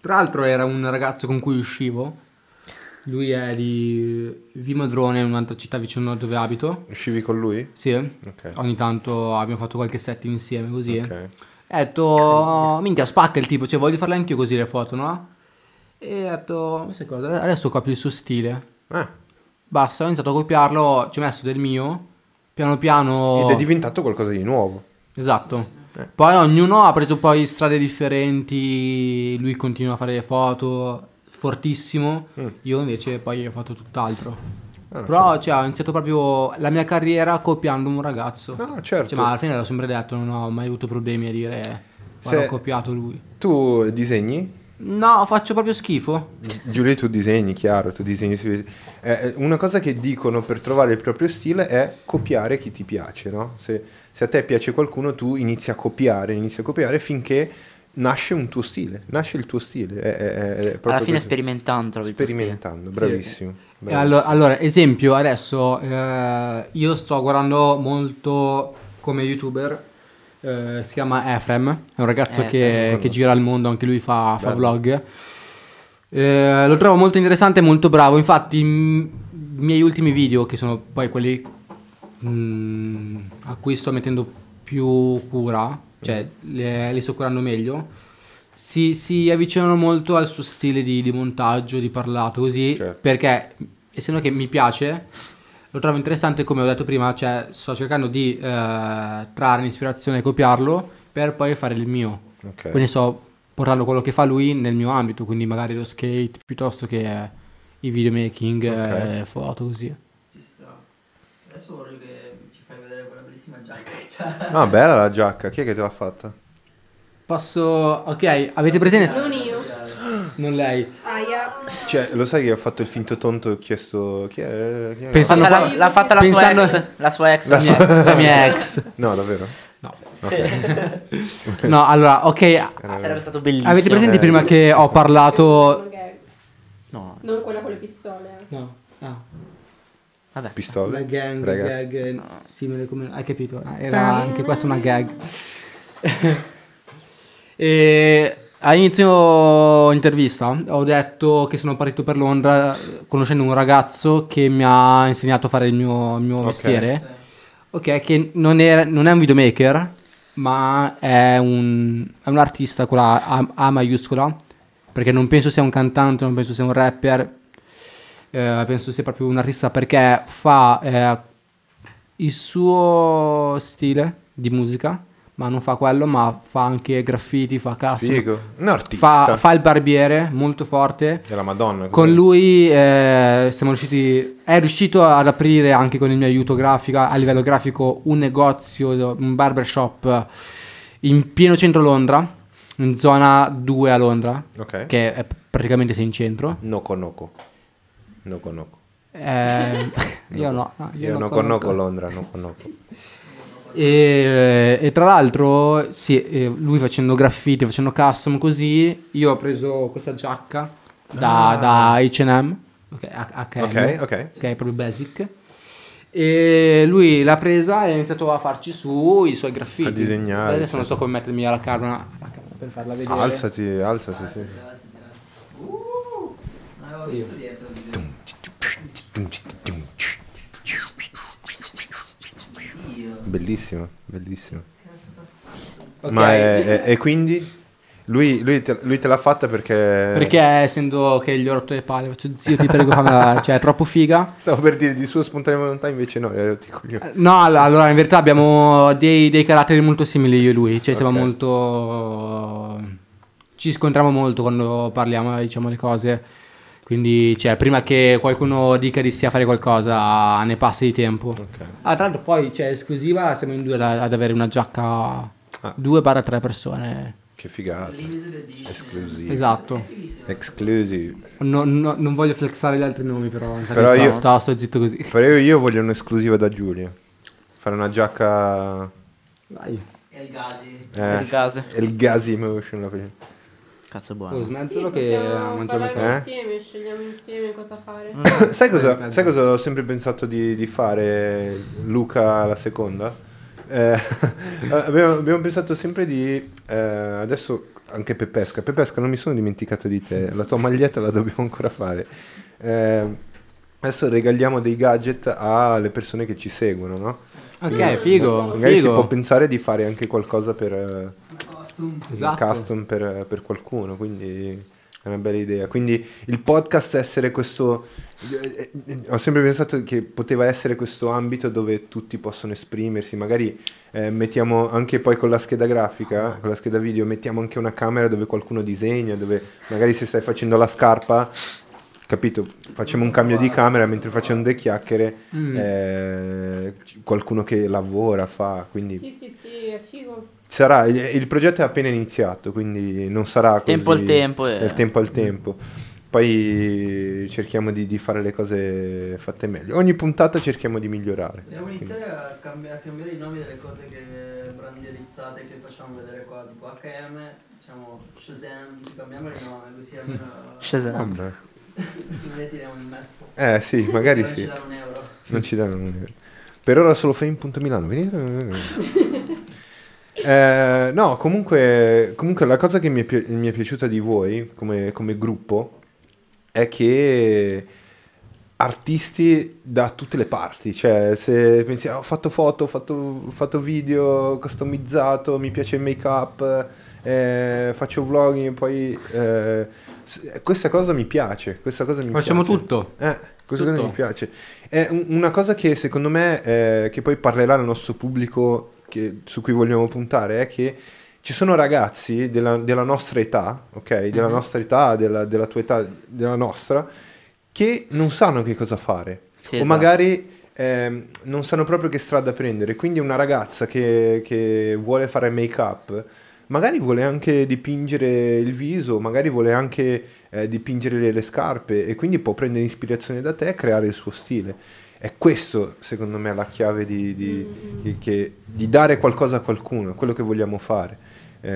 Speaker 3: Tra l'altro era un ragazzo con cui uscivo. Lui è di Vimodrone, un'altra città vicino a dove abito.
Speaker 1: Uscivi con lui?
Speaker 3: Sì.
Speaker 1: Ok.
Speaker 3: Ogni tanto abbiamo fatto qualche setting insieme così.
Speaker 1: Ok.
Speaker 3: E ha detto, "Oh, minchia, spacca il tipo, cioè voglio farle anch'io così le foto, no? E ha detto, ma sai cosa, adesso copio il suo stile.
Speaker 1: Ah,
Speaker 3: Basta, ho iniziato a copiarlo, ci ho messo del mio, piano piano...
Speaker 1: ed è diventato qualcosa di nuovo.
Speaker 3: Esatto.
Speaker 1: Eh.
Speaker 3: Poi ognuno ha preso poi strade differenti, lui continua a fare le foto, fortissimo,
Speaker 1: Mm.
Speaker 3: io invece poi ho fatto tutt'altro.
Speaker 1: Ah,
Speaker 3: Però cioè, ho iniziato proprio la mia carriera copiando un ragazzo.
Speaker 1: certo. Ah, certo.
Speaker 3: Cioè, ma alla fine l'ho sempre detto, non ho mai avuto problemi a dire guarda,
Speaker 1: Se-
Speaker 3: ho copiato lui.
Speaker 1: Tu disegni?
Speaker 3: No, faccio proprio schifo.
Speaker 1: Giulia, tu disegni, chiaro, tu disegni. sui- eh, una cosa che dicono per trovare il proprio stile è copiare chi ti piace, no? Se, se a te piace qualcuno, tu inizi a copiare, inizi a copiare finché nasce un tuo stile, nasce il tuo stile. È, è- è- è proprio
Speaker 4: Alla fine
Speaker 1: così.
Speaker 4: sperimentando trovi il tuo stile.
Speaker 1: sperimentando, bravissimo.
Speaker 3: E
Speaker 1: bravissimo.
Speaker 3: allo- allora, esempio, adesso eh, io sto guardando molto come youtuber, eh, si chiama Efrem, è un ragazzo
Speaker 4: Efrem,
Speaker 3: che,
Speaker 1: conosco.
Speaker 3: che gira il mondo, anche lui fa, fa
Speaker 1: Bello.
Speaker 3: vlog. Eh, lo trovo molto interessante e molto bravo, infatti mm, i miei ultimi video, che sono poi quelli mm, a cui sto mettendo più cura, cioè le- li sto curando meglio, si, si avvicinano molto al suo stile di, di montaggio, di parlato, così,
Speaker 1: Certo.
Speaker 3: perché essendo che mi piace, lo trovo interessante, come ho detto prima, cioè sto cercando di eh, trarne ispirazione e copiarlo per poi fare il mio.
Speaker 1: Ok.
Speaker 3: Quindi sto portando quello che fa lui nel mio ambito, quindi magari lo skate piuttosto che eh, i videomaking,
Speaker 1: Ok.
Speaker 3: eh, foto, così.
Speaker 2: Ci sta. Adesso voglio che ci fai vedere quella bellissima giacca che c'ha.
Speaker 1: Ah, bella la giacca, chi è che te l'ha fatta?
Speaker 3: Posso... Ok, avete presente?
Speaker 5: Non io.
Speaker 3: Non lei.
Speaker 5: Aia.
Speaker 1: Cioè, lo sai che ho fatto il finto tonto e ho chiesto chi è? Chi è?
Speaker 4: Fatta
Speaker 3: Pensando-
Speaker 4: la-
Speaker 5: Pensando-
Speaker 4: l'ha fatta la
Speaker 3: pensando-
Speaker 4: sua ex. La sua ex.
Speaker 1: La
Speaker 4: amica.
Speaker 3: La mia ex.
Speaker 1: No, davvero?
Speaker 3: No.
Speaker 1: Ok.
Speaker 3: No, allora, ok.
Speaker 4: Ah, Sarebbe stato bellissimo.
Speaker 3: Avete presente
Speaker 1: Eh.
Speaker 3: prima che ho parlato...
Speaker 5: Ok.
Speaker 4: No,
Speaker 5: Non quella con le pistole.
Speaker 3: No, no.
Speaker 4: Ah. vabbè.
Speaker 1: Pistole?
Speaker 3: La gang,
Speaker 1: Ragazzi.
Speaker 3: gag eh, simile come... Hai capito? Ah, Era anche questa una gag. e all'inizio intervista ho detto che sono partito per Londra eh, conoscendo un ragazzo che mi ha insegnato a fare il mio, il mio
Speaker 1: Ok.
Speaker 3: mestiere. Ok, che non è, non è un videomaker, ma è un, è un artista con la A, A maiuscola, perché non penso sia un cantante, non penso sia un rapper, eh, penso sia proprio un artista perché fa eh, il suo stile di musica, ma non fa quello, ma fa anche graffiti, fa
Speaker 4: Ah,
Speaker 3: cazzo,
Speaker 1: Figo. Un artista.
Speaker 3: fa, fa il barbiere molto forte.
Speaker 1: È la Madonna.
Speaker 3: Con
Speaker 1: cos'è?
Speaker 3: lui eh, siamo riusciti, è riuscito ad aprire anche con il mio aiuto grafica, a livello grafico un negozio, un barbershop in pieno centro Londra, in zona 2 a Londra,
Speaker 1: Ok.
Speaker 3: che è praticamente sei in centro.
Speaker 1: Noco Noco. Noco Noco.
Speaker 3: Eh, Ah, io no, no,
Speaker 1: Io
Speaker 3: no,
Speaker 1: Noco Noco
Speaker 3: conosco.
Speaker 1: Londra, Noco Noco.
Speaker 3: E, e tra l'altro, sì, eh, lui facendo graffiti, facendo custom così, io ho preso questa giacca da, da H&M, ok, H- H&M,
Speaker 1: Ah. Ok, ok.
Speaker 3: ok, proprio basic, e lui l'ha presa e ha iniziato a farci su i suoi graffiti.
Speaker 1: A disegnare,
Speaker 3: Adesso non
Speaker 1: sì.
Speaker 3: so come mettermi alla camera, alla camera per farla vedere.
Speaker 1: Alzati, alzati, sì.
Speaker 2: Uh, non avevo visto dietro. Dio.
Speaker 1: Bellissimo, bellissimo.
Speaker 3: Ok,
Speaker 1: Ma è- eh, è- e quindi? Lui, lui te, lui te l'ha fatta perché...
Speaker 3: Perché essendo che gli ho rotto le palle, faccio zio ti prego, fammela", cioè è troppo figa.
Speaker 1: Stavo per dire di sua spontanea volontà, invece no, era tutti coglioni.
Speaker 3: No, all- allora in verità abbiamo dei, dei caratteri molto simili io e lui, cioè siamo
Speaker 1: Ok.
Speaker 3: molto... ci scontriamo molto quando parliamo, diciamo le cose, quindi cioè, prima che qualcuno dica di sì a fare qualcosa ne passa di tempo.
Speaker 1: Ok.
Speaker 3: Ah, tra l'altro poi, cioè esclusiva, siamo in due da- ad avere una giacca,
Speaker 1: Ah.
Speaker 3: 2-3 persone,
Speaker 1: Che figata.
Speaker 2: Limited edition.
Speaker 1: Esclusive.
Speaker 3: esatto.
Speaker 2: Fighissimo.
Speaker 1: Exclusive.
Speaker 3: No- no- non voglio flexare gli altri nomi però,
Speaker 1: Però
Speaker 3: sto-
Speaker 1: io-
Speaker 3: sto, sto zitto così.
Speaker 1: Però io, io voglio un'esclusiva da Giulia. Fare una giacca...
Speaker 3: Vai,
Speaker 2: E il Gazi.
Speaker 1: Eh,
Speaker 4: Il caso.
Speaker 1: il gas emotion. La facciamo.
Speaker 4: Cazzo
Speaker 3: oh,
Speaker 4: buono.
Speaker 3: smettilo
Speaker 5: Sì,
Speaker 3: che
Speaker 5: possiamo
Speaker 3: mangiamo il
Speaker 5: parlare
Speaker 1: cane.
Speaker 5: insieme, scegliamo insieme cosa fare.
Speaker 1: Mm. sai, cosa, sai cosa ho sempre pensato di, di fare Luca la seconda? Eh, abbiamo, abbiamo pensato sempre di... eh, adesso anche Pepesca. Pepesca, non mi sono dimenticato di te. La tua maglietta la dobbiamo ancora fare. Eh, adesso regaliamo dei gadget alle persone che ci seguono, no?
Speaker 3: Ok, figo.
Speaker 1: Magari si può
Speaker 3: figo.
Speaker 1: pensare di fare anche qualcosa per... eh, un
Speaker 3: Esatto.
Speaker 1: custom per, eh, per qualcuno, quindi è una bella idea. Quindi il podcast essere questo... eh, eh, Ho sempre pensato che poteva essere questo ambito dove tutti possono esprimersi, magari eh, mettiamo anche poi con la scheda grafica, con la scheda video, mettiamo anche una camera dove qualcuno disegna, dove magari se stai facendo la scarpa, capito, facciamo un cambio di camera mentre facciamo delle chiacchiere,
Speaker 3: Mm.
Speaker 1: eh, c- qualcuno che lavora fa, quindi
Speaker 5: Sì, sì, sì, è figo.
Speaker 1: Sarà, il, il progetto è appena iniziato, quindi non sarà così...
Speaker 4: Tempo al tempo, eh.
Speaker 1: è il tempo al tempo. Poi cerchiamo di, di fare le cose fatte meglio. Ogni puntata cerchiamo di migliorare.
Speaker 2: Dobbiamo iniziare a, cambi- a cambiare i nomi delle cose che branderizzate che facciamo vedere qua, tipo HM, diciamo Shazam, ci cambiamo i nomi così almeno
Speaker 4: Shazam.
Speaker 1: Vabbè.
Speaker 2: non ne tiriamo in mezzo.
Speaker 1: Eh sì, magari
Speaker 2: Non ci
Speaker 1: sì.
Speaker 2: danno un euro.
Speaker 1: Non ci danno un euro. Per ora solo fame.milano. Venite. Eh, no, comunque, comunque la cosa che mi è, pi- mi è piaciuta di voi come, come gruppo è che artisti da tutte le parti, cioè se pensi "Ah, ho fatto foto, ho fatto, ho fatto video customizzato, mi piace il make up, faccio vlogging, poi eh, s- questa cosa mi piace, questa cosa mi
Speaker 3: Facciamo
Speaker 1: piace.
Speaker 3: tutto.
Speaker 1: Eh, questa cosa
Speaker 3: Tutto.
Speaker 1: mi piace. È un- una cosa che secondo me, eh, che poi parlerà al nostro pubblico che- su cui vogliamo puntare, è che ci sono ragazzi della, della nostra età, ok? Della nostra età, della, della tua età, della nostra, che non sanno che cosa fare.
Speaker 4: Sì,
Speaker 1: o
Speaker 4: esatto.
Speaker 1: magari ehm, non sanno proprio che strada prendere. Quindi una ragazza che, che vuole fare make-up, magari vuole anche dipingere il viso, magari vuole anche eh, dipingere le, le scarpe e quindi può prendere ispirazione da te e creare il suo stile. È questo, secondo me, la chiave di, di- di- che- di dare qualcosa a qualcuno, quello che vogliamo fare. Eh,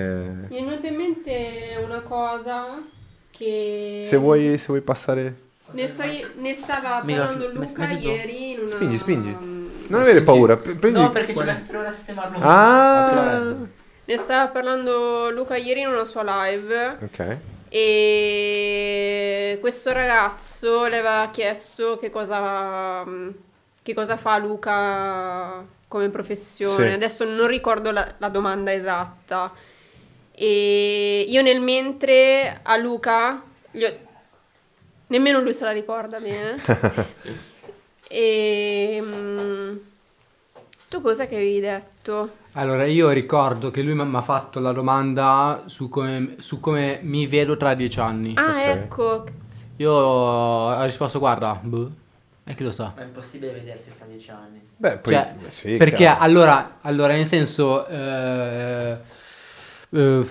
Speaker 5: Mi è venuta in mente una cosa che...
Speaker 1: se, vuoi, se vuoi passare...
Speaker 5: Ne, stai- ne stava
Speaker 4: Mica-
Speaker 5: parlando
Speaker 4: met-
Speaker 5: Luca
Speaker 4: metti tu.
Speaker 5: ieri in una...
Speaker 1: Spingi, spingi. Non avere paura, pre- prendi...
Speaker 4: No, perché ci ho messo tre ore a sistemarlo.
Speaker 1: Ah!
Speaker 5: Ne stava parlando Luca ieri in una sua live
Speaker 1: Ok.
Speaker 5: e questo ragazzo le aveva chiesto che cosa, mm, che cosa fa Luca come professione.
Speaker 1: Sì.
Speaker 5: Adesso non ricordo la, la domanda esatta. E io nel mentre a Luca gli ho- nemmeno lui se la ricorda bene. e mm, tu cosa che avevi detto?
Speaker 3: Allora, io ricordo che lui mi mi ha fatto la domanda su come, su come mi vedo tra dieci anni.
Speaker 5: Ah,
Speaker 1: Ok.
Speaker 5: ecco.
Speaker 3: Io ho risposto, guarda, boh, e chi lo sa.
Speaker 4: Ma è impossibile vedersi fra dieci anni.
Speaker 1: Beh, poi...
Speaker 3: Cioè,
Speaker 1: sì,
Speaker 3: perché
Speaker 1: chiaro.
Speaker 3: allora, allora, nel senso, eh, eh,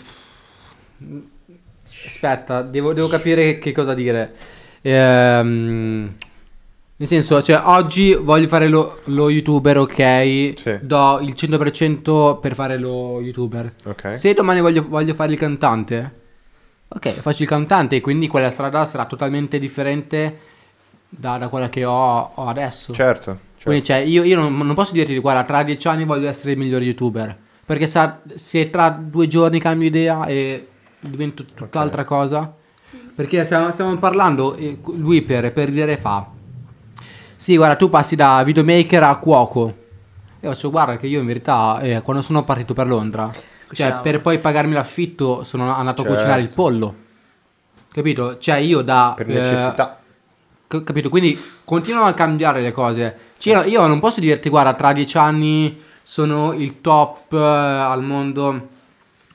Speaker 3: aspetta, devo, devo capire che cosa dire. Ehm, nel senso, cioè, oggi voglio fare lo, lo youtuber, ok?
Speaker 1: Sì.
Speaker 3: Do il 100% per fare lo youtuber.
Speaker 1: Ok.
Speaker 3: Se domani voglio, voglio fare il cantante, ok, faccio il cantante, quindi quella strada sarà totalmente differente da, da quella che ho, ho adesso.
Speaker 1: Certo, certo.
Speaker 3: Quindi, cioè, io, io non, non posso dirti, guarda, tra dieci anni voglio essere il miglior youtuber. Perché sa- se tra due giorni cambio idea e divento tutt'altra cosa. Perché stiamo, stiamo parlando, eh, cu- lui per, per dire fa. Sì, guarda, tu passi da videomaker a cuoco. E faccio, guarda, che io in verità, eh, quando sono partito per Londra, cioè,
Speaker 4: Cucinavo.
Speaker 3: per poi pagarmi l'affitto, sono andato a cucinare il
Speaker 1: Certo.
Speaker 3: pollo. Capito? Cioè, io da...
Speaker 1: per
Speaker 3: eh,
Speaker 1: necessità.
Speaker 3: C- Capito? Quindi continuano a cambiare le cose. Cioè, io- io non posso dirti, guarda, tra dieci anni sono il top eh, al mondo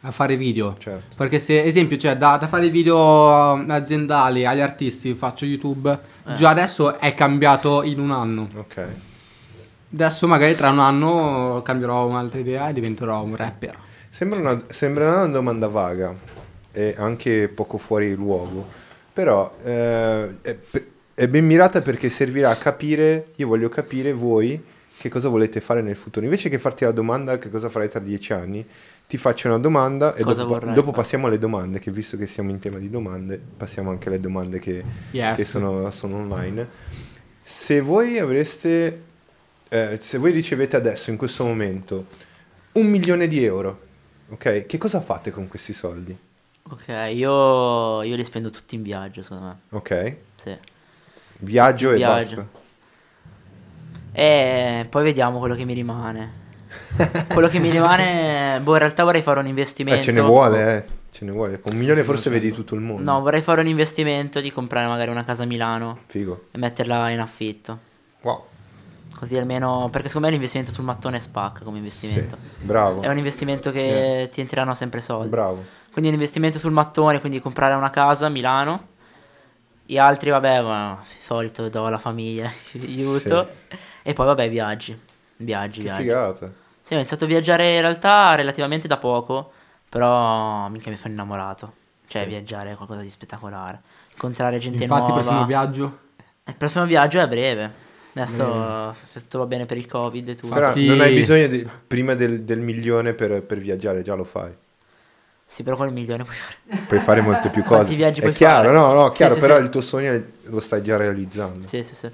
Speaker 3: a fare video.
Speaker 1: Certo.
Speaker 3: Perché se, esempio, cioè, da, da fare video eh, aziendali agli artisti, faccio YouTube,
Speaker 4: Eh.
Speaker 3: già adesso è cambiato in un anno.
Speaker 1: Ok.
Speaker 3: Adesso magari tra un anno cambierò un'altra idea e diventerò un rapper.
Speaker 1: Sembra una, sembra una domanda vaga e anche poco fuori luogo, però eh, è, pe- è ben mirata perché servirà a capire, io voglio capire voi che cosa volete fare nel futuro. Invece che farti la domanda che cosa farai tra dieci anni, ti faccio una domanda e
Speaker 4: Cosa
Speaker 1: dopo, pa-
Speaker 4: vorrai
Speaker 1: dopo
Speaker 4: fare?
Speaker 1: passiamo alle domande, che visto che siamo in tema di domande, passiamo anche alle domande che,
Speaker 3: Yes.
Speaker 1: che sono, sono online. Se voi avreste, eh, se voi ricevete adesso, in questo momento, un milione di euro, ok? Che cosa fate con questi soldi?
Speaker 4: Ok, io, io li spendo tutti in viaggio, secondo me.
Speaker 1: Ok?
Speaker 4: Sì.
Speaker 1: Viaggio e
Speaker 4: Viaggio.
Speaker 1: basta. Eh,
Speaker 4: E poi vediamo quello che mi rimane. quello che mi rimane, boh, in realtà vorrei fare un investimento.
Speaker 1: Eh, ce ne vuole, eh. Ce ne vuole. Con un milione forse vedi tutto il mondo.
Speaker 4: No, vorrei fare un investimento di comprare magari una casa a Milano
Speaker 1: Figo.
Speaker 4: e metterla in affitto.
Speaker 1: Wow.
Speaker 4: Così almeno, perché secondo me l'investimento sul mattone spacca come
Speaker 1: Sì.
Speaker 4: investimento.
Speaker 1: Bravo.
Speaker 4: È un investimento che ti entreranno sempre soldi.
Speaker 1: Bravo.
Speaker 4: Quindi un investimento sul mattone, quindi comprare una casa a Milano. Gli altri, vabbè, ma di solito do alla famiglia, aiuto. E poi, vabbè, viaggi. Viaggi,
Speaker 1: Che
Speaker 4: viaggi.
Speaker 1: figata.
Speaker 4: Sì, ho iniziato a viaggiare in realtà relativamente da poco, però minchia mi sono innamorato. Cioè, viaggiare è qualcosa di spettacolare. Incontrare gente
Speaker 7: Infatti,
Speaker 4: nuova.
Speaker 7: prossimo viaggio.
Speaker 4: Il prossimo viaggio è a breve. Adesso, se tutto va bene per il Covid e tutto.
Speaker 1: Però
Speaker 3: Infatti-
Speaker 1: non hai bisogno di- prima del, del milione per, per viaggiare, già lo fai.
Speaker 4: Sì, però con il milione puoi fare.
Speaker 1: Puoi fare molte più
Speaker 4: Quanti
Speaker 1: cose.
Speaker 4: viaggi
Speaker 1: È
Speaker 4: puoi
Speaker 1: chiaro,
Speaker 4: fare?
Speaker 1: no, no,
Speaker 4: Sì,
Speaker 1: chiaro,
Speaker 4: sì,
Speaker 1: però
Speaker 4: sì.
Speaker 1: il tuo sogno è- lo stai già realizzando.
Speaker 4: Sì, sì, sì.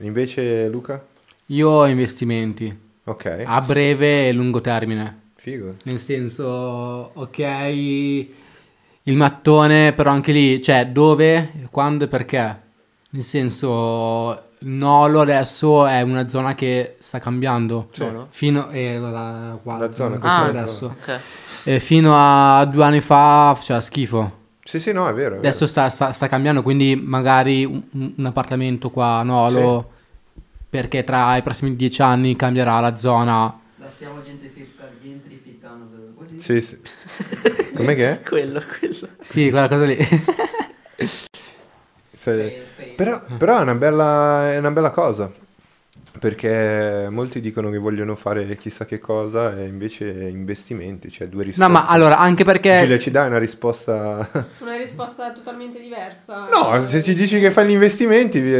Speaker 1: Invece Luca?
Speaker 3: Io ho investimenti
Speaker 1: Ok.
Speaker 3: a breve e lungo termine.
Speaker 1: Figo.
Speaker 3: Nel senso, ok, il mattone, però anche lì, cioè dove, quando e perché. Nel senso, Nolo adesso è una zona che sta cambiando.
Speaker 1: Sì. Nolo?
Speaker 3: Fino, eh, la, qua,
Speaker 1: La zona,
Speaker 3: non
Speaker 1: questa
Speaker 3: so
Speaker 4: è la
Speaker 3: adesso.
Speaker 4: Ah, Ok.
Speaker 3: Eh, fino a due anni fa faceva schifo.
Speaker 1: Sì, sì, no, è vero. è vero.
Speaker 3: Adesso sta, sta- sta cambiando, quindi magari un, un appartamento qua a Nolo, perché tra i prossimi dieci anni cambierà la zona.
Speaker 2: La stiamo gentrifica- gentrificando, credo. Così?
Speaker 1: Sì, sì. Com'è che è?
Speaker 4: Quello, quello.
Speaker 3: Sì, quella cosa lì.
Speaker 1: Se-
Speaker 2: Fail, fail.
Speaker 1: Però, però è, una bella, è una bella cosa. Perché molti dicono che vogliono fare chissà che cosa e invece investimenti, cioè due risposte.
Speaker 3: No, ma allora, anche perché...
Speaker 1: Giulia, ci dai una risposta?
Speaker 5: Una risposta totalmente diversa.
Speaker 1: No, se ci dici che fai gli investimenti, vi,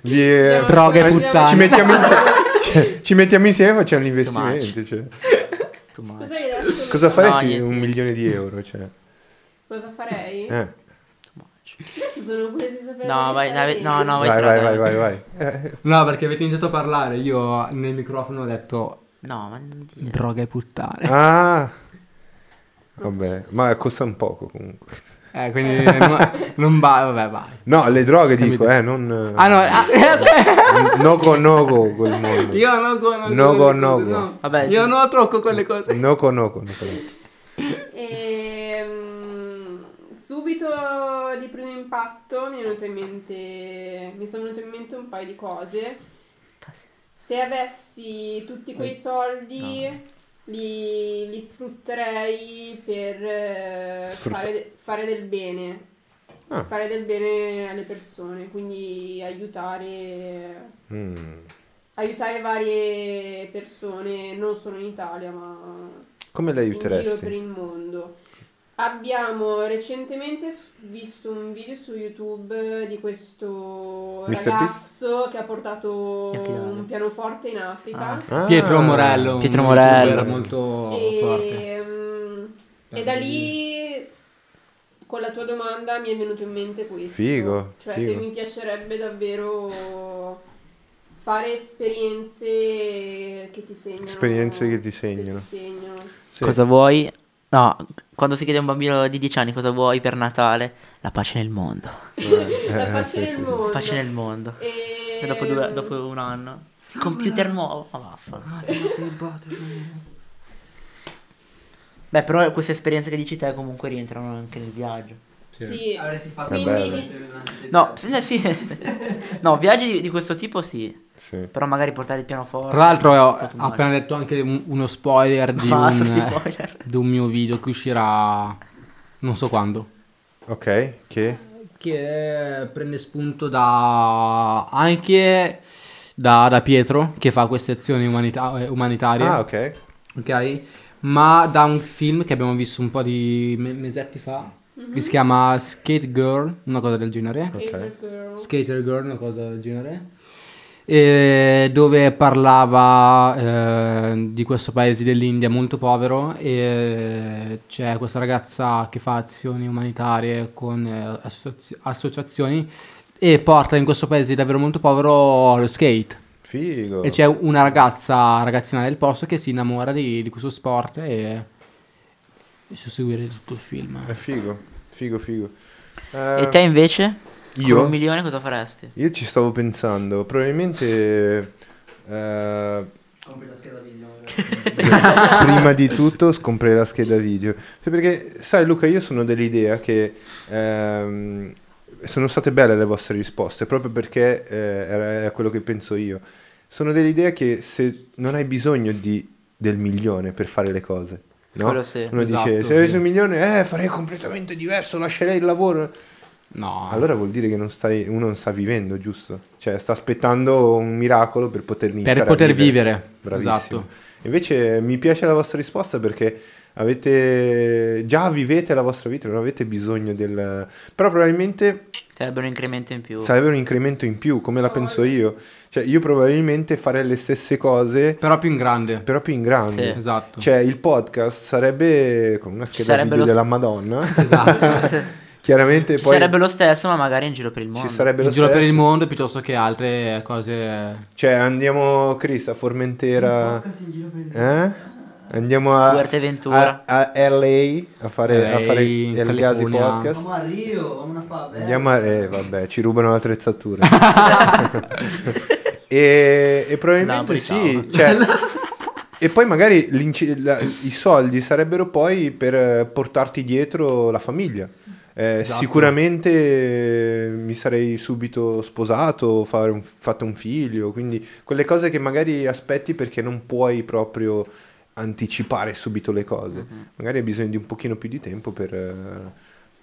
Speaker 1: vi-
Speaker 5: Andiamo-
Speaker 3: Droga e
Speaker 5: andiamo-
Speaker 3: puttane.
Speaker 1: ci, mettiamo insieme, cioè, ci mettiamo insieme e facciamo gli
Speaker 4: Too much.
Speaker 1: investimenti. cioè.
Speaker 4: Too much.
Speaker 5: Cosa hai detto?
Speaker 1: Cosa faresti
Speaker 4: niente.
Speaker 1: un milione di euro? Cioè.
Speaker 5: Cosa farei?
Speaker 1: Eh,
Speaker 4: Too much.
Speaker 5: Adesso sono curiosa di sapere
Speaker 4: No,
Speaker 5: dove
Speaker 4: vai, dai,
Speaker 5: stai.
Speaker 4: no, no, vai,
Speaker 1: vai,
Speaker 4: tra,
Speaker 1: vai, vai,
Speaker 4: dai.
Speaker 1: vai, vai. Eh,
Speaker 3: No, perché avete iniziato a parlare, io nel microfono ho detto
Speaker 4: No, ma non dire.
Speaker 3: droga e puttane.
Speaker 1: ah, vabbè, ma costa un poco comunque.
Speaker 3: Eh, quindi non, non va, vabbè, vai.
Speaker 1: No, le droghe dico,
Speaker 3: Capito.
Speaker 1: eh, non... eh,
Speaker 3: Ah no, ah,
Speaker 1: No go, no go col mondo.
Speaker 3: io non conosco
Speaker 1: No,
Speaker 3: quelle
Speaker 1: no,
Speaker 3: cose,
Speaker 1: no.
Speaker 4: Vabbè,
Speaker 3: Io non tocco quelle cose.
Speaker 1: No go, no go, no go.
Speaker 5: Ehm, subito di primo impatto mi è venuto in mente mi sono venute in mente un paio di cose. Se avessi tutti quei soldi li, li sfrutterei per eh,
Speaker 1: Sfrutta-
Speaker 5: fare, de- fare del bene.
Speaker 1: Ah.
Speaker 5: Fare del bene alle persone, quindi aiutare
Speaker 1: Mm.
Speaker 5: aiutare varie persone, non solo in Italia, ma
Speaker 1: Come le
Speaker 5: in giro per
Speaker 1: aiuteresti?
Speaker 5: il mondo. Abbiamo recentemente s- visto un video su YouTube di questo
Speaker 1: Mr. Beast?
Speaker 5: ragazzo che ha portato
Speaker 4: Che finale.
Speaker 5: un pianoforte in Africa
Speaker 4: Ah,
Speaker 1: Ah.
Speaker 3: Pietro Morello.
Speaker 4: Pietro
Speaker 3: un
Speaker 4: Morello.
Speaker 3: youtuber molto forte.
Speaker 5: e, mm, e da lì con la tua domanda mi è venuto in mente questo.
Speaker 1: Figo,
Speaker 5: Cioè che
Speaker 1: figo.
Speaker 5: mi piacerebbe davvero fare esperienze che ti segnano.
Speaker 1: Esperienze che ti segnano.
Speaker 5: Che ti segnano.
Speaker 1: Sì.
Speaker 4: Cosa vuoi? No, quando si chiede a un bambino di 10 anni cosa vuoi per Natale? La pace nel mondo.
Speaker 1: Eh,
Speaker 5: la
Speaker 1: eh,
Speaker 5: pace
Speaker 1: sì,
Speaker 5: nel
Speaker 1: sì, sì.
Speaker 5: mondo.
Speaker 4: La pace nel mondo.
Speaker 5: E...
Speaker 4: E dopo, due- dopo un anno. Il computer nuovo. Ma vaffanculo.
Speaker 3: boh,
Speaker 4: Beh, però queste esperienze che dici te comunque rientrano anche nel viaggio.
Speaker 5: Sì,
Speaker 2: Avresti fatto
Speaker 5: Quindi-
Speaker 2: Quindi...
Speaker 4: No, sì, sì. no, viaggi di, di questo tipo sì.
Speaker 1: Sì.
Speaker 4: Però magari portare il pianoforte.
Speaker 3: Tra l'altro ho
Speaker 4: Fatto un
Speaker 3: appena detto anche un- uno spoiler di un, eh.
Speaker 4: Basta sti spoiler.
Speaker 3: di un mio video che uscirà non so quando.
Speaker 1: Ok, che?
Speaker 3: che prende spunto da anche da, da Pietro che fa queste azioni umanita- eh, umanitarie
Speaker 1: Ah, ok.
Speaker 3: ok ma da un film che abbiamo visto un po' di me- mesetti fa che si chiama Skate Girl una cosa del genere
Speaker 1: Ok.
Speaker 5: Girl.
Speaker 3: Skater Girl una cosa del genere e dove parlava eh, di questo paese dell'India molto povero e c'è questa ragazza che fa azioni umanitarie con eh, assozi- associazioni e porta in questo paese davvero molto povero lo skate
Speaker 1: Figo.
Speaker 3: E c'è una ragazza, ragazzina del posto, che si innamora di, di questo sport e... e susseguire tutto il film.
Speaker 1: È figo, figo, figo.
Speaker 4: E te invece? Con un
Speaker 1: Eh, Io?
Speaker 4: milione cosa faresti?
Speaker 1: Io ci stavo pensando, probabilmente eh,
Speaker 2: Compri la scheda video. magari.
Speaker 1: prima di tutto scomprare la scheda video. Sì, Perché sai Luca, io sono dell'idea che ehm, sono state belle le vostre risposte, proprio perché eh, era era quello che penso io. Sono dell'idea che se non hai bisogno di- del milione per fare le cose, no?
Speaker 4: Quello sì.
Speaker 1: Uno
Speaker 3: Esatto,
Speaker 1: dice, se avessi
Speaker 3: sì.
Speaker 1: un milione, eh, farei completamente diverso, lascerei il lavoro.
Speaker 3: No.
Speaker 1: Ah. Allora vuol dire che non stai, uno non sta vivendo, giusto? Cioè, sta aspettando un miracolo per poter iniziare
Speaker 3: per
Speaker 1: a
Speaker 3: poter
Speaker 1: vivere.
Speaker 3: vivere.
Speaker 1: Bravissimo.
Speaker 3: Esatto.
Speaker 1: Invece mi piace la vostra risposta perché avete già vivete la vostra vita, non avete bisogno del... Però probabilmente
Speaker 4: Sarebbe un incremento in più.
Speaker 1: sarebbe un incremento in più, come la penso io. Cioè, io probabilmente farei le stesse cose,
Speaker 3: Però più in grande.
Speaker 1: però più in grande.
Speaker 4: Sì.
Speaker 3: Esatto.
Speaker 1: Cioè, il podcast sarebbe con una scheda
Speaker 4: sarebbe
Speaker 1: video
Speaker 4: lo-
Speaker 1: della Madonna.
Speaker 3: Esatto.
Speaker 1: Chiaramente
Speaker 4: Ci
Speaker 1: poi
Speaker 4: sarebbe lo stesso, ma magari in giro per il mondo.
Speaker 1: ci sarebbe lo
Speaker 3: in giro per il
Speaker 1: stesso.
Speaker 3: mondo piuttosto che altre cose.
Speaker 1: Cioè, andiamo, Chris, a Formentera.
Speaker 2: Podcast in giro per il
Speaker 1: Eh? Andiamo a,
Speaker 4: Fuerteventura.
Speaker 1: a- a LA a fare, a
Speaker 3: LA,
Speaker 1: fare
Speaker 3: in
Speaker 1: il
Speaker 3: California.
Speaker 1: Gazi Podcast.
Speaker 2: Vamo a Rio, vamo a fare
Speaker 1: Andiamo a. Eh, vabbè, ci rubano l'attrezzatura. e, e probabilmente
Speaker 4: Napoli,
Speaker 1: sì. cioè, e poi magari l'inci- la- i soldi sarebbero poi per eh, portarti dietro la famiglia. Eh,
Speaker 3: Esatto.
Speaker 1: Sicuramente eh, mi sarei subito sposato, fare un- fatto un figlio, quindi quelle cose che magari aspetti perché non puoi proprio anticipare subito le cose.
Speaker 3: Mm-hmm.
Speaker 1: Magari hai bisogno di un pochino più di tempo per...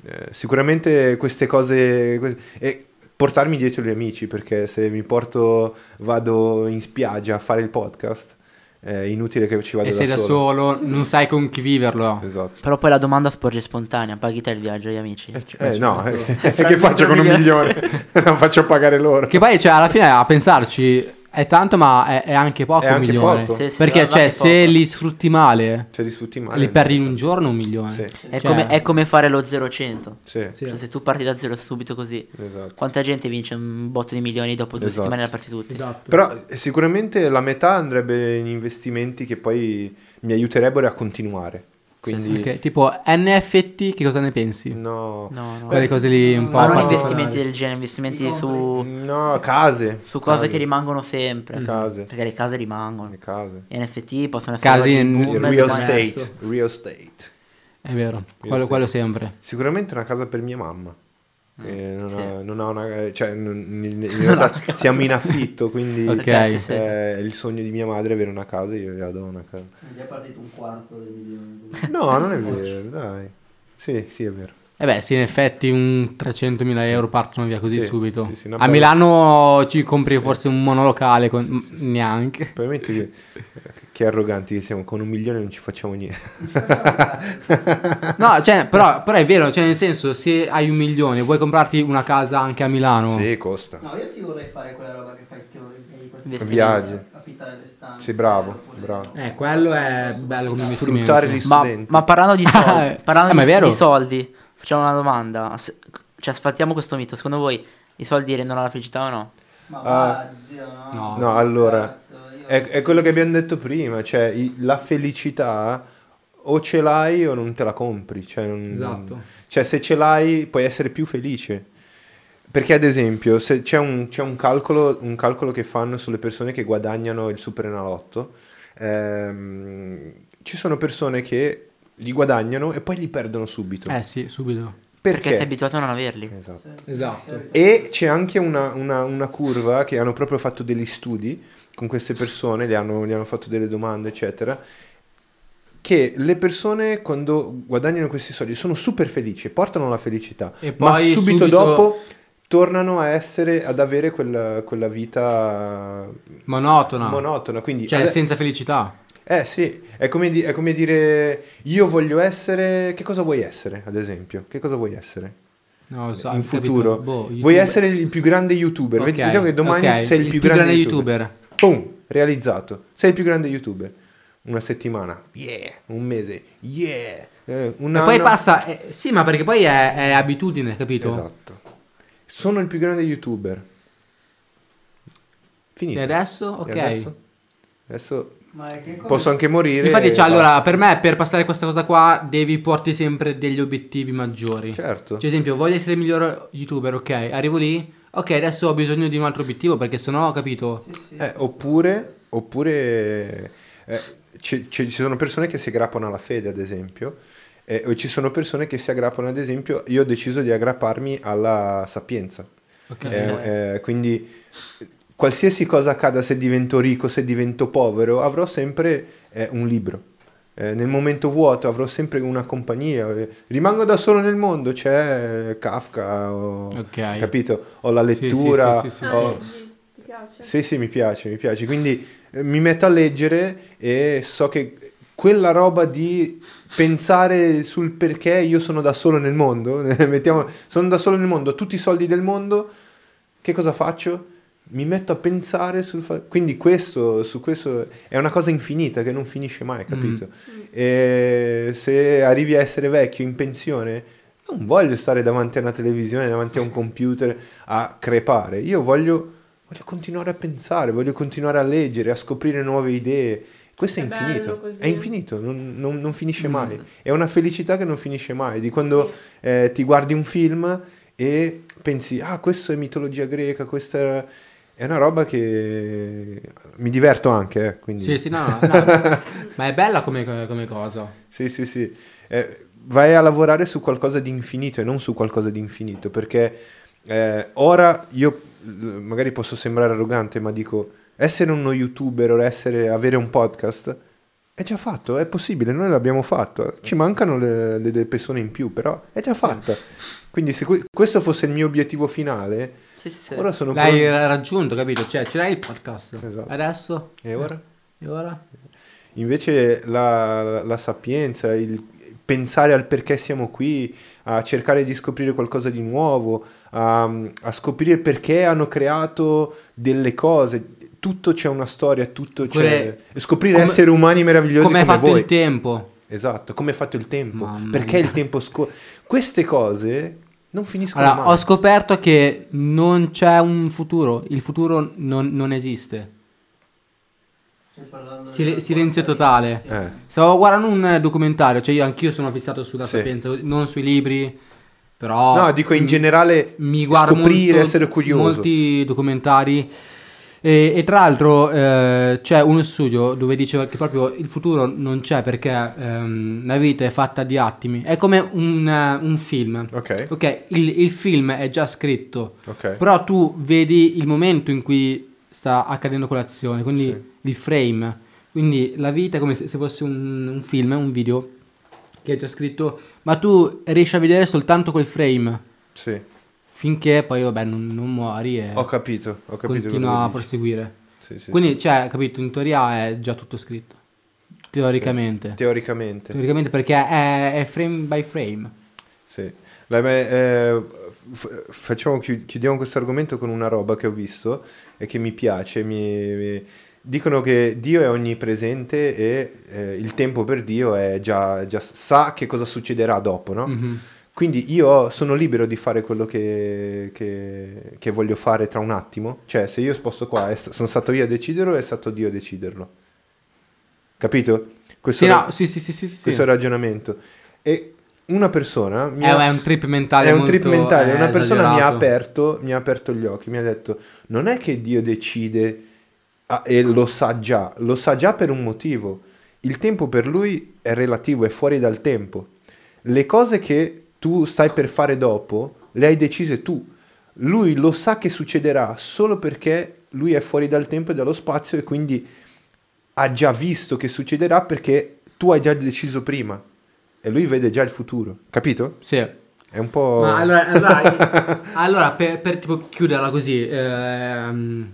Speaker 1: eh, eh, sicuramente queste cose... que- e portarmi dietro gli amici, perché se mi porto, vado in spiaggia a fare il podcast, è inutile che ci vada
Speaker 3: e sei da solo, non sai con chi viverlo.
Speaker 1: Esatto.
Speaker 4: Però poi la domanda sporge spontanea. Paghi te il viaggio agli amici.
Speaker 1: Eh, c- eh, no, eh, che
Speaker 4: Franco
Speaker 1: faccio con un
Speaker 4: Camilleri.
Speaker 1: milione? non faccio pagare loro.
Speaker 3: Che poi, cioè, alla fine a pensarci è tanto, ma è, è anche poco
Speaker 1: È
Speaker 3: un
Speaker 1: anche
Speaker 3: milione.
Speaker 1: poco.
Speaker 4: Sì, sì,
Speaker 3: Perché,
Speaker 4: va- va
Speaker 3: cioè,
Speaker 4: che
Speaker 3: se
Speaker 4: poco.
Speaker 3: li sfrutti male,
Speaker 1: Se Cioè, li sfrutti male...
Speaker 3: li perdi in un giorno un milione.
Speaker 1: Sì,
Speaker 4: È,
Speaker 3: Cioè-
Speaker 4: come, è come fare lo 0-100.
Speaker 1: sì,
Speaker 3: Sì.
Speaker 4: Cioè, se tu parti da zero subito così,
Speaker 1: esatto.
Speaker 4: quanta gente vince un botto di milioni dopo due
Speaker 1: Esatto.
Speaker 4: settimane la perdi tutti?
Speaker 3: Esatto.
Speaker 1: Però eh, sicuramente la metà andrebbe in investimenti che poi mi aiuterebbero a continuare. Quindi...
Speaker 3: Ok, tipo NFT, che cosa ne
Speaker 1: Mm.
Speaker 3: pensi?
Speaker 1: No.
Speaker 4: No, no.
Speaker 3: Quelle cose lì un po'.
Speaker 4: Ma non
Speaker 1: no.
Speaker 4: investimenti
Speaker 3: particolari.
Speaker 4: del genere, investimenti
Speaker 2: Ti
Speaker 4: su,
Speaker 1: No, case.
Speaker 4: su cose
Speaker 1: Case.
Speaker 4: che rimangono sempre.
Speaker 1: Case.
Speaker 4: Perché le case rimangono.
Speaker 1: Le case.
Speaker 4: NFT possono essere
Speaker 3: Casi
Speaker 4: oggi
Speaker 3: in-
Speaker 4: boom,
Speaker 1: Il
Speaker 4: domani-
Speaker 1: real
Speaker 3: domani-
Speaker 1: estate. Real estate.
Speaker 3: È vero,
Speaker 1: sì.
Speaker 3: quello, quello sempre.
Speaker 1: Sicuramente una casa per mia mamma. che
Speaker 3: Mm,
Speaker 1: non,
Speaker 4: sì.
Speaker 1: ha, non ha una. Cioè, non- in, in realtà siamo in affitto, quindi
Speaker 3: Ok.
Speaker 4: Ok, sì, sì.
Speaker 1: eh, il sogno di mia madre è avere una casa. Io la do una casa.
Speaker 2: È già partito un quarto del milione.
Speaker 1: No, non è vero, dai. Sì, sì, è vero.
Speaker 3: E Eh beh, sì, in effetti un 300.000 euro partono via così
Speaker 1: Sì,
Speaker 3: subito.
Speaker 1: sì, sì, una
Speaker 3: a
Speaker 1: bella-
Speaker 3: Milano ci compri forse un monolocale, con... neanche.
Speaker 1: Probabilmente che, che arroganti che siamo, con un milione non ci facciamo niente.
Speaker 3: No, cioè, però, però è vero, cioè, nel senso, se hai un milione, vuoi comprarti una casa anche a Milano?
Speaker 1: Sì, costa.
Speaker 2: No, io sì vorrei fare quella roba che fai che vorrei
Speaker 4: Investimenti.
Speaker 1: Viaggi.
Speaker 2: Affittare le stanze.
Speaker 1: Sì, bravo,
Speaker 2: oppure-
Speaker 1: bravo.
Speaker 3: Eh, quello è bello come
Speaker 1: Sfruttare gli
Speaker 3: investimento.
Speaker 4: Ma,
Speaker 1: studenti.
Speaker 4: ma parlando di
Speaker 3: Ah,
Speaker 4: soldi,
Speaker 3: eh.
Speaker 4: parlando
Speaker 3: Ah, ma è
Speaker 4: di,
Speaker 3: vero?
Speaker 4: di soldi, facciamo una domanda. Se- cioè, sfattiamo questo mito. Secondo voi i soldi rendono la felicità o no?
Speaker 1: Ah.
Speaker 2: Ma va, zio, no.
Speaker 3: No.
Speaker 1: No, allora,
Speaker 2: Cazzo, io-
Speaker 1: È, è quello che abbiamo detto prima, cioè i- la felicità o ce l'hai o non te la compri. Cioè, non-
Speaker 3: Esatto.
Speaker 1: cioè, se ce l'hai puoi essere più felice. Perché ad esempio se c'è, un, c'è un calcolo, un calcolo che fanno sulle persone che guadagnano il superenalotto, ehm, ci sono persone che li guadagnano e poi li perdono subito.
Speaker 3: Eh sì, subito.
Speaker 1: perché?
Speaker 4: sei abituato a non averli.
Speaker 1: Esatto.
Speaker 2: Sì.
Speaker 3: Esatto.
Speaker 1: E c'è anche una, una- una curva che hanno proprio fatto degli studi con queste persone, le hanno, gli hanno fatto delle domande, eccetera. Che le persone quando guadagnano questi soldi sono super felici, portano la felicità,
Speaker 3: E
Speaker 1: ma
Speaker 3: poi
Speaker 1: subito,
Speaker 3: subito-
Speaker 1: dopo tornano a essere, ad avere quella, quella vita
Speaker 3: Monotona.
Speaker 1: monotona. Quindi
Speaker 3: Cioè,
Speaker 1: ade-
Speaker 3: senza felicità.
Speaker 1: eh sì, è come, di- è come dire io voglio essere... Che cosa vuoi essere, ad esempio? Che cosa vuoi essere?
Speaker 3: No, so,
Speaker 1: in
Speaker 3: capito?
Speaker 1: futuro.
Speaker 3: Boh,
Speaker 1: Vuoi
Speaker 3: youtuber.
Speaker 1: essere il più grande youtuber?
Speaker 3: Ok,
Speaker 1: Vediamo che domani
Speaker 3: ok,
Speaker 1: sei il più, grande, youtuber.
Speaker 3: youtuber.
Speaker 1: Boom, realizzato. Sei il più grande youtuber. Una settimana. Yeah. Un mese. Yeah. Eh, un
Speaker 3: E poi
Speaker 1: anno.
Speaker 3: passa... eh, sì, ma perché poi è, è abitudine, capito?
Speaker 1: Esatto. Sono il più grande youtuber. Finito.
Speaker 3: E adesso? Ok.
Speaker 1: E adesso? Adesso
Speaker 2: Ma è che cosa?
Speaker 1: posso anche morire.
Speaker 3: Infatti,
Speaker 1: e
Speaker 3: cioè, allora,
Speaker 1: basta.
Speaker 3: per me, per passare questa cosa qua, devi porti sempre degli obiettivi maggiori.
Speaker 1: Certo.
Speaker 3: Cioè, ad esempio, voglio essere il miglior youtuber, ok? Arrivo lì, ok, adesso ho bisogno di un altro obiettivo perché sennò ho capito.
Speaker 2: Sì, sì.
Speaker 1: Eh, oppure, oppure eh, ci, ci- ci sono persone che si aggrappano alla fede, ad esempio, eh, o ci sono persone che si aggrappano, ad esempio, io ho deciso di aggrapparmi alla sapienza.
Speaker 3: Ok.
Speaker 1: Eh, eh, quindi eh, qualsiasi cosa accada, se divento ricco, se divento povero, avrò sempre eh, un libro. Eh, nel momento vuoto avrò sempre una compagnia. eh, rimango da solo nel mondo, c'è eh, Kafka, ho,
Speaker 3: Ok.
Speaker 1: capito? Ho la
Speaker 3: Sì, sì, sì,
Speaker 1: lettura,
Speaker 3: sì, sì,
Speaker 5: Ah,
Speaker 1: ho-
Speaker 5: sì, Ti piace?
Speaker 1: sì, sì, mi piace, mi piace. Quindi eh, mi metto a leggere e so che quella roba di pensare sul perché io sono da solo nel mondo, mettiamo, sono da solo nel mondo, ho tutti i soldi del mondo, che cosa faccio? Mi metto a pensare sul fatto... Quindi questo, su questo è una cosa infinita che non finisce mai, capito? E se arrivi a essere vecchio in pensione, non voglio stare davanti a una televisione, davanti a un computer a crepare. Io voglio, voglio continuare a pensare, voglio continuare a leggere, a scoprire nuove idee. Questo è,
Speaker 5: È bello
Speaker 1: infinito,
Speaker 5: così.
Speaker 1: è infinito, non, non- non finisce mai. È una felicità che non finisce mai. Di quando eh, ti guardi un film e pensi, ah, questo è mitologia greca, questa era-" è una roba che mi diverto anche. eh, quindi...
Speaker 3: Sì, sì, no, no. ma è bella come, come cosa.
Speaker 1: Sì, sì, sì. Eh, vai a lavorare su qualcosa di infinito e non su qualcosa di infinito, perché eh, ora io l- magari posso sembrare arrogante, ma dico, essere uno youtuber o essere, avere un podcast è già fatto, è possibile, noi l'abbiamo fatto. Ci mancano le, le- le persone in più, però è già fatta. Quindi se que- questo fosse il mio obiettivo finale,
Speaker 4: Sì, sì, sì.
Speaker 1: ora sono...
Speaker 3: L'hai
Speaker 1: pronto-
Speaker 3: ra- raggiunto, capito? Cioè, ce l'hai il podcast.
Speaker 1: Esatto.
Speaker 3: Adesso?
Speaker 1: E ora?
Speaker 3: E ora?
Speaker 1: Invece la, la- la sapienza, il pensare al perché siamo qui, a cercare di scoprire qualcosa di nuovo, a, a scoprire perché hanno creato delle cose, tutto c'è una storia, tutto c'è...
Speaker 3: Oppure
Speaker 1: Scoprire
Speaker 3: come-
Speaker 1: esseri umani meravigliosi
Speaker 3: Come
Speaker 1: come,
Speaker 3: hai fatto
Speaker 1: voi.
Speaker 3: il tempo?
Speaker 1: esatto, come è fatto il tempo,
Speaker 3: Mamma
Speaker 1: perché
Speaker 3: mia.
Speaker 1: il tempo scorre. Queste cose non finiscono
Speaker 3: Allora,
Speaker 1: mai.
Speaker 3: ho scoperto che non c'è un futuro. Il futuro non, non esiste.
Speaker 2: Stai parlando
Speaker 3: Sil-
Speaker 2: della
Speaker 3: silenzio
Speaker 2: porta-
Speaker 3: totale.
Speaker 2: Sì.
Speaker 1: Eh,
Speaker 3: Stavo guardando un eh, documentario, cioè io anch'io sono fissato sulla
Speaker 1: Sì.
Speaker 3: sapienza, non sui libri, però...
Speaker 1: no, dico in generale
Speaker 3: mi guardo
Speaker 1: scoprire,
Speaker 3: molto-
Speaker 1: essere curioso.
Speaker 3: molti documentari e, e tra l'altro eh, c'è uno studio dove diceva che proprio il futuro non c'è perché ehm, la vita è fatta di attimi è come un, eh, un film
Speaker 1: Ok,
Speaker 3: ok il, il film è già scritto
Speaker 1: ok.
Speaker 3: però tu vedi il momento in cui sta accadendo quell'azione quindi il frame quindi la vita è come se, se fosse un, un film un video che è già scritto ma tu riesci a vedere soltanto quel frame
Speaker 1: Sì,
Speaker 3: finché poi vabbè non, non muori e
Speaker 1: ho capito, ho capito. quello
Speaker 3: continua
Speaker 1: che
Speaker 3: a
Speaker 1: dici.
Speaker 3: proseguire.
Speaker 1: Sì, sì,
Speaker 3: Quindi
Speaker 1: sì.
Speaker 3: cioè, capito, in teoria è già tutto scritto. Teoricamente.
Speaker 1: teoricamente.
Speaker 3: Teoricamente perché è, è frame by frame.
Speaker 1: Sì. Dai, beh, eh, f- facciamo, chi- chiudiamo questo argomento con una roba che ho visto e che mi piace. mi- mi- Dicono che Dio è onnipresente e eh, il tempo per Dio è già, già sa che cosa succederà dopo, no?
Speaker 3: Mhm.
Speaker 1: Quindi io sono libero di fare quello che, che- che voglio fare tra un attimo. Cioè, se io sposto qua, è st- sono stato io a deciderlo, è stato Dio a deciderlo. Capito? Questo,
Speaker 3: Sì,
Speaker 1: ra-
Speaker 3: no, sì, sì, sì, sì, sì.
Speaker 1: questo ragionamento. E una persona... mi
Speaker 3: Eh,
Speaker 1: ha-
Speaker 3: ma è un trip mentale.
Speaker 1: è un
Speaker 3: molto,
Speaker 1: trip mentale.
Speaker 3: eh,
Speaker 1: Una persona mi ha,
Speaker 3: esagerato.
Speaker 1: aperto, mi ha aperto gli occhi, mi ha detto: Non è che Dio decide ah, e lo sa già, lo sa già per un motivo. Il tempo per lui è relativo, è fuori dal tempo. Le cose che tu stai per fare dopo le hai decise tu. Lui lo sa che succederà solo perché lui è fuori dal tempo e dallo spazio e quindi ha già visto che succederà perché tu hai già deciso prima. E lui vede già il futuro, capito?
Speaker 3: Sì.
Speaker 1: È un po'.
Speaker 3: Ma allora, allora, allora, per, per tipo chiuderla così, ehm,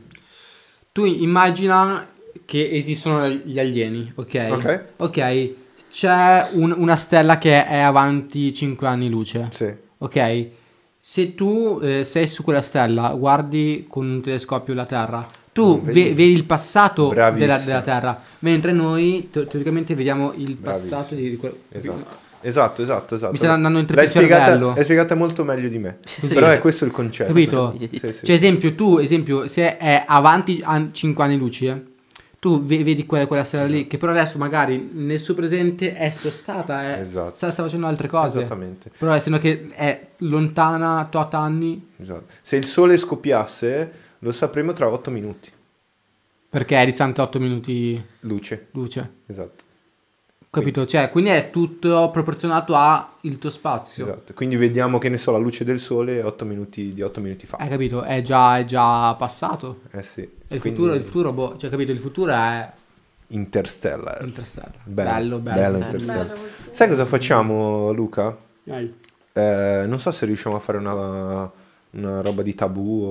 Speaker 3: tu immagina che esistono gli alieni, ok?
Speaker 1: Ok.
Speaker 3: Ok, c'è un- una stella che è avanti 5 anni luce,
Speaker 1: Sì,
Speaker 3: ok? Se tu eh, sei su quella stella, guardi con un telescopio la Terra, tu
Speaker 1: Non
Speaker 3: ve-
Speaker 1: Mm, vedi.
Speaker 3: vedi. il passato della,
Speaker 1: Bravissimo.
Speaker 3: della Terra, mentre noi te- teoricamente vediamo il passato
Speaker 1: Bravissimo.
Speaker 3: di, di quel...
Speaker 1: esatto. Esatto, esatto, esatto.
Speaker 3: Mi sta andando in
Speaker 1: L'hai
Speaker 3: triple
Speaker 1: spiegata,
Speaker 3: cervello.
Speaker 1: l'hai spiegata molto meglio di me. Però è questo il concetto.
Speaker 3: Capito?
Speaker 1: Sì, sì.
Speaker 3: Cioè, esempio, tu, esempio, se è avanti a 5 anni luce, tu ve- vedi quella, quella strada lì,
Speaker 1: Esatto.
Speaker 3: che però adesso magari nel suo presente è spostata, è-
Speaker 1: Esatto.
Speaker 3: sta, sta facendo altre cose.
Speaker 1: Esattamente.
Speaker 3: Però essendo che è lontana tot anni,
Speaker 1: esatto. Se il sole scoppiasse, lo sapremo tra 8 minuti.
Speaker 3: perché è di 68 minuti
Speaker 1: Luce,
Speaker 3: luce.
Speaker 1: esatto.
Speaker 3: Capito? Cioè, quindi è tutto proporzionato al tuo spazio.
Speaker 1: esatto. Quindi vediamo che ne so, la luce del sole 8 minuti, di 8 minuti fa.
Speaker 3: Hai capito? È già, è già passato.
Speaker 1: Eh sì.
Speaker 3: Eh. E il
Speaker 1: Quindi-
Speaker 3: futuro, il futuro, boh, cioè, capito? Il futuro è
Speaker 1: Interstellar.
Speaker 3: Interstellar.
Speaker 1: Bello,
Speaker 3: Bello, bello.
Speaker 1: bello, Interstellar. Sai cosa facciamo, Luca?
Speaker 3: Bello.
Speaker 1: Eh, non so se riusciamo a fare una, una roba di tabù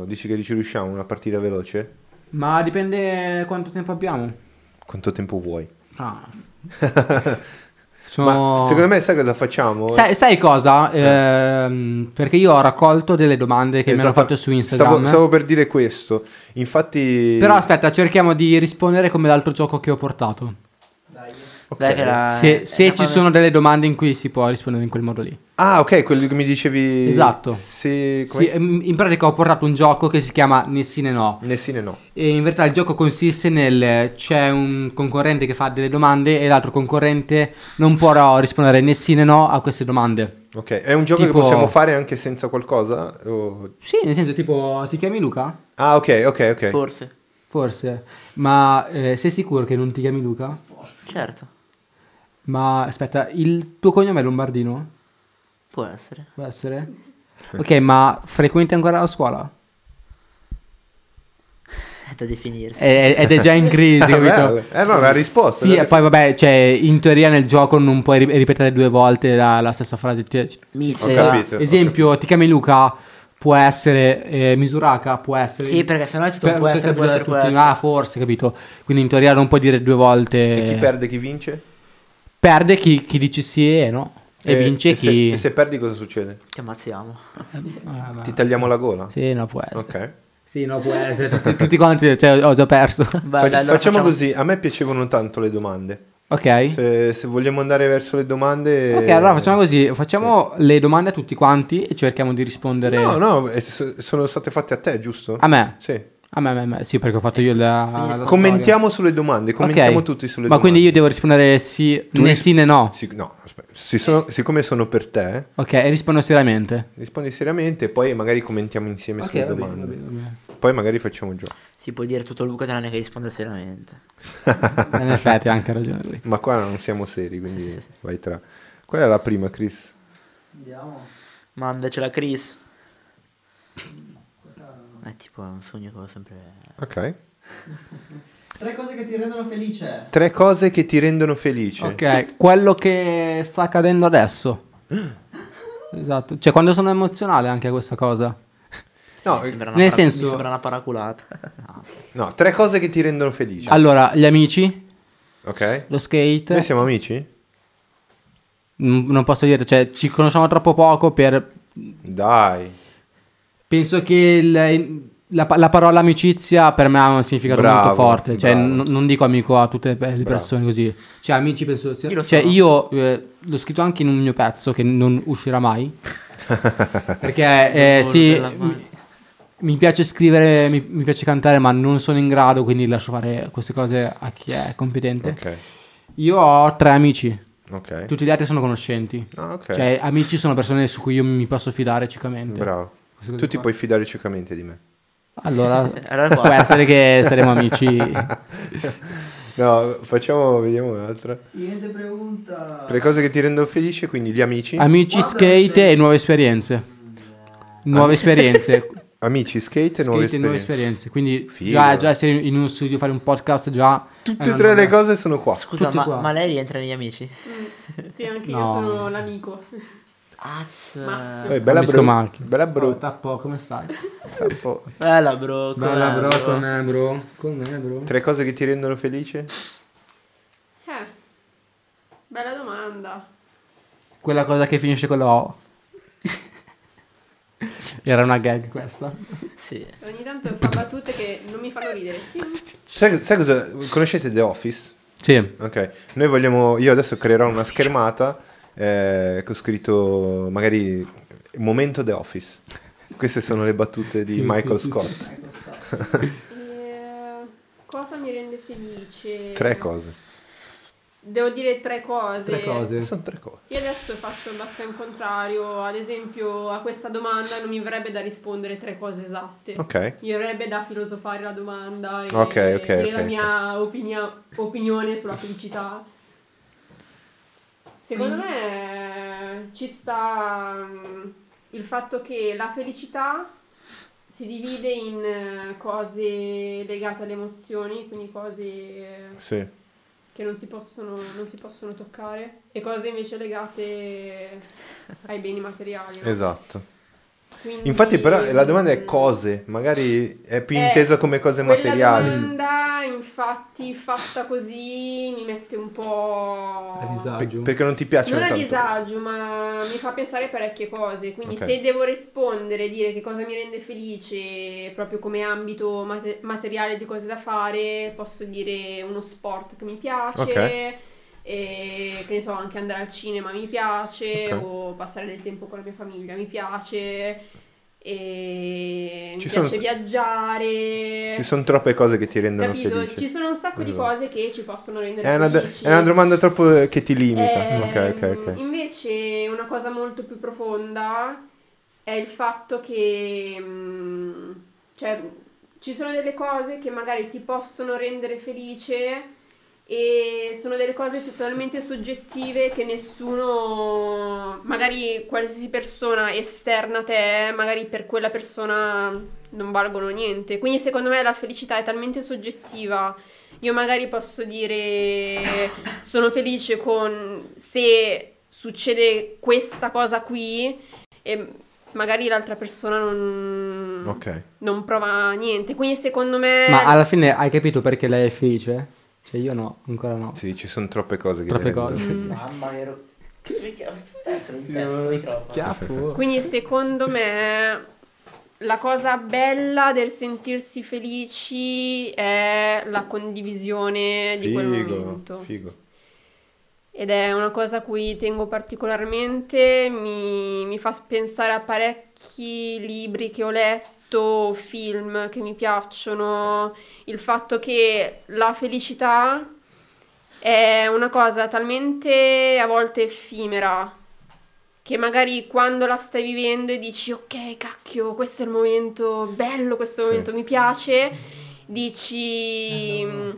Speaker 1: o... Dici che ci riusciamo, una partita veloce?
Speaker 3: Ma dipende quanto tempo abbiamo.
Speaker 1: Quanto tempo vuoi?
Speaker 3: Ah.
Speaker 1: Ma
Speaker 3: Sono-
Speaker 1: secondo me Eh. sai cosa facciamo?
Speaker 3: Sai, sai cosa? Ehm, perché io ho raccolto delle domande che mi hanno
Speaker 1: Esatta-
Speaker 3: fatto su Instagram.
Speaker 1: Esatto.
Speaker 3: eh?
Speaker 1: Stavo, stavo per dire questo. Infatti...
Speaker 3: Però aspetta, cerchiamo di rispondere come l'altro gioco che ho portato.
Speaker 2: Dai.
Speaker 1: Ok.
Speaker 4: Dai che la-
Speaker 3: se
Speaker 4: è
Speaker 3: se
Speaker 4: una
Speaker 3: ci
Speaker 4: cosa-
Speaker 3: sono delle domande in cui si può rispondere in quel modo lì.
Speaker 1: Ah, ok, quello che mi dicevi...
Speaker 3: Esatto.
Speaker 1: Se... come-
Speaker 3: Sì, ehm, in pratica ho portato un gioco che si chiama Né sì né no.
Speaker 1: Né sì né no.
Speaker 3: E in verità il gioco consiste nel c'è un concorrente che fa delle domande e l'altro concorrente non può rispondere né sì né no a queste domande.
Speaker 1: Ok, è un gioco
Speaker 3: Tipo-
Speaker 1: che possiamo fare anche senza qualcosa? O-
Speaker 3: Sì, nel senso tipo ti chiami Luca?
Speaker 1: Ah, ok, ok, ok.
Speaker 4: Forse.
Speaker 3: Forse, ma eh, sei sicuro che non ti chiami Luca?
Speaker 4: Certo,
Speaker 3: Ma aspetta, il tuo cognome è Lombardino?
Speaker 4: può essere.
Speaker 3: Può essere? Ok, ma frequenti ancora la scuola?
Speaker 4: È da definirsi.
Speaker 3: È- è- ed è già in crisi, capito?
Speaker 1: Bello. Eh no, la risposta.
Speaker 3: Sì,
Speaker 1: dai.
Speaker 3: e poi vabbè, cioè, in teoria nel gioco non puoi ri- ripetere due volte la, la stessa frase. Ti- ci-
Speaker 1: Ho
Speaker 4: Mizze.
Speaker 1: capito.
Speaker 3: Esempio, ti chiami Luca, può essere eh, Misuraka, può essere...
Speaker 4: Sì, perché sennò è tutto
Speaker 3: Per-
Speaker 4: può essere,
Speaker 3: perché
Speaker 4: può essere, può
Speaker 3: tutti-
Speaker 4: essere.
Speaker 3: Ah, forse, capito? Quindi in teoria non puoi dire due volte...
Speaker 1: E chi perde, chi vince?
Speaker 3: Perde chi, chi dice sì e no. E, vince
Speaker 1: se-
Speaker 3: chi...
Speaker 1: Eh, e se perdi cosa succede?
Speaker 4: Ti ammazziamo.
Speaker 3: Ah, ma-
Speaker 1: Ti tagliamo la gola?
Speaker 3: Sì, no, può essere.
Speaker 1: Ok.
Speaker 3: Sì, no, può essere. Tutti, tutti quanti, cioè, ho già perso.
Speaker 4: Vabbè,
Speaker 1: Fac-
Speaker 4: allora
Speaker 1: facciamo, così, a me piacevano tanto le domande.
Speaker 3: Ok.
Speaker 1: Se, se vogliamo andare verso le domande...
Speaker 3: Ok, allora facciamo così. Facciamo le domande a tutti quanti e cerchiamo di rispondere
Speaker 1: No, no, eh, so- sono state fatte a te, giusto?
Speaker 3: a me.
Speaker 1: Sì.
Speaker 3: A me, a me, a me. Sì, perché ho fatto io la. la
Speaker 1: Commentiamo sulle domande,
Speaker 3: storia.
Speaker 1: commentiamo
Speaker 3: Ok.
Speaker 1: tutti sulle
Speaker 3: Ma
Speaker 1: domande.
Speaker 3: quindi io devo rispondere sì,
Speaker 1: Tu
Speaker 3: né
Speaker 1: ris-
Speaker 3: sì né no.
Speaker 1: Sì, no, aspetta. Si sono- siccome sono per te,
Speaker 3: Ok, e rispondo seriamente.
Speaker 1: rispondi seriamente e poi magari commentiamo insieme
Speaker 3: Ok,
Speaker 1: sulle
Speaker 3: va bene,
Speaker 1: domande.
Speaker 3: va bene, va bene.
Speaker 1: Poi magari facciamo un gioco.
Speaker 4: Si può dire tutto Luca tranne che rispondere seriamente.
Speaker 3: In effetti, ha anche ragione lui.
Speaker 1: Ma qua non siamo seri, quindi vai tra. Qual è la prima, Chris?
Speaker 2: Andiamo.
Speaker 4: Mandacela Chris. È tipo un sogno che ho sempre...
Speaker 1: Ok.
Speaker 2: Tre cose che ti rendono felice.
Speaker 1: Tre cose che ti rendono felice.
Speaker 3: Ok, quello che sta accadendo adesso. Esatto, cioè quando sono emozionale anche questa cosa.
Speaker 1: No, eh,
Speaker 4: mi sembra una
Speaker 3: nel
Speaker 4: para-
Speaker 3: senso-
Speaker 4: Mi sembra una paraculata. No,
Speaker 1: No, tre cose che ti rendono felice.
Speaker 3: Allora, gli amici,
Speaker 1: Ok?
Speaker 3: lo skate.
Speaker 1: Certo. Noi siamo amici?
Speaker 3: Mm, Non posso dire, cioè, ci conosciamo troppo poco per...
Speaker 1: Dai.
Speaker 3: Penso che il- la, pa- la parola amicizia per me ha un significato
Speaker 1: Bravo,
Speaker 3: molto forte, cioè
Speaker 1: bravo.
Speaker 3: n- non dico amico a tutte le pe- le
Speaker 1: Bravo.
Speaker 3: persone così, cioè amici penso sia...
Speaker 4: Io lo
Speaker 3: cioè
Speaker 4: sono.
Speaker 3: io eh, l'ho scritto anche in un mio pezzo che non uscirà mai, perché eh,
Speaker 4: Dolore
Speaker 3: sì,
Speaker 4: della mano.
Speaker 3: mi, mi piace scrivere, mi, mi piace cantare, ma non sono in grado, quindi lascio fare queste cose a chi è competente.
Speaker 1: Ok.
Speaker 3: Io ho tre amici,
Speaker 1: Ok.
Speaker 3: tutti gli altri sono conoscenti.
Speaker 1: Ah, ok.
Speaker 3: Cioè, amici sono persone su cui io mi posso fidare ciecamente.
Speaker 1: Bravo.
Speaker 3: Queste cose
Speaker 1: Tu ti
Speaker 3: qua.
Speaker 1: puoi fidare ciecamente di me.
Speaker 3: Allora,
Speaker 4: Allora
Speaker 3: può
Speaker 4: guarda.
Speaker 3: essere che saremo amici.
Speaker 1: No, facciamo, vediamo un'altra.
Speaker 2: Siguiente pregunta.
Speaker 1: Tre cose che ti rendono felice, quindi gli amici.
Speaker 3: Amici
Speaker 2: Guarda
Speaker 3: skate
Speaker 2: se-
Speaker 3: e nuove esperienze. Nuove esperienze.
Speaker 1: amici, skate e nuove
Speaker 3: skate e nuove
Speaker 1: esperienze.
Speaker 3: esperienze. Quindi
Speaker 1: Figo.
Speaker 3: già, già essere in uno studio, fare un podcast, già...
Speaker 1: Tutte e tre le cose sono qua.
Speaker 4: Scusa,
Speaker 3: Tutti
Speaker 4: ma,
Speaker 3: qua.
Speaker 4: ma lei rientra negli amici?
Speaker 5: Sì, anche io
Speaker 3: No.
Speaker 5: sono l'amico.
Speaker 4: Eh. Az.
Speaker 5: Maschio.
Speaker 1: Eh, bella
Speaker 3: Capisco
Speaker 1: bro.
Speaker 3: Marchi.
Speaker 1: Bella bro.
Speaker 3: Tappo, come stai?
Speaker 1: Tappo.
Speaker 4: Bella bro, com'è,
Speaker 3: Bella bro,
Speaker 4: bro?
Speaker 3: con me bro. Con me bro.
Speaker 1: Tre cose che ti rendono felice?
Speaker 5: Eh, bella domanda.
Speaker 3: Quella cosa che finisce con la O. Era una gag questa.
Speaker 4: Sì.
Speaker 5: Ogni tanto fa battute che non mi fanno ridere. Sì.
Speaker 1: Sai, sai cosa? Conoscete The Office?
Speaker 3: Sì.
Speaker 1: Ok, noi vogliamo. Io adesso creerò una schermata eh, che ho scritto magari momento The Office. Queste sono le battute di
Speaker 7: Sì, sì,
Speaker 1: Michael
Speaker 7: sì,
Speaker 1: Scott.
Speaker 2: Ecco, sta.
Speaker 5: Eh, cosa mi rende felice?
Speaker 1: Tre cose.
Speaker 5: Devo dire tre cose.
Speaker 7: Tre cose.
Speaker 1: Sono tre cose.
Speaker 5: Io adesso faccio il basso in contrario, ad esempio a questa domanda non mi verrebbe da rispondere tre cose esatte.
Speaker 1: Ok.
Speaker 5: Mi verrebbe da filosofare la domanda e
Speaker 1: Ok, ok,
Speaker 5: dire
Speaker 1: ok,
Speaker 5: la
Speaker 1: ok.
Speaker 5: mia opinia- opinione sulla felicità. Secondo me eh, ci sta mm, il fatto che la felicità si divide in eh, cose legate alle emozioni, quindi cose eh,
Speaker 1: Sì.
Speaker 5: che non si possono, non si possono toccare e cose invece legate ai beni materiali. no?
Speaker 1: Esatto.
Speaker 5: Quindi- mm,
Speaker 1: Infatti però la domanda è cose, magari è più
Speaker 5: Eh,
Speaker 1: intesa come cose materiali.
Speaker 5: Quella domanda, infatti, fatta così mi mette un po'
Speaker 7: A
Speaker 1: Pe-
Speaker 7: disagio.
Speaker 1: perché non ti piacciono
Speaker 5: Non a
Speaker 1: tanto.
Speaker 5: disagio, ma mi fa pensare parecchie cose. Quindi,
Speaker 1: Ok.
Speaker 5: se devo rispondere, dire che cosa mi rende felice proprio come ambito mate- materiale di cose da fare, posso dire uno sport che mi piace.
Speaker 1: Ok.
Speaker 5: E che ne so, anche andare al cinema mi piace,
Speaker 1: Ok.
Speaker 5: o passare del tempo con la mia famiglia mi piace, e mi
Speaker 1: Ci sono-
Speaker 5: piace viaggiare.
Speaker 1: Ci sono troppe cose che ti rendono
Speaker 5: Capito?
Speaker 1: felice.
Speaker 5: Ci sono un sacco di
Speaker 1: Esatto.
Speaker 5: cose che ci possono rendere
Speaker 1: È una, do-
Speaker 5: felici.
Speaker 1: è una domanda troppo eh, che ti limita.
Speaker 5: Ehm,
Speaker 1: ok, ok, ok.
Speaker 5: Invece una cosa molto più profonda è il fatto che mm, cioè, ci sono delle cose che magari ti possono rendere felice e sono delle cose totalmente soggettive che nessuno, magari qualsiasi persona esterna a te, magari per quella persona non valgono niente. Quindi secondo me la felicità è talmente soggettiva io magari posso dire sono felice con se succede questa cosa qui e magari l'altra persona non,
Speaker 1: Ok.
Speaker 5: non prova niente. Quindi secondo me...
Speaker 1: Eh.
Speaker 8: Ma alla fine hai capito perché lei è felice? Cioè io no, ancora no.
Speaker 1: Sì, ci sono troppe cose che
Speaker 8: Troppe
Speaker 1: ti rendono
Speaker 8: cose.
Speaker 1: felice.
Speaker 5: Mm.
Speaker 4: Mamma mia, ero... Che minchia, ma sta dentro in testa sto microfono?
Speaker 8: Schiaffo.
Speaker 5: Quindi secondo me la cosa bella del sentirsi felici è la condivisione di quel
Speaker 1: Figo,
Speaker 5: momento.
Speaker 1: figo.
Speaker 5: Ed è una cosa a cui tengo particolarmente, mi, mi fa pensare a parecchi libri che ho letto, film che mi piacciono, il fatto che la felicità è una cosa talmente a volte effimera che magari quando la stai vivendo e dici ok, cacchio, questo è il momento bello, questo è
Speaker 1: Sì.
Speaker 5: il
Speaker 1: Eh,
Speaker 5: momento mi piace, dici "Mm,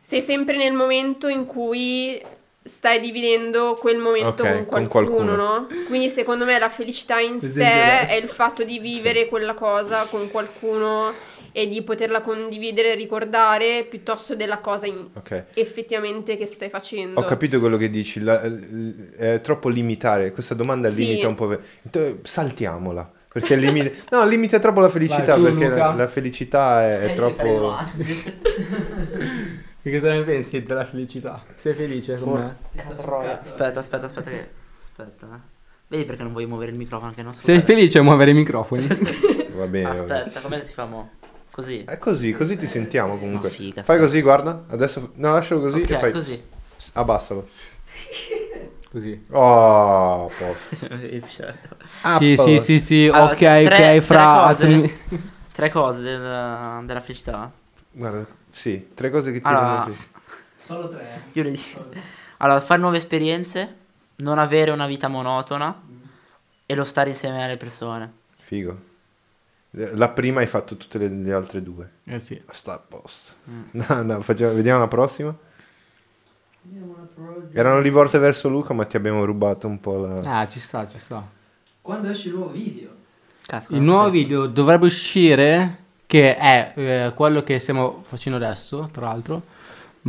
Speaker 5: sei sempre nel momento in cui stai dividendo quel momento
Speaker 1: Ok,
Speaker 5: con,
Speaker 1: con
Speaker 5: qualcuno,
Speaker 1: qualcuno.
Speaker 5: no? Quindi secondo me la felicità in
Speaker 7: Esempio
Speaker 5: sé
Speaker 7: adesso.
Speaker 5: è il fatto di vivere quella cosa con qualcuno e di poterla condividere e ricordare piuttosto della cosa in-
Speaker 1: Ok.
Speaker 5: effettivamente che stai facendo.
Speaker 1: Ho capito quello che dici, la- l- è troppo limitare, questa domanda
Speaker 5: Sì.
Speaker 1: limita un po'. ve- Int- Saltiamola, perché limita... No, limita troppo la felicità,
Speaker 7: Vai, tu,
Speaker 1: perché la,
Speaker 7: Luca.
Speaker 1: la felicità è, è
Speaker 4: Eh, fai le
Speaker 1: troppo...
Speaker 4: domande.
Speaker 8: Che cosa ne pensi della felicità? Sei felice con me?
Speaker 4: Troia. Aspetta, aspetta, aspetta che... Aspetta, eh. Vedi perché non voglio muovere il microfono anche non so.
Speaker 8: Sei felice a muovere i microfoni?
Speaker 1: Va bene. va bene.
Speaker 4: Aspetta, come si fa mo? Così.
Speaker 1: È così, così ti sentiamo comunque.
Speaker 4: Ma figa,
Speaker 1: fai
Speaker 4: aspetta.
Speaker 1: così, guarda. Adesso no, lascialo così
Speaker 4: Ok,
Speaker 1: e fai
Speaker 4: così.
Speaker 1: S- Abbassalo.
Speaker 8: Così.
Speaker 1: Oh, posso.
Speaker 4: Certo.
Speaker 3: Sì, sì, sì, sì,
Speaker 4: Allora,
Speaker 3: ok,
Speaker 4: tre- tre
Speaker 3: ok, fra...
Speaker 4: cose.
Speaker 3: alzami-
Speaker 4: Tre cose della, della felicità.
Speaker 1: Guarda, sì, tre cose che ti
Speaker 4: Allora,
Speaker 1: rendono felice.
Speaker 2: Solo tre.
Speaker 4: Io le
Speaker 2: Solo
Speaker 4: dico.
Speaker 2: tre.
Speaker 4: Allora, fare nuove esperienze, non avere una vita monotona e lo stare insieme alle persone.
Speaker 1: Figo. Eh, La prima hai fatto tutte le, le altre due.
Speaker 8: Eh sì.
Speaker 1: Sta a posto.
Speaker 4: Mm.
Speaker 1: No, no, facciamo- vediamo la prossima.
Speaker 2: Vediamo una prossima.
Speaker 1: Erano rivolte verso Luca, ma ti abbiamo rubato un po'
Speaker 3: Eh.
Speaker 1: la.
Speaker 8: Ah, ci sta, ci sta.
Speaker 2: Quando esce il nuovo video?
Speaker 4: Caspita,
Speaker 3: Il
Speaker 4: non
Speaker 3: nuovo
Speaker 4: so-
Speaker 3: video dovrebbe uscire, che è eh, quello che stiamo facendo adesso, tra l'altro,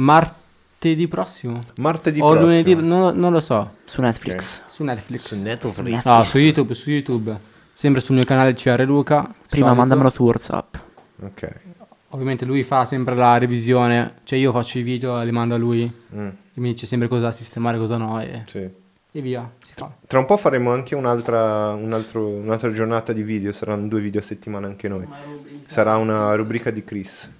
Speaker 3: martedì prossimo.
Speaker 1: Martedì
Speaker 3: o
Speaker 1: prossimo.
Speaker 3: lunedì, non, non lo so,
Speaker 4: Su Netflix.
Speaker 3: su Netflix.
Speaker 1: Netflix.
Speaker 3: No, su YouTube, su YouTube. Sempre sul mio canale CR Luca.
Speaker 4: Prima
Speaker 3: solito.
Speaker 4: mandamelo su WhatsApp.
Speaker 1: Ok.
Speaker 3: Ovviamente lui fa sempre la revisione, cioè io faccio i video e li mando a lui e
Speaker 1: Mm,
Speaker 3: mi dice sempre cosa sistemare, cosa no e,
Speaker 1: sì.
Speaker 3: e via, si fa.
Speaker 1: Tra un po' faremo anche un'altra, un altro- un'altra giornata di video. Saranno due video a settimana anche noi.
Speaker 2: Una rubrica.
Speaker 1: Sarà una rubrica di Chris.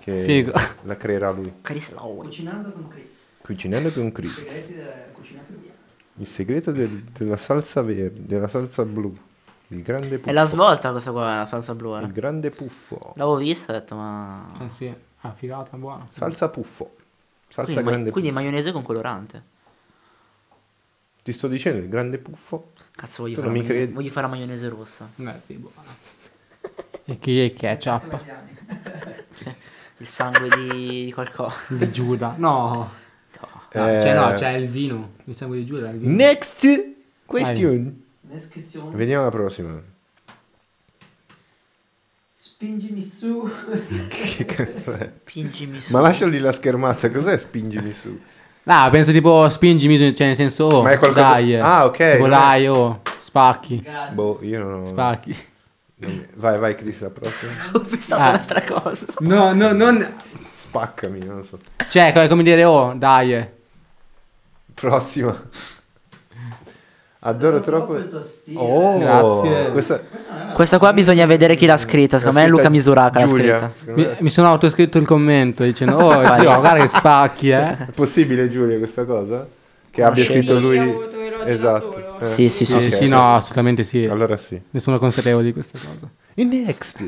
Speaker 1: Che
Speaker 3: Figo.
Speaker 1: la creerà lui.
Speaker 4: Caris Law.
Speaker 2: Cucinando con Chris.
Speaker 1: Cucinando con Chris.
Speaker 2: Segreti della cucina peruviana.
Speaker 1: Il segreto del- della salsa verde, della salsa blu. Il grande puffo.
Speaker 4: È la svolta questa qua, la salsa blu. ora.
Speaker 1: Il grande puffo.
Speaker 4: L'avevo vista e ho detto ma...
Speaker 3: Cioè,
Speaker 8: Ah, sì. Ah, figata, buona.
Speaker 1: Salsa puffo. Salsa
Speaker 4: Quindi, ma-
Speaker 1: grande
Speaker 4: quindi
Speaker 1: puffo.
Speaker 4: maionese con colorante.
Speaker 1: Ti sto dicendo il grande puffo.
Speaker 4: Cazzo voglio
Speaker 1: Tu non
Speaker 4: fare,
Speaker 1: mi
Speaker 4: maionese-
Speaker 1: credi?
Speaker 4: voglio fare la maionese rossa.
Speaker 8: Beh, sì, buona.
Speaker 3: Eh, E chi è ketchup?
Speaker 2: Italiani.
Speaker 4: Il sangue di, di qualcosa.
Speaker 8: Di Giuda. No. Ah,
Speaker 1: Eh,
Speaker 8: Cioè, no, c'è il vino. Mi sangue di Giuda. è Il vino.
Speaker 1: Next question.
Speaker 2: Descrizione.
Speaker 1: Veniamo alla prossima.
Speaker 2: Spingimi su.
Speaker 1: Che cazzo è?
Speaker 4: Pingimi su.
Speaker 1: Ma lasciali la schermata, cos'è spingimi su?
Speaker 3: Ah, penso tipo spingimi, cioè nel senso... oh,
Speaker 1: Ma è qualcosa-
Speaker 3: Dai, eh.
Speaker 1: Ah, ok,
Speaker 3: Tipo
Speaker 1: no.
Speaker 3: dai, oh, spacchi,
Speaker 2: Gas.
Speaker 1: Boh, io non ho...
Speaker 3: spacchi.
Speaker 1: non mi- Vai, vai Chris, la prossima.
Speaker 4: Ho pensato
Speaker 3: Ah.
Speaker 4: un'altra cosa.
Speaker 8: No, no, non...
Speaker 1: Spaccami, non lo so.
Speaker 3: Cioè, co- è come dire, oh, dai. eh.
Speaker 1: Prossima. Adoro
Speaker 2: Un po'
Speaker 1: troppo...
Speaker 2: quel tuo stile.
Speaker 1: Oh,
Speaker 8: Grazie.
Speaker 1: Questa...
Speaker 2: Questa non è una
Speaker 4: Questa qua bisogna vedere chi l'ha scritta. Secondo me è
Speaker 1: scritta
Speaker 4: Luca Misuraka l'ha
Speaker 1: Giulia.
Speaker 4: scritta.
Speaker 1: secondo
Speaker 3: Mi,
Speaker 1: me-
Speaker 3: mi sono autoscritto il commento dicendo, oh, zio, guarda che spacchi, eh.
Speaker 1: È possibile Giulia questa cosa? Che
Speaker 4: Una
Speaker 1: abbia
Speaker 4: scelta.
Speaker 1: scritto
Speaker 5: Sì,
Speaker 1: lui...
Speaker 5: ha avuto elogi da
Speaker 1: Esatto.
Speaker 5: solo.
Speaker 4: Sì, sì, sì,
Speaker 1: ok,
Speaker 3: Sì, sì, no, assolutamente sì.
Speaker 1: Allora sì.
Speaker 3: Ne sono consapevole di questa cosa.
Speaker 1: Il next.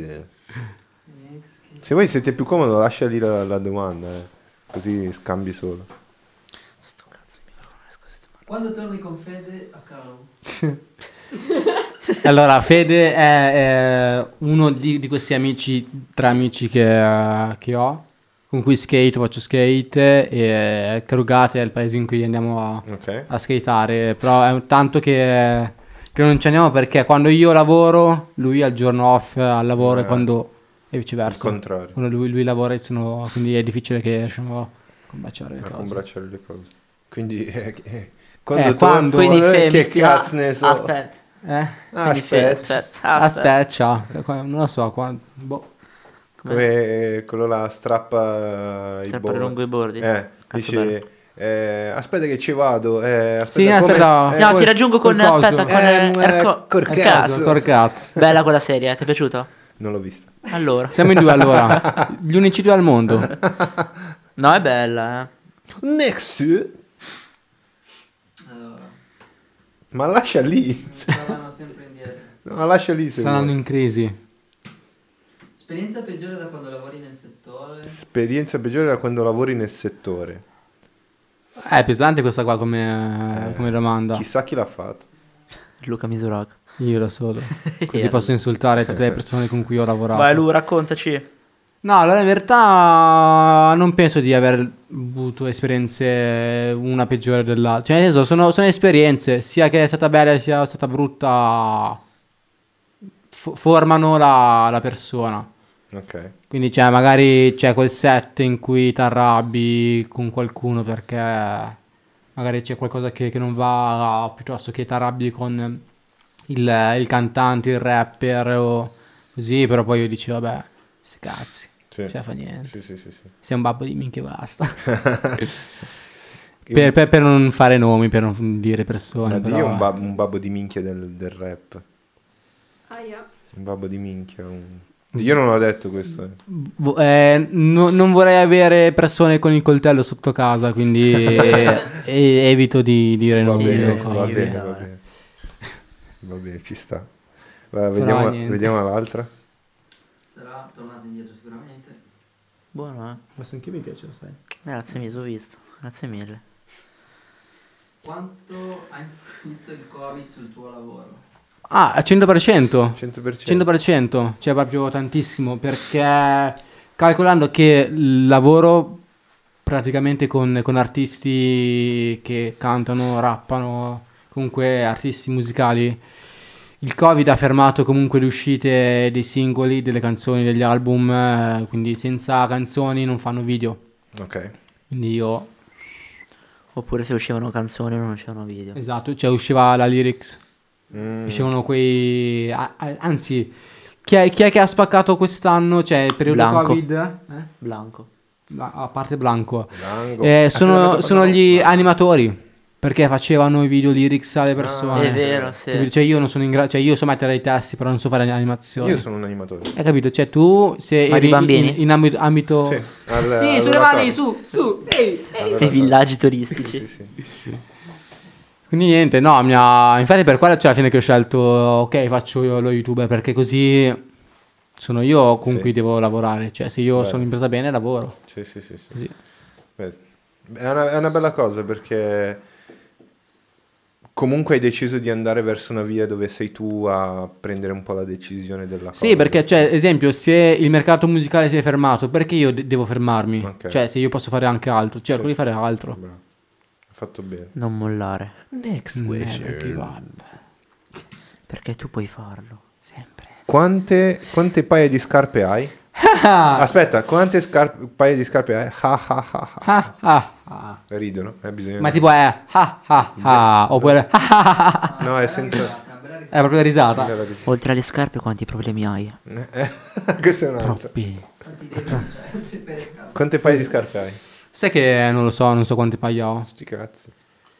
Speaker 1: Se voi siete più comodo lascia lì la, la domanda, eh. così scambi solo.
Speaker 4: Sto cazzo di microfono, riesco a sistemarlo.
Speaker 2: Quando torni con Fede a Calo.
Speaker 3: Allora, Fede è, eh, uno di, di questi amici, tre amici che, eh, che ho, con cui skate, faccio skate, e eh, Carugate è il paese in cui andiamo a,
Speaker 1: Ok.
Speaker 3: a skateare, però è un tanto che, che non ci andiamo perché quando io lavoro, lui ha il giorno off eh, al lavoro e
Speaker 1: Eh,
Speaker 3: quando... e viceversa.
Speaker 1: Contrario.
Speaker 3: Quando lui, lui lavora e sono, quindi è difficile che riusciamo a combaciare le
Speaker 1: A
Speaker 3: cose.
Speaker 1: combracciare le cose. Quindi eh, eh, quando,
Speaker 3: Eh, quando-
Speaker 1: torno-
Speaker 4: Quindi
Speaker 1: eh,
Speaker 4: Fe, mi
Speaker 1: che
Speaker 4: spia-
Speaker 1: cazzo ne so.
Speaker 4: Aspetta.
Speaker 3: Eh?
Speaker 1: Ah,
Speaker 4: Quindi Fe,
Speaker 1: aspetta.
Speaker 4: aspetta. aspetta.
Speaker 3: Aspetta, non lo so, qua- boh.
Speaker 1: Come eh, quello là strappa i
Speaker 4: Strappa
Speaker 1: bordi.
Speaker 4: lungo i bordi.
Speaker 1: Eh,
Speaker 4: Cazzo bello.
Speaker 1: dice eh, aspetta che ci vado. eh,
Speaker 3: Sì,
Speaker 1: aspetta, come-
Speaker 3: aspetta.
Speaker 1: eh,
Speaker 4: No,
Speaker 3: col-
Speaker 4: ti raggiungo
Speaker 3: col
Speaker 4: con...
Speaker 3: coso.
Speaker 4: Aspetta, con...
Speaker 1: Eh, eh,
Speaker 4: Erco-
Speaker 1: col
Speaker 4: Ercazzo.
Speaker 1: cazzo.
Speaker 3: Col cazzo.
Speaker 4: Bella quella serie, eh, ti è piaciuta?
Speaker 1: Non l'ho vista.
Speaker 4: Allora.
Speaker 3: Siamo in due allora. Gli unici due al mondo.
Speaker 4: No, è bella, eh.
Speaker 1: Next.
Speaker 2: Allora,
Speaker 1: Ma lascia lì.
Speaker 2: mi saranno sempre indietro.
Speaker 1: No, lascia lì se
Speaker 3: Stanno andando
Speaker 1: vuoi.
Speaker 3: in crisi.
Speaker 2: Esperienza peggiore da quando lavori nel settore?
Speaker 1: Esperienza peggiore da quando lavori nel settore.
Speaker 3: Eh, È pesante questa qua come,
Speaker 1: Eh,
Speaker 3: come domanda.
Speaker 1: Chissà chi l'ha fatto.
Speaker 4: Luca Misuraka.
Speaker 3: Io da solo. Così
Speaker 4: Io
Speaker 3: posso insultare tutte le persone con cui ho lavorato.
Speaker 4: Vai Lu, raccontaci.
Speaker 3: No, allora in realtà non penso di aver avuto esperienze una peggiore dell'altra. Cioè, nel senso, sono, sono esperienze, sia che è stata bella sia stata brutta, fo- formano la, la persona.
Speaker 1: Ok.
Speaker 3: Quindi, cioè, magari c'è quel set in cui ti arrabbi con qualcuno perché magari c'è qualcosa che, che non va, ah, piuttosto che ti arrabbi con il, il cantante, il rapper o così, però poi io dici, vabbè, sti cazzi,
Speaker 1: Sì.
Speaker 3: non ce la fa niente.
Speaker 1: Sì, sì, sì, sì.
Speaker 3: Sei un babbo di minchia e basta. per, per- per non fare nomi, per non dire persone.
Speaker 1: Ma
Speaker 3: però,
Speaker 1: Dio è un,
Speaker 3: eh.
Speaker 1: bab- un babbo di minchia del, del rap.
Speaker 5: Aia.
Speaker 1: Un babbo di minchia. un-
Speaker 3: Mm.
Speaker 1: Io non l'ho detto questo. eh.
Speaker 3: Vo- eh, no- non vorrei avere persone con il coltello sotto casa, quindi eh, e- evito di dire
Speaker 1: Va
Speaker 3: nomi.
Speaker 1: bene,
Speaker 3: o
Speaker 1: va
Speaker 3: cose.
Speaker 1: bene, va
Speaker 4: Sì.
Speaker 1: bene. Va bene, ci sta. Va, vediamo,
Speaker 3: niente.
Speaker 1: vediamo l'altra.
Speaker 2: Sarà tornata indietro sicuramente.
Speaker 4: Buono, eh.
Speaker 8: Questo anche mi piace, lo sai.
Speaker 4: Grazie mille, ho visto. Grazie mille.
Speaker 2: Quanto ha influito il Covid sul tuo lavoro?
Speaker 3: Ah, al 100%.
Speaker 1: 100%.
Speaker 3: 100%, cioè proprio tantissimo, perché calcolando che lavoro praticamente con, con artisti che cantano, rappano, comunque artisti musicali, il Covid ha fermato comunque le uscite dei singoli, delle canzoni, degli album, eh, quindi senza canzoni non fanno video.
Speaker 1: Ok.
Speaker 3: Quindi io,
Speaker 4: Oppure se uscivano canzoni non uscivano video.
Speaker 3: esatto, cioè usciva la lyrics.
Speaker 1: Mm,
Speaker 3: Dicevano quei. a- a- anzi, chi è, chi è che ha spaccato quest'anno? Cioè, il periodo
Speaker 4: Blanco.
Speaker 3: Covid? eh?
Speaker 4: Blanco.
Speaker 3: La- a parte Blanco.
Speaker 1: Blanco.
Speaker 3: Eh,
Speaker 1: Ah, stiamo
Speaker 3: sono,
Speaker 1: parlando-
Speaker 3: sono gli animatori. Perché facevano i video lyrics alle persone.
Speaker 4: Ah, È vero, sì.
Speaker 3: Capito? Cioè, io non sono in grado. Cioè, io so mettere i testi, però non so fare animazioni.
Speaker 1: Io sono un animatore.
Speaker 3: Hai capito? Cioè, tu se
Speaker 4: Ma di
Speaker 3: eri in-
Speaker 4: bambini?
Speaker 3: in, in ambito. ambito-
Speaker 1: Sì, al-
Speaker 3: Sì,
Speaker 1: al
Speaker 3: sulle mani,
Speaker 1: oratorio.
Speaker 3: su, su, ehi, ehi.
Speaker 1: Al
Speaker 4: Nei
Speaker 1: oratorio.
Speaker 4: villaggi
Speaker 1: Sì,
Speaker 4: turistici.
Speaker 1: sì, sì.
Speaker 3: Quindi niente, no, mi ha... infatti per quello c'è alla fine che ho scelto, ok, faccio io lo youtuber perché così sono io con
Speaker 1: Sì.
Speaker 3: cui devo lavorare, cioè se io
Speaker 1: Bello.
Speaker 3: sono in presa bene lavoro.
Speaker 1: Sì, sì, sì. sì.
Speaker 3: Così.
Speaker 1: Beh, è, una, è una bella cosa perché comunque hai deciso di andare verso una via dove sei tu a prendere un po' la decisione della cosa.
Speaker 3: Sì, perché cioè, esempio, se il mercato musicale si è fermato, perché io de- devo fermarmi?
Speaker 1: Ok.
Speaker 3: Cioè, se io posso fare anche altro, cerco
Speaker 1: Sì,
Speaker 3: di
Speaker 1: sì,
Speaker 3: fare
Speaker 1: sì.
Speaker 3: altro.
Speaker 1: Bravo. Hai fatto bene.
Speaker 4: Non mollare.
Speaker 1: Next
Speaker 3: Never give up.
Speaker 4: Perché tu puoi farlo. Sempre.
Speaker 1: Quante, quante paia di scarpe hai? Aspetta, quante scarpe, paia di scarpe hai? Ha, ha, ha, ha.
Speaker 3: Ah, ah, ah.
Speaker 1: Ridono, eh, bisogna...
Speaker 3: Ma tipo è ah ah ah, oppure ah, ah, ah, ah, ah.
Speaker 1: No, è senza...
Speaker 2: Una bella
Speaker 3: è proprio la risata.
Speaker 1: Allora, dici-
Speaker 4: Oltre alle scarpe, quanti problemi hai?
Speaker 1: Questo Eh, è un altro.
Speaker 3: Troppi.
Speaker 2: risata, ti devi, cioè, per scarpe.
Speaker 1: Quante paia di scarpe hai?
Speaker 3: Sai che non lo so, non so quanti paia ho.
Speaker 1: Sti cazzi.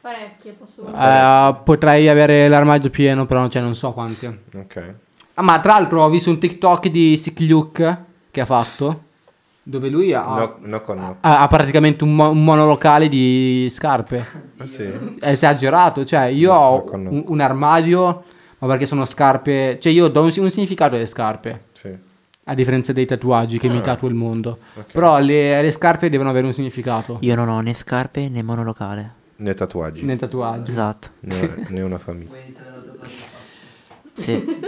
Speaker 5: Parecchie, posso
Speaker 1: Ah.
Speaker 3: Eh, potrei avere l'armadio pieno, però cioè, non so quanti.
Speaker 1: Ok.
Speaker 3: Ah, ma tra l'altro ho visto un TikTok di Sick Luke che ha fatto, dove lui ha,
Speaker 1: No, no con no.
Speaker 3: ha- ha praticamente un, mo- un monolocale di scarpe.
Speaker 1: Ah, sì.
Speaker 3: È esagerato, cioè io
Speaker 1: No,
Speaker 3: ho
Speaker 1: no, con no.
Speaker 3: un, un armadio, ma perché sono scarpe... Cioè io do un, un significato alle scarpe,
Speaker 1: Sì.
Speaker 3: a differenza dei tatuaggi che mi
Speaker 1: Ah.
Speaker 3: tatuo il mondo.
Speaker 1: Ok.
Speaker 3: Però le, le scarpe devono avere un significato
Speaker 4: Io non ho né scarpe né monolocale.
Speaker 1: Né tatuaggi.
Speaker 3: nel tatuaggio.
Speaker 4: Esatto.
Speaker 1: Né, una, né una famiglia.
Speaker 2: Puoi iniziare dal tatuaggio fatto.
Speaker 4: Sì.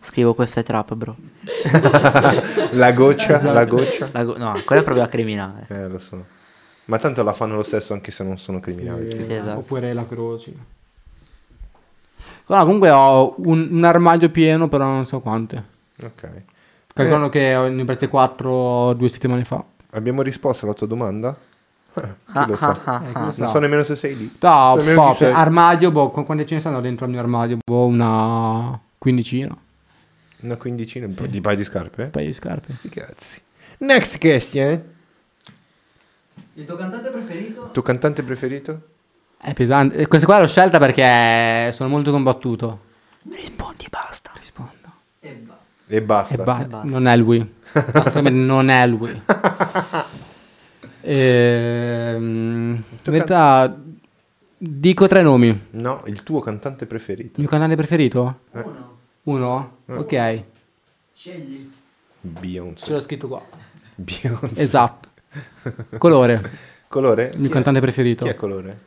Speaker 4: Scrivo questa è trap, bro.
Speaker 1: La goccia, la
Speaker 4: Esatto.
Speaker 1: goccia.
Speaker 4: La go- no, quella è proprio la criminale.
Speaker 1: Eh, lo so. Ma tanto la fanno lo stesso anche se non sono
Speaker 3: Eh,
Speaker 1: criminali.
Speaker 4: Sì, esatto.
Speaker 3: Oppure la croce. No, Ah, comunque ho un, un armadio pieno, però non so quante.
Speaker 1: Ok.
Speaker 3: Calcolano
Speaker 1: Eh.
Speaker 3: che ho- ne ho prese 4 due settimane fa.
Speaker 1: Abbiamo risposto alla tua domanda? Eh,
Speaker 4: Ah,
Speaker 1: Chi lo
Speaker 4: ah,
Speaker 1: sa?
Speaker 4: ah, ah.
Speaker 3: lo sa?
Speaker 1: Non so nemmeno se sei lì.
Speaker 3: No,
Speaker 1: Cioè, almeno
Speaker 3: boh,
Speaker 1: chi sei?
Speaker 3: per armadio, boh, qu- quante ce ne stanno dentro al mio armadio? Boh, una quindicina. Un
Speaker 1: Una quindicina, un po' di paio di scarpe.
Speaker 3: paio di scarpe.
Speaker 1: Sti cazzi. Next question.
Speaker 2: Il tuo cantante preferito?
Speaker 1: Tuo cantante preferito?
Speaker 3: È pesante. Eh, Questa qua l'ho scelta perché sono molto combattuto.
Speaker 4: Rispondi e basta.
Speaker 3: Rispondo.
Speaker 2: E basta.
Speaker 1: E
Speaker 3: E
Speaker 1: basta.
Speaker 3: ba-
Speaker 4: E basta.
Speaker 3: Non è lui. Assolutamente non è lui. Ehm, in realtà dico tre nomi. Il
Speaker 1: no, il tuo cantante preferito.
Speaker 3: mio canale preferito?
Speaker 1: Eh.
Speaker 2: Uno.
Speaker 3: Uno? Ok.
Speaker 2: Scegli.
Speaker 3: Ce
Speaker 1: Beyoncé.
Speaker 3: l'ho scritto qua.
Speaker 1: Beyoncé.
Speaker 3: Esatto. Colore.
Speaker 1: Colore?
Speaker 3: Il mio
Speaker 1: Chi è?
Speaker 3: cantante preferito.
Speaker 1: Chi è colore?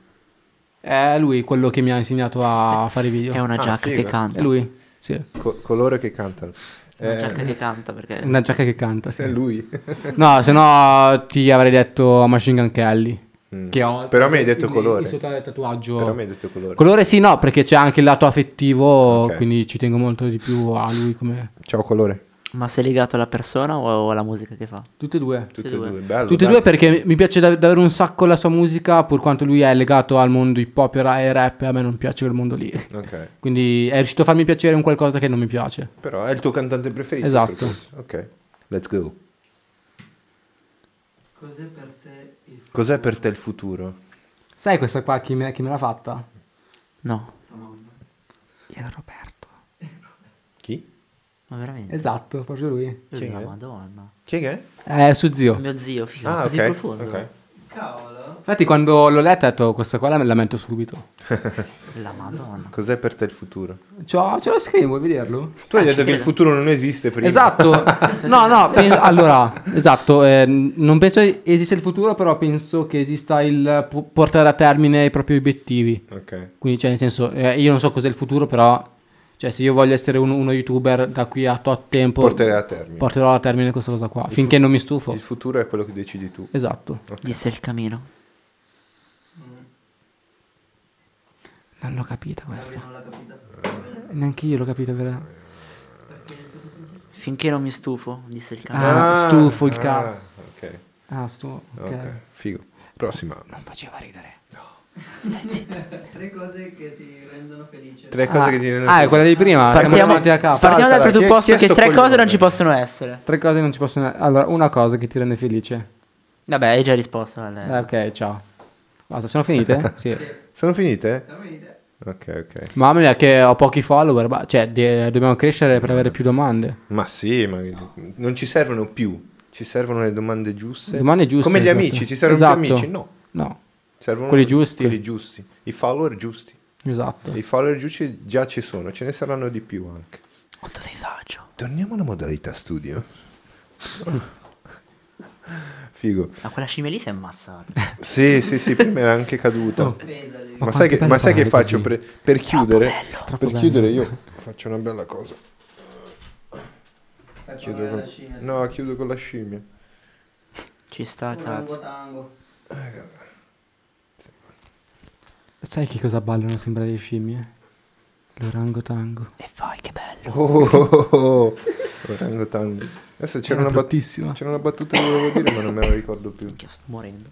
Speaker 3: È lui quello che mi ha insegnato a fare i video.
Speaker 4: È una
Speaker 1: Ah,
Speaker 4: giacca che
Speaker 1: figa.
Speaker 4: canta.
Speaker 3: È lui. Sì.
Speaker 1: Co- colore che canta.
Speaker 4: Una
Speaker 1: Eh,
Speaker 4: giacca che canta perché.
Speaker 3: Una giacca che canta.
Speaker 1: è
Speaker 3: Sì.
Speaker 1: lui.
Speaker 3: No, se no ti avrei detto Machine Gun Kelly.
Speaker 1: Mm.
Speaker 3: Che ho.
Speaker 1: Però mi hai detto
Speaker 3: il-
Speaker 1: colore.
Speaker 3: Il suo tatuaggio.
Speaker 1: Però mi hai detto colore.
Speaker 3: Colore sì, no, perché c'è anche il lato affettivo,
Speaker 1: Ok.
Speaker 3: quindi ci tengo molto di più a lui come...
Speaker 1: Ciao colore.
Speaker 4: Ma sei legato alla persona o alla musica che fa?
Speaker 3: Tutte e due.
Speaker 1: Tutte e
Speaker 4: Tutti e
Speaker 1: due. Bello.
Speaker 3: Tutte e
Speaker 1: bello.
Speaker 3: due perché mi piace dav- davvero un sacco la sua musica, pur quanto lui è legato al mondo hip hop e ra- e rap, a me non piace quel mondo lì.
Speaker 1: Ok.
Speaker 3: Quindi è riuscito a farmi piacere un qualcosa che non mi piace.
Speaker 1: Però è il tuo cantante preferito.
Speaker 3: Esatto.
Speaker 1: per questo. Ok. Let's go.
Speaker 2: Cos'è per te il futuro?
Speaker 1: Cos'è per te il futuro?
Speaker 3: Sai questa qua chi me, chi me l'ha fatta?
Speaker 4: No.
Speaker 3: Era Roberto.
Speaker 1: Chi?
Speaker 4: Ma veramente?
Speaker 3: Esatto, proprio lui.
Speaker 4: Lui
Speaker 1: Chi
Speaker 4: la
Speaker 1: è?
Speaker 4: Madonna.
Speaker 1: Chi è?
Speaker 3: È suo Eh, zio.
Speaker 4: Mio zio, figa,
Speaker 1: Ah,
Speaker 4: così
Speaker 1: ok.
Speaker 4: profondo.
Speaker 3: eh.
Speaker 1: ok.
Speaker 2: Cavolo.
Speaker 3: Infatti quando l'ho letta ho detto questa qua la, la metto subito.
Speaker 4: La Madonna.
Speaker 1: Cos'è per te il futuro?
Speaker 3: C'ho- ce lo scrivo, vuoi vederlo?
Speaker 1: Tu hai detto che il futuro non esiste prima.
Speaker 3: Ah, Esatto, no, no, pen- allora, esatto, eh, n- non penso esista il futuro, però penso che esista il po- portare a termine i propri obiettivi.
Speaker 1: Ok.
Speaker 3: Quindi, cioè, nel senso, eh, io non so cos'è il futuro, però, cioè, se io voglio essere uno, uno youtuber da qui a tot tempo,
Speaker 1: Porterei a termine.
Speaker 3: porterò a termine questa cosa qua, finché non mi stufo.
Speaker 1: Il futuro è quello che decidi tu.
Speaker 3: Esatto.
Speaker 4: Disse il camino.
Speaker 3: Non l'ho capita
Speaker 2: Cavolo,
Speaker 3: questa.
Speaker 2: Non l'ha capita.
Speaker 3: Neanche io l'ho capita, vero?
Speaker 4: Finché non mi stufo, disse il camino.
Speaker 3: Ah, stufo il
Speaker 1: ah,
Speaker 3: cavo.
Speaker 1: Ok.
Speaker 3: Ah, stufo.
Speaker 1: Ok. Figo. Prossima.
Speaker 3: Non faceva ridere.
Speaker 4: Stai zitto.
Speaker 2: Tre cose che ti rendono felice.
Speaker 1: Tre cose che ti rendono
Speaker 3: Ah, è quella di prima. siamo
Speaker 4: Partiamo,
Speaker 3: tornati a capo.
Speaker 4: partiamo dal
Speaker 1: Saltala, chi-
Speaker 4: presupposto
Speaker 1: chi è
Speaker 4: che
Speaker 1: sto
Speaker 4: tre cose non
Speaker 1: coglione?
Speaker 4: ci possono essere.
Speaker 3: Tre cose non ci possono. Allora, una cosa che ti rende felice.
Speaker 4: Vabbè, hai già risposto. Ale.
Speaker 3: Eh, ok, ciao. Basta, sono finite? sì.
Speaker 1: Sono finite?
Speaker 2: Dammi un'idea.
Speaker 1: Ok, ok.
Speaker 3: Mamma mia, che ho pochi follower. ma- cioè, de- dobbiamo crescere per avere più domande.
Speaker 1: Ma sì, ma non ci servono più. Ci servono le domande giuste.
Speaker 3: Domande giuste,
Speaker 1: Come gli
Speaker 3: esatto.
Speaker 1: amici, ci servono
Speaker 3: Esatto.
Speaker 1: gli amici? No.
Speaker 3: No.
Speaker 1: Servono
Speaker 3: Quelli giusti.
Speaker 1: quelli giusti. I follower giusti.
Speaker 3: Esatto.
Speaker 1: I follower giù ci- già ci sono, ce ne saranno di più anche.
Speaker 4: Quanto sei saggio.
Speaker 1: Torniamo alla modalità studio. Figo.
Speaker 4: Ma quella scimmia lì si è ammazzata.
Speaker 1: Sì, sì, sì, prima era anche caduta.
Speaker 2: Pesali.
Speaker 1: Ma,
Speaker 3: Oh, quanto
Speaker 1: sai
Speaker 3: è
Speaker 1: che,
Speaker 3: bello
Speaker 1: ma sai che
Speaker 3: parlare
Speaker 1: faccio
Speaker 3: così.
Speaker 1: per, per chiudere?
Speaker 4: bello.
Speaker 1: Per chiudere io faccio una bella cosa.
Speaker 2: Fai
Speaker 1: Chiudo
Speaker 2: parlare
Speaker 1: con...
Speaker 2: la scimmia.
Speaker 1: No, chiudo con la scimmia.
Speaker 4: Ci sta,
Speaker 2: Tango
Speaker 4: Ah, cazzo.
Speaker 2: tango.
Speaker 3: Sai che cosa ballano sembra le scimmie? L'orango tango.
Speaker 4: E vai, che bello.
Speaker 1: Oh, oh, oh, oh. Orangotango. Adesso c'era
Speaker 3: Era
Speaker 1: una, bat-
Speaker 3: bruttissima.
Speaker 1: c'era una battuta che volevo dire, ma non me la ricordo più.
Speaker 4: Minchia, sto morendo.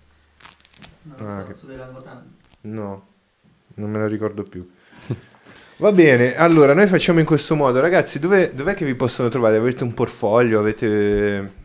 Speaker 2: Non
Speaker 1: Ah,
Speaker 2: lo so,
Speaker 1: che-
Speaker 2: sulle rangotanghe.
Speaker 1: No, non me la ricordo più. Va bene, allora noi facciamo in questo modo, ragazzi. Dove, dov'è che vi possono trovare? Avete un portfolio? Avete.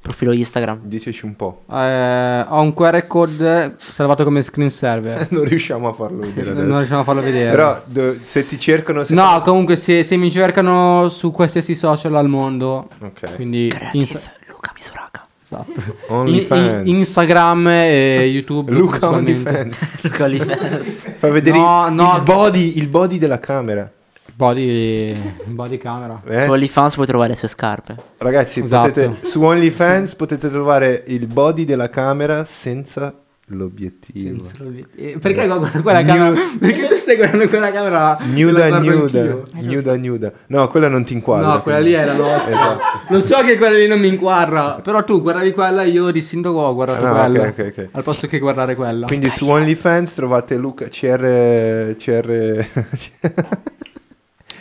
Speaker 4: Profilo Instagram.
Speaker 1: Diteci un po'.
Speaker 3: Eh, ho un QR code salvato come screen server.
Speaker 1: Non riusciamo a farlo vedere adesso.
Speaker 3: non riusciamo a farlo vedere.
Speaker 1: Però do- se ti cercano. Se
Speaker 3: No, comunque se, se mi cercano su qualsiasi social al mondo,
Speaker 1: Ok.
Speaker 3: quindi Insta-
Speaker 4: Creative, Luca Misuraca.
Speaker 3: esatto. In-
Speaker 1: OnlyFans.
Speaker 3: in- Instagram e YouTube.
Speaker 1: Luca
Speaker 3: principalmente.
Speaker 1: OnlyFans.
Speaker 4: Luca Olifers.
Speaker 1: Fa vedere
Speaker 3: No,
Speaker 1: il,
Speaker 3: no.
Speaker 1: il body, il body della camera.
Speaker 3: Body, body camera.
Speaker 1: Eh?
Speaker 4: Su OnlyFans puoi trovare le sue scarpe.
Speaker 1: Ragazzi,
Speaker 3: Esatto.
Speaker 1: potete, su OnlyFans potete trovare il body della camera senza l'obiettivo.
Speaker 3: Eh, Perché guarda quella camera? Perché tu stai guardando quella camera? Che
Speaker 1: Nuda,
Speaker 3: la guardo
Speaker 1: nuda,
Speaker 3: anch'io.
Speaker 1: nuda, nuda. No, quella non ti inquadra.
Speaker 3: No, quella lì è la nostra.
Speaker 1: Esatto.
Speaker 3: Lo so che quella lì non mi inquadra. Però tu guardavi quella, io di sindaco ho guardato
Speaker 1: Ah, no, ok,
Speaker 3: quella.
Speaker 1: ok, ok.
Speaker 3: Al posto che guardare quella.
Speaker 1: Quindi su OnlyFans trovate Luca CR. CR.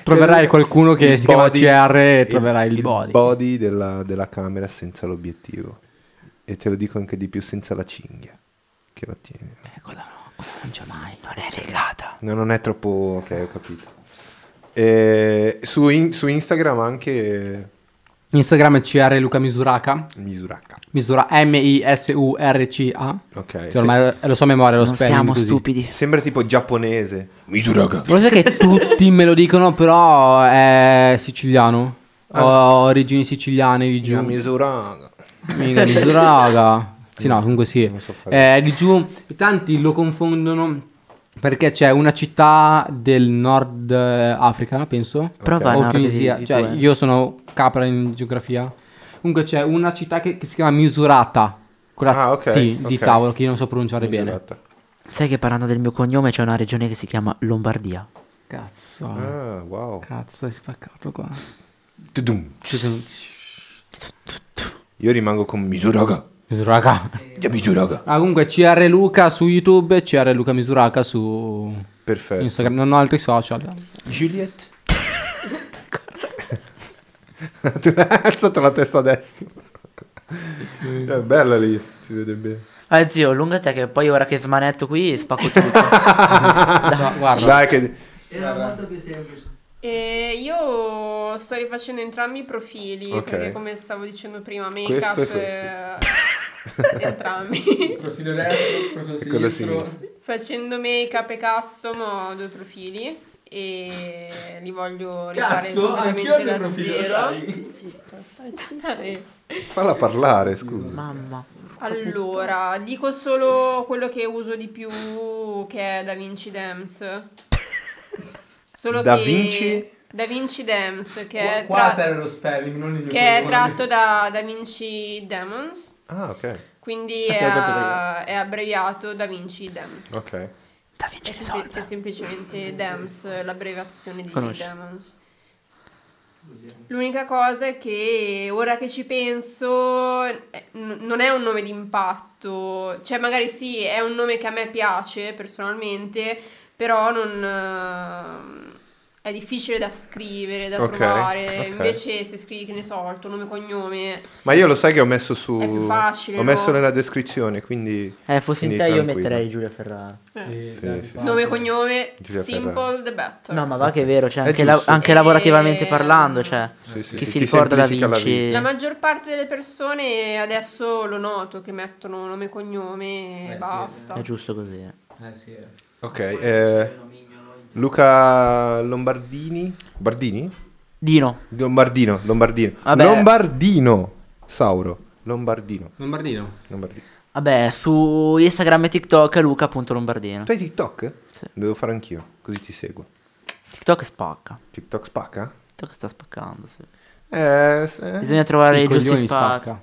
Speaker 3: troverai qualcuno che
Speaker 1: il
Speaker 3: si chiama
Speaker 1: body-
Speaker 3: CR e troverai il, body.
Speaker 1: body. della, della camera senza l'obiettivo. E te lo dico anche di più, senza la cinghia che la tiene.
Speaker 4: Eccola, no. Non c'è mai. Non è legata.
Speaker 1: No, non è troppo... Ok, ho capito. E su, in- su Instagram anche
Speaker 3: Instagram è CR Luca Misuraca.
Speaker 1: Misuracca.
Speaker 3: Misura M-I-S-U-R-C-A.
Speaker 1: Ok.
Speaker 3: Che Cioè, ormai è lo so a memoria, lo
Speaker 4: Non
Speaker 3: spelling
Speaker 4: siamo
Speaker 3: così.
Speaker 1: se-
Speaker 4: stupidi.
Speaker 1: sembra tipo giapponese. Misuracca.
Speaker 3: Lo sai che tutti me lo dicono, però è siciliano. Ho origini siciliane di giù.
Speaker 1: Misuracca.
Speaker 3: Mica misuraga. Sì, no, comunque sì.
Speaker 1: so fare.
Speaker 3: Eh, di giù, tanti lo confondono perché c'è una città del nord eh, Africa, penso.
Speaker 4: Prova
Speaker 3: o
Speaker 4: a
Speaker 3: Tunisia. Cioè, io sono capra in geografia. Comunque c'è una città che, che si chiama Misurata. Con la
Speaker 1: Ah, ok,
Speaker 3: T di
Speaker 1: ok.
Speaker 3: tavolo che io non so pronunciare bene.
Speaker 1: Misurata.
Speaker 4: Sai che parlando del mio cognome c'è una regione che si chiama Lombardia.
Speaker 3: Cazzo.
Speaker 1: Ah, wow.
Speaker 3: Cazzo, hai spaccato qua.
Speaker 1: Tudum. Io rimango con Misuraga.
Speaker 3: Misuraga.
Speaker 1: Già Misuraga.
Speaker 3: Ah, comunque CR Luca su YouTube e CR Luca Misuraca su
Speaker 1: Perfetto.
Speaker 3: Instagram. Non ho altri social.
Speaker 1: Juliette. tu hai alzato la testa a destra. È bella lì, si vede bene.
Speaker 4: Ah zio, lunga te che poi ora che smanetto qui spacco tutto.
Speaker 3: No, guarda.
Speaker 1: Dai che...
Speaker 2: Era molto più semplice.
Speaker 5: Eh, io sto rifacendo entrambi i profili
Speaker 1: Ok.
Speaker 5: perché come stavo dicendo prima,
Speaker 1: Questo e
Speaker 5: make-up
Speaker 1: questo.
Speaker 5: eh, entrambi.
Speaker 6: Profilo destro, profilo
Speaker 1: E quello
Speaker 6: sinistro.
Speaker 1: sinistro.
Speaker 5: Facendo make-up e custom ho due profili e li voglio rifare
Speaker 6: Cazzo, anch'io ho
Speaker 5: completamente
Speaker 6: il mio
Speaker 5: da
Speaker 6: profilo,
Speaker 5: zero.
Speaker 6: sai?
Speaker 5: Dai.
Speaker 1: Falla parlare, scusa.
Speaker 4: Mamma.
Speaker 5: Allora, dico solo quello che uso di più che è Da Vinci Dams. Solo
Speaker 1: Da
Speaker 5: che
Speaker 1: Vinci?
Speaker 5: Da Vinci Dams che è,
Speaker 6: Qua
Speaker 5: tra-
Speaker 6: serve lo spelling, non il mio
Speaker 5: che è
Speaker 6: cognome.
Speaker 5: tratto da Da Vinci Demons.
Speaker 1: Ah, ok.
Speaker 5: Quindi è, a- è abbreviato Da Vinci Dams.
Speaker 1: Ok.
Speaker 4: Da
Speaker 5: È,
Speaker 4: Vinci
Speaker 5: sempli- è
Speaker 4: risolve.
Speaker 5: semplicemente Dams, l'abbreviazione di
Speaker 4: Conosci.
Speaker 5: Demons. L'unica cosa è che ora che ci penso eh, n- non è un nome d'impatto, cioè magari sì, è un nome che a me piace personalmente, però non eh, è difficile da scrivere, da
Speaker 1: Ok,
Speaker 5: trovare.
Speaker 1: ok.
Speaker 5: Invece se scrivi che ne so, il tuo nome e cognome
Speaker 1: Ma io lo sai che ho messo su...
Speaker 5: È più facile,
Speaker 1: ho messo
Speaker 5: no?
Speaker 1: nella descrizione, quindi...
Speaker 4: Eh, fossi in
Speaker 1: Quindi
Speaker 4: te io
Speaker 1: tranquillo.
Speaker 4: metterei Giulia Ferrara.
Speaker 6: Sì,
Speaker 1: Sì,
Speaker 6: dai,
Speaker 1: sì,
Speaker 6: fa.
Speaker 5: eh, Nome e cognome,
Speaker 1: Giulia
Speaker 5: simple
Speaker 1: Ferrara.
Speaker 5: the better.
Speaker 4: No, ma va che è vero, cioè,
Speaker 1: È
Speaker 4: anche, la-
Speaker 1: giusto.
Speaker 4: anche lavorativamente
Speaker 5: Ehm,
Speaker 4: parlando, cioè,
Speaker 1: Sì, sì,
Speaker 4: chi
Speaker 1: sì,
Speaker 4: si
Speaker 1: ti
Speaker 4: ricorda da
Speaker 1: semplifica la
Speaker 4: Vinci?
Speaker 5: La maggior parte delle persone adesso lo noto che mettono nome e cognome e
Speaker 6: Eh sì,
Speaker 5: basta.
Speaker 4: È giusto così. eh.
Speaker 6: Eh sì. eh.
Speaker 1: Ok. eh,
Speaker 2: Nomignolo,
Speaker 1: Luca Lombardini. Bardini?
Speaker 4: Dino,
Speaker 1: Lombardino, Lombardino.
Speaker 4: Vabbè.
Speaker 1: Lombardino. Sauro. Lombardino.
Speaker 3: Lombardino.
Speaker 1: Lombardino.
Speaker 4: Vabbè, su Instagram e TikTok è Luca.lombardino.
Speaker 1: Tu hai TikTok?
Speaker 4: Sì.
Speaker 1: Devo fare anch'io, così ti seguo.
Speaker 4: TikTok spacca.
Speaker 1: TikTok spacca?
Speaker 4: TikTok sta spaccando, sì.
Speaker 1: Eh, se-
Speaker 4: Bisogna trovare i giusti
Speaker 8: coglioni
Speaker 4: spazi.
Speaker 8: spacca.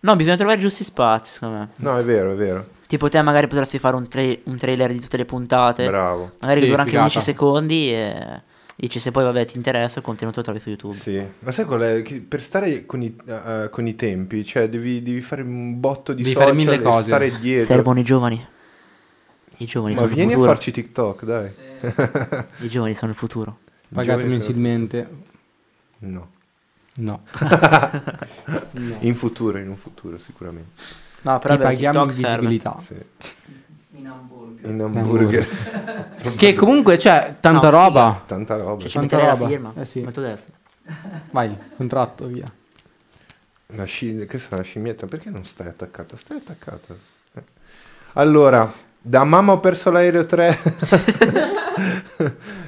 Speaker 4: No, bisogna trovare i giusti spazi, secondo me.
Speaker 1: No, è vero, è vero.
Speaker 4: Tipo te magari potresti fare un, tra- un trailer di tutte le puntate.
Speaker 1: Bravo.
Speaker 4: Magari
Speaker 8: Sì,
Speaker 4: dura anche
Speaker 8: figata.
Speaker 4: 10 secondi e dici se poi vabbè ti interessa il contenuto lo trovi su YouTube.
Speaker 1: Sì. Ma sai qual è? Che per stare con i, eh, con i tempi, cioè devi, devi fare un botto di
Speaker 8: Devi
Speaker 1: social
Speaker 8: fare mille
Speaker 1: e
Speaker 8: cose.
Speaker 1: stare dietro.
Speaker 4: Servono i giovani. I giovani
Speaker 1: Ma
Speaker 4: sono
Speaker 1: vieni
Speaker 4: il
Speaker 1: a
Speaker 4: futuro.
Speaker 1: farci TikTok, dai.
Speaker 4: I giovani sono il futuro.
Speaker 8: Pagato
Speaker 1: Giovani sono-
Speaker 8: mensilmente.
Speaker 1: No.
Speaker 8: No.
Speaker 1: In futuro, in un futuro sicuramente.
Speaker 4: No, però
Speaker 8: Ti paghiamo
Speaker 4: TikTok
Speaker 8: visibilità.
Speaker 1: Sì.
Speaker 2: in hamburger.
Speaker 1: In hamburger.
Speaker 8: Che comunque c'è tanta
Speaker 4: No, figa.
Speaker 8: roba.
Speaker 1: Tanta roba.
Speaker 4: Cioè, ci
Speaker 8: Tanta
Speaker 4: metterei la
Speaker 8: roba.
Speaker 4: firma.
Speaker 8: Eh sì.
Speaker 4: Metto adesso.
Speaker 8: Vai, contratto, via.
Speaker 1: Una sci- che sarà una scimmietta? Perché non stai attaccata? Stai attaccata. Eh. Allora, da mamma ho perso l'aereo 3.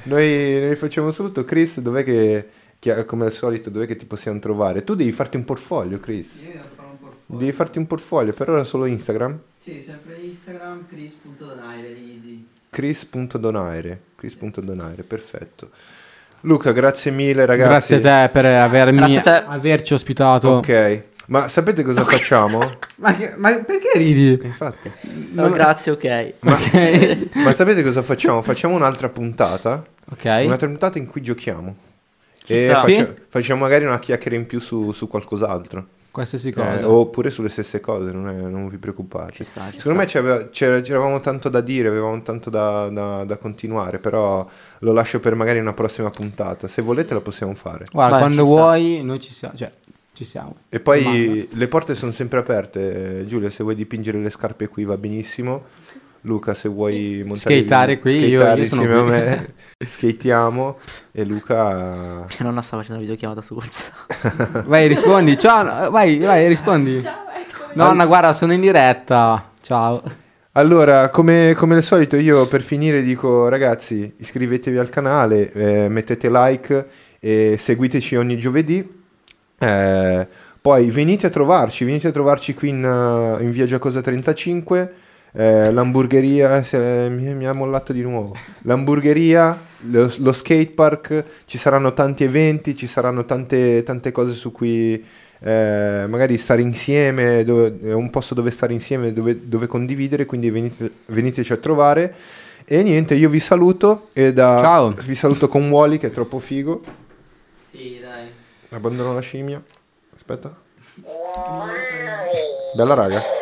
Speaker 1: noi, noi facciamo un saluto. Chris, dov'è che, chi- come al solito, dov'è che ti possiamo trovare? Tu devi farti un portfolio, Chris.
Speaker 2: Io mi devo fare un portfolio.
Speaker 1: Devi farti un portfolio, per ora solo Instagram.
Speaker 2: Sì, sempre Instagram, chris.donaire, easy.
Speaker 1: Chris.donaire. Chris.donaire, perfetto. Luca, grazie mille ragazzi.
Speaker 8: Grazie a te per avermi,
Speaker 4: Grazie a te.
Speaker 8: averci ospitato.
Speaker 1: Ok, ma sapete cosa facciamo?
Speaker 8: Ma, che- ma perché ridi?
Speaker 1: Infatti.
Speaker 4: No, grazie, ok.
Speaker 8: Ok.
Speaker 1: Ma sapete cosa facciamo? Facciamo un'altra puntata.
Speaker 8: ok.
Speaker 1: Un'altra puntata in cui giochiamo.
Speaker 4: Ci
Speaker 1: e
Speaker 4: sta.
Speaker 1: faccia- facciamo magari una chiacchiera in più su, su qualcos'altro.
Speaker 8: Qualsiasi cosa.
Speaker 1: Eh, oppure sulle stesse cose, non, è- non vi preoccupate.
Speaker 4: Ci sta, ci
Speaker 1: Secondo me c'aveva- c'era- c'eravamo tanto da dire, avevamo tanto da, da- da continuare, però lo lascio per magari una prossima puntata. Se volete la possiamo fare.
Speaker 8: Guarda,
Speaker 4: Vai,
Speaker 8: quando
Speaker 4: ci sta.
Speaker 8: vuoi, noi ci siamo. Cioè, ci siamo.
Speaker 1: E poi
Speaker 8: Domanda.
Speaker 1: le porte sono sempre aperte. eh, Giulia, se vuoi dipingere le scarpe qui va benissimo. Luca, se vuoi montare
Speaker 8: Skateare qui, io-
Speaker 1: skateare
Speaker 8: io sono
Speaker 1: insieme a
Speaker 8: qui.
Speaker 1: me, skateiamo. E Luca
Speaker 4: Mia nonna stava facendo una videochiamata su WhatsApp.
Speaker 8: Vai, rispondi. Ciao, no, vai, vai, rispondi.
Speaker 5: Ciao, eccomi.
Speaker 8: Nonna, guarda, sono in diretta. Ciao.
Speaker 1: Allora, come, come al solito, io per finire dico ragazzi, iscrivetevi al canale, eh, mettete like, e seguiteci ogni giovedì. Eh, poi venite a trovarci, venite a trovarci qui in, eh, in via Giacosa 35. eh, l'hamburgeria se- mi, mi ha mollato di nuovo. L'hamburgeria, lo, lo skate park, ci saranno tanti eventi, ci saranno tante, tante cose su cui eh, magari stare insieme, dove- è un posto dove stare insieme, dove, dove condividere, quindi venite- veniteci a trovare. E niente, io vi saluto e da,
Speaker 8: Ciao.
Speaker 1: vi saluto con Wally che è troppo figo.
Speaker 2: Sì, dai.
Speaker 1: Abbandono la scimmia. Aspetta. Bella raga.